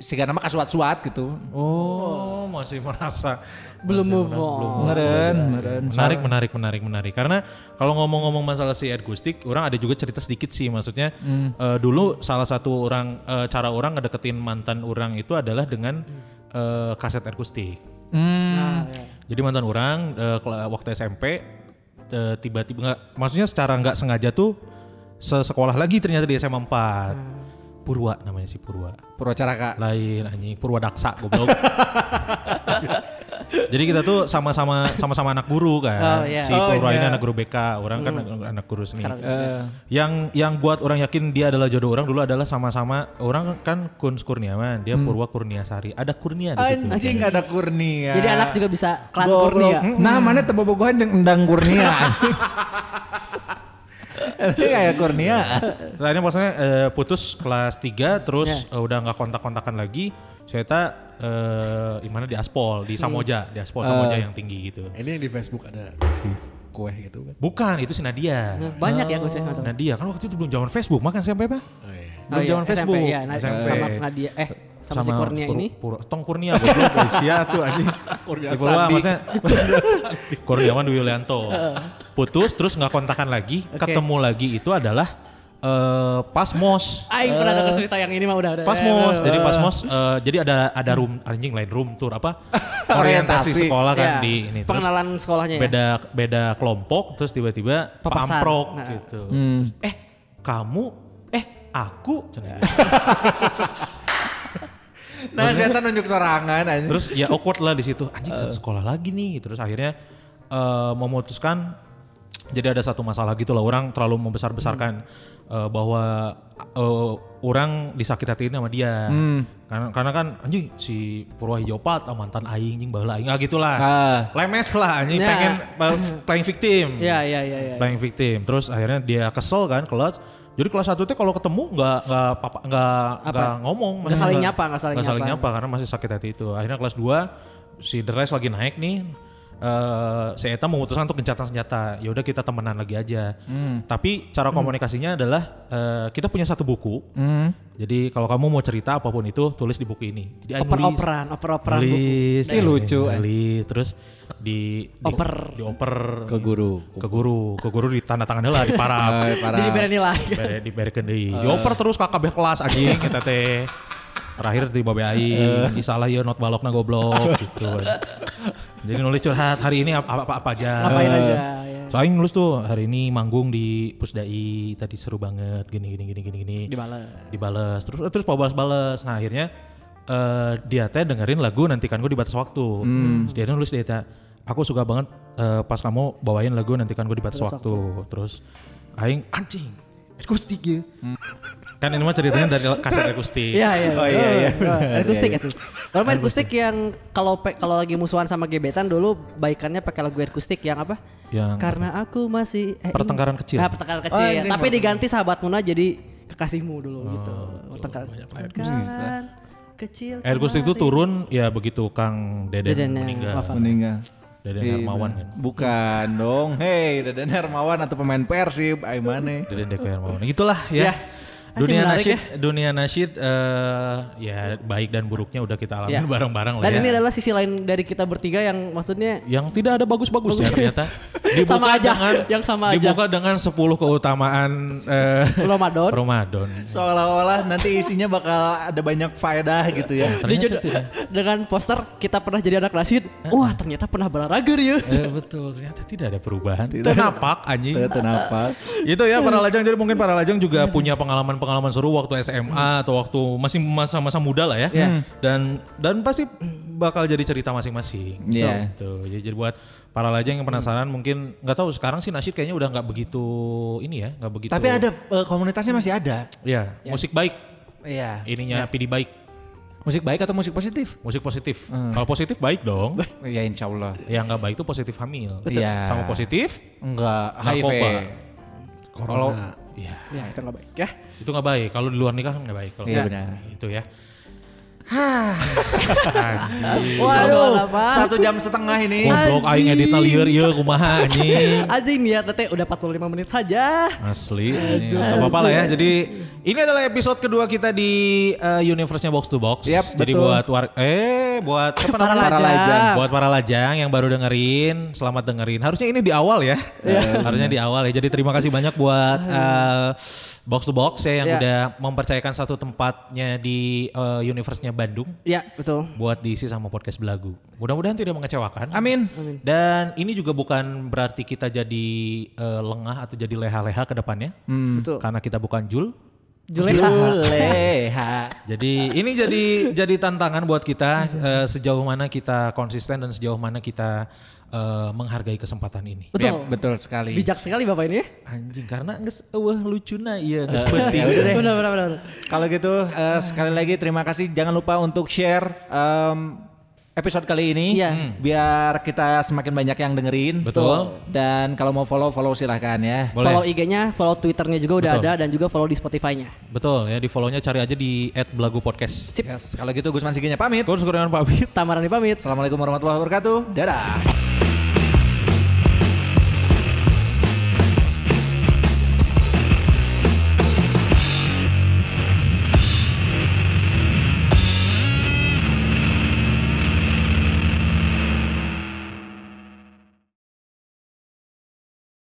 C: si nama kasuat-suat gitu.
B: Oh masih merasa.
D: Belum
B: masih
D: move
B: merasa- belum.
D: on.
C: Meren, meren.
B: Menarik, menarik, menarik, menarik. Karena kalau ngomong-ngomong masalah si Agustik, orang ada juga cerita sedikit sih. Maksudnya eh, dulu salah satu orang eh, cara orang ngedeketin mantan orang itu adalah dengan eh, kaset Agustik. Jadi mantan orang eh, kela- waktu SMP eh, tiba-tiba nggak, maksudnya secara nggak sengaja tuh sesekolah lagi ternyata di SMA 4 Purwa namanya si Purwa
C: Purwacaraka.
B: lain anjing Purwadaksa
D: [laughs]
B: goblok. Jadi kita tuh sama-sama sama-sama anak guru kan.
D: Oh, iya. Hmm.
B: Si
C: Oh,
B: Purwa ini
C: iya.
B: anak guru BK, orang kan anak- anak guru seni. Eh,
D: Sekarang-
B: Yang yang buat orang yakin dia adalah jodoh orang dulu adalah sama-sama orang kan Kuns Kurniawan,
D: Hmm.
B: dia Purwa Kurniasari. Ada Kurnia di situ.
C: Anjing ada Kurnia.
D: Jadi anak juga bisa klan
C: Ya. Goblok.
D: kurnia.
C: Nah, mana tebobogohan jeung endang [laughs] Kurnia. Ini kayak Kurnia.
B: Terus akhirnya maksudnya eh, putus kelas 3 terus
D: Ya.
B: eh, udah nggak kontak-kontakan lagi. Saya tak eh gimana di Aspol, di Samoja, di Aspol Samoja
D: Eh.
B: yang tinggi gitu.
A: Ini yang di Facebook ada si kue gitu kan.
B: Bukan, itu si Nadia.
D: Nah, Banyak ya gue sih nggak tahu.
B: Nadia kan waktu itu belum zaman Facebook, makan sampai apa?
A: Oh, iya.
B: Belum zaman
D: SMP,
B: Facebook.
D: iya, Nadia,
B: SMP.
D: Sama Nadia. Eh, Sama si Kurnia
B: Pur-
D: ini?
B: Pur- Tong Kurnia goblok Rusia ya, tuh anjing.
A: Kurnia
B: Si Purwa,
A: Sandi. [laughs]
B: maksudnya Kurniawan Dwi Yulianto. Putus terus nggak kontakan lagi,
D: Oke.
B: ketemu lagi itu adalah eh Pasmos.
D: Aing pernah dengar cerita Ah, yang ini mah udah udah.
B: Pasmos,
D: eh,
B: Eh, jadi Pasmos, eh, jadi ada ada room anjing lain room tour apa
D: [laughs]
C: Orientasi.
B: orientasi sekolah kan
D: ya,
B: di ini terus
D: pengenalan sekolahnya ya.
B: beda beda kelompok terus tiba-tiba
D: Papasan.
B: pamprok
D: Nah.
B: gitu. Terus, eh kamu, eh aku, Cenah.
C: Nah, setan nunjuk sorangan anjing.
B: terus ya awkward lah di situ anjing satu sekolah lagi nih terus akhirnya eh, memutuskan jadi ada satu masalah gitu lah orang terlalu membesar besarkan
D: Hmm.
B: bahwa eh, orang disakit hatiin sama dia
D: Hmm.
B: karena karena kan anjing si Purwa Hijopat ah, mantan aing anjing baheula aing ah gitulah
C: Ah.
B: lemes lah anjing
D: Ya.
B: pengen eh,
D: [laughs]
B: playing victim
D: Iya, iya, iya, iya.
B: playing victim. Terus akhirnya dia kesel kan kelas. Jadi kelas satu teh kalau ketemu nggak nggak papa nggak nggak ngomong, maksudnya
D: saling nyapa, nggak saling
B: nyapa.
D: nyapa.
B: karena masih sakit hati itu. Akhirnya kelas 2 si Deres lagi naik nih. eh si Eta memutuskan untuk gencatan senjata. Ya udah kita temenan lagi aja. Tapi
D: Hmm.
B: cara komunikasinya adalah eh, kita punya satu buku. Jadi kalau kamu mau cerita apapun itu tulis di buku ini. Jadi Aing nulis-
D: Oper-operan, oper-operan buku.
B: nulis,
C: Ini lucu, eh.
B: nulis, terus di, di
D: Oper.
B: dioper
A: Ke guru.
B: ke guru ke guru di tanda tangan lah di
A: [laughs]
B: parap
D: Jadi beda nilai.
B: Bare- di berekeun deui dioper terus ka kabeh kelas
A: [laughs]
B: anjing kita teh terakhir di babe aing Ih, salah ya not balokna goblok gitu
A: [laughs]
B: jadi nulis curhat hari ini apa apa, apa aja
D: [laughs] Ngapain aja. ya.
B: so aing nulis tuh hari ini manggung di pusdai tadi seru banget gini gini gini gini gini
D: Dibales.
B: dibales terus terus mau balas-balas nah akhirnya eh, dia teh dengerin lagu nantikan gue di batas waktu terus dia nulis dia teh aku suka banget eh, pas kamu bawain lagu nantikan gue di batas waktu. terus aing anjing akustik ya kan ini mah ceritanya dari kaset akustik
D: Iya, iya.
C: Oh, iya, iya.
D: Akustik ya sih. Kalau main akustik yang kalau pe- kalau lagi musuhan sama gebetan dulu baikannya pakai lagu akustik yang apa?
B: Iya, Yang-
D: karena aku masih eh,
B: Pertengkaran
D: ini-
B: kecil. Oh,
D: Ah, pertengkaran kecil.
C: Anjing,
D: Tapi
C: pertengkaran.
D: diganti sahabatmu nah jadi kekasihmu dulu gitu. Pertengkaran. Pertengkaran kecil.
B: Air akustik itu turun ya begitu Kang Deden
D: Dedennya
B: meninggal.
D: wafat.
C: meninggal.
B: Deden
C: Di-
B: Hermawan kan.
C: Iya. Bukan dong. Hei, Deden Hermawan atau pemain Persib, ai mane.
B: Deden Deko Hermawan. Itulah ya.
D: Ya.
B: Dunia
D: menarik ya.
B: nasyid, dunia nasyid eh, ya baik dan buruknya udah kita alamin
D: Ya.
B: [laughs] bareng-bareng lah ya.
D: Dan ini adalah sisi lain dari kita bertiga yang maksudnya
B: yang tidak ada bagus-bagusnya
D: Bagus.
B: ternyata.
D: [laughs] Sama aja,
B: dengan
D: yang sama aja.
B: dibuka dengan 10 keutamaan eh,
D: Ramadan.
B: Ramadan.
C: Seolah-olah nanti isinya bakal ada banyak faedah gitu ya.
B: Ternyata
D: Dijod-
B: tidak.
D: dengan poster kita pernah jadi anak nasid. Wah, ternyata pernah berolahraga ya.
B: Eh, betul, ternyata tidak ada perubahan. Tenapak anjing.
C: Tuh, Kenapa?
B: Itu ya para lajang. Jadi mungkin para lajang juga punya pengalaman-pengalaman seru waktu SMA atau waktu masih masa-masa muda lah ya.
D: Iya.
C: Hmm.
B: Dan dan pasti bakal jadi cerita masing-masing.
C: Iya.
B: Gitu. Jadi, jadi buat para lajang yang penasaran mungkin nggak tahu sekarang sih nasyid kayaknya udah nggak begitu ini ya, nggak begitu.
C: Tapi ada eh, komunitasnya masih ada.
B: Ya, musik baik.
C: Iya.
B: Ininya PD baik.
C: Musik baik atau musik positif? Hmm.
B: Musik positif. Kalau positif baik dong.
C: Ya insya Allah.
B: yang nggak baik itu positif hamil.
C: Betul. Iya.
B: Sama positif
C: Enggak, HIV.
B: narkoba. Kalau ya
D: Ya, itu nggak baik ya.
B: itu nggak baik. Kalau di luar nikah kan nggak baik. Kalau
C: Iya,
B: di-
C: benar.
B: Itu ya. iya.
D: Waduh,
C: Satu jam setengah ini.
B: Goblok aing editna lieur ieu kumaha anjing.
D: Anjing niat teh udah 45 menit saja.
B: Asli, ini nggak apa-apa lah ya. Jadi ini adalah episode kedua kita di eh, Universe-nya Box to Box.
C: Yap,
B: Jadi
C: betul.
B: buat war eh buat apa
D: Para
B: namanya?
D: lajang.
B: buat para lajang yang baru dengerin, selamat dengerin. Harusnya ini di awal ya. Harusnya di awal ya. Jadi terima kasih banyak buat eh, Box to Box ya yang
D: Ya.
B: udah mempercayakan satu tempatnya di eh, Universe-nya Bandung
D: Ya, betul.
B: buat diisi sama podcast belagu. Mudah-mudahan tidak mengecewakan.
C: Amin.
B: Dan ini juga bukan berarti kita jadi eh, lengah atau jadi leha-leha ke depannya.
C: Hmm.
D: Betul.
B: Karena kita bukan jul.
D: Juleha.
C: Juleha.
B: Jadi ini jadi [laughs] jadi tantangan buat kita eh, sejauh mana kita konsisten dan sejauh mana kita eh, menghargai kesempatan ini.
D: Betul.
C: Yap, Ya, betul
B: Iya.
C: sekali.
D: Bijak sekali Bapak ini.
B: Anjing karena geus eueuh lucuna ieu
C: [laughs] ya
B: geus
C: udah deh.
B: nah, iya, penting.
D: Benar, benar, benar.
C: Kalau gitu eh, sekali lagi terima kasih. Jangan lupa untuk share em, episode kali ini
D: Iya.
C: Hmm. biar kita semakin banyak yang dengerin.
B: Betul.
C: Dan kalau mau follow follow silahkan ya.
B: Boleh.
D: Follow IG-nya, follow Twitter-nya juga udah
B: Betul.
D: ada dan juga follow di Spotify-nya.
B: Betul ya di follow-nya cari aja di @belagupodcast.
D: Sip.
C: Yes, kalau gitu Gusman Siginya pamit.
B: Kursus Kurniawan pamit.
D: Tamarani pamit.
C: Assalamualaikum warahmatullahi wabarakatuh. Dadah.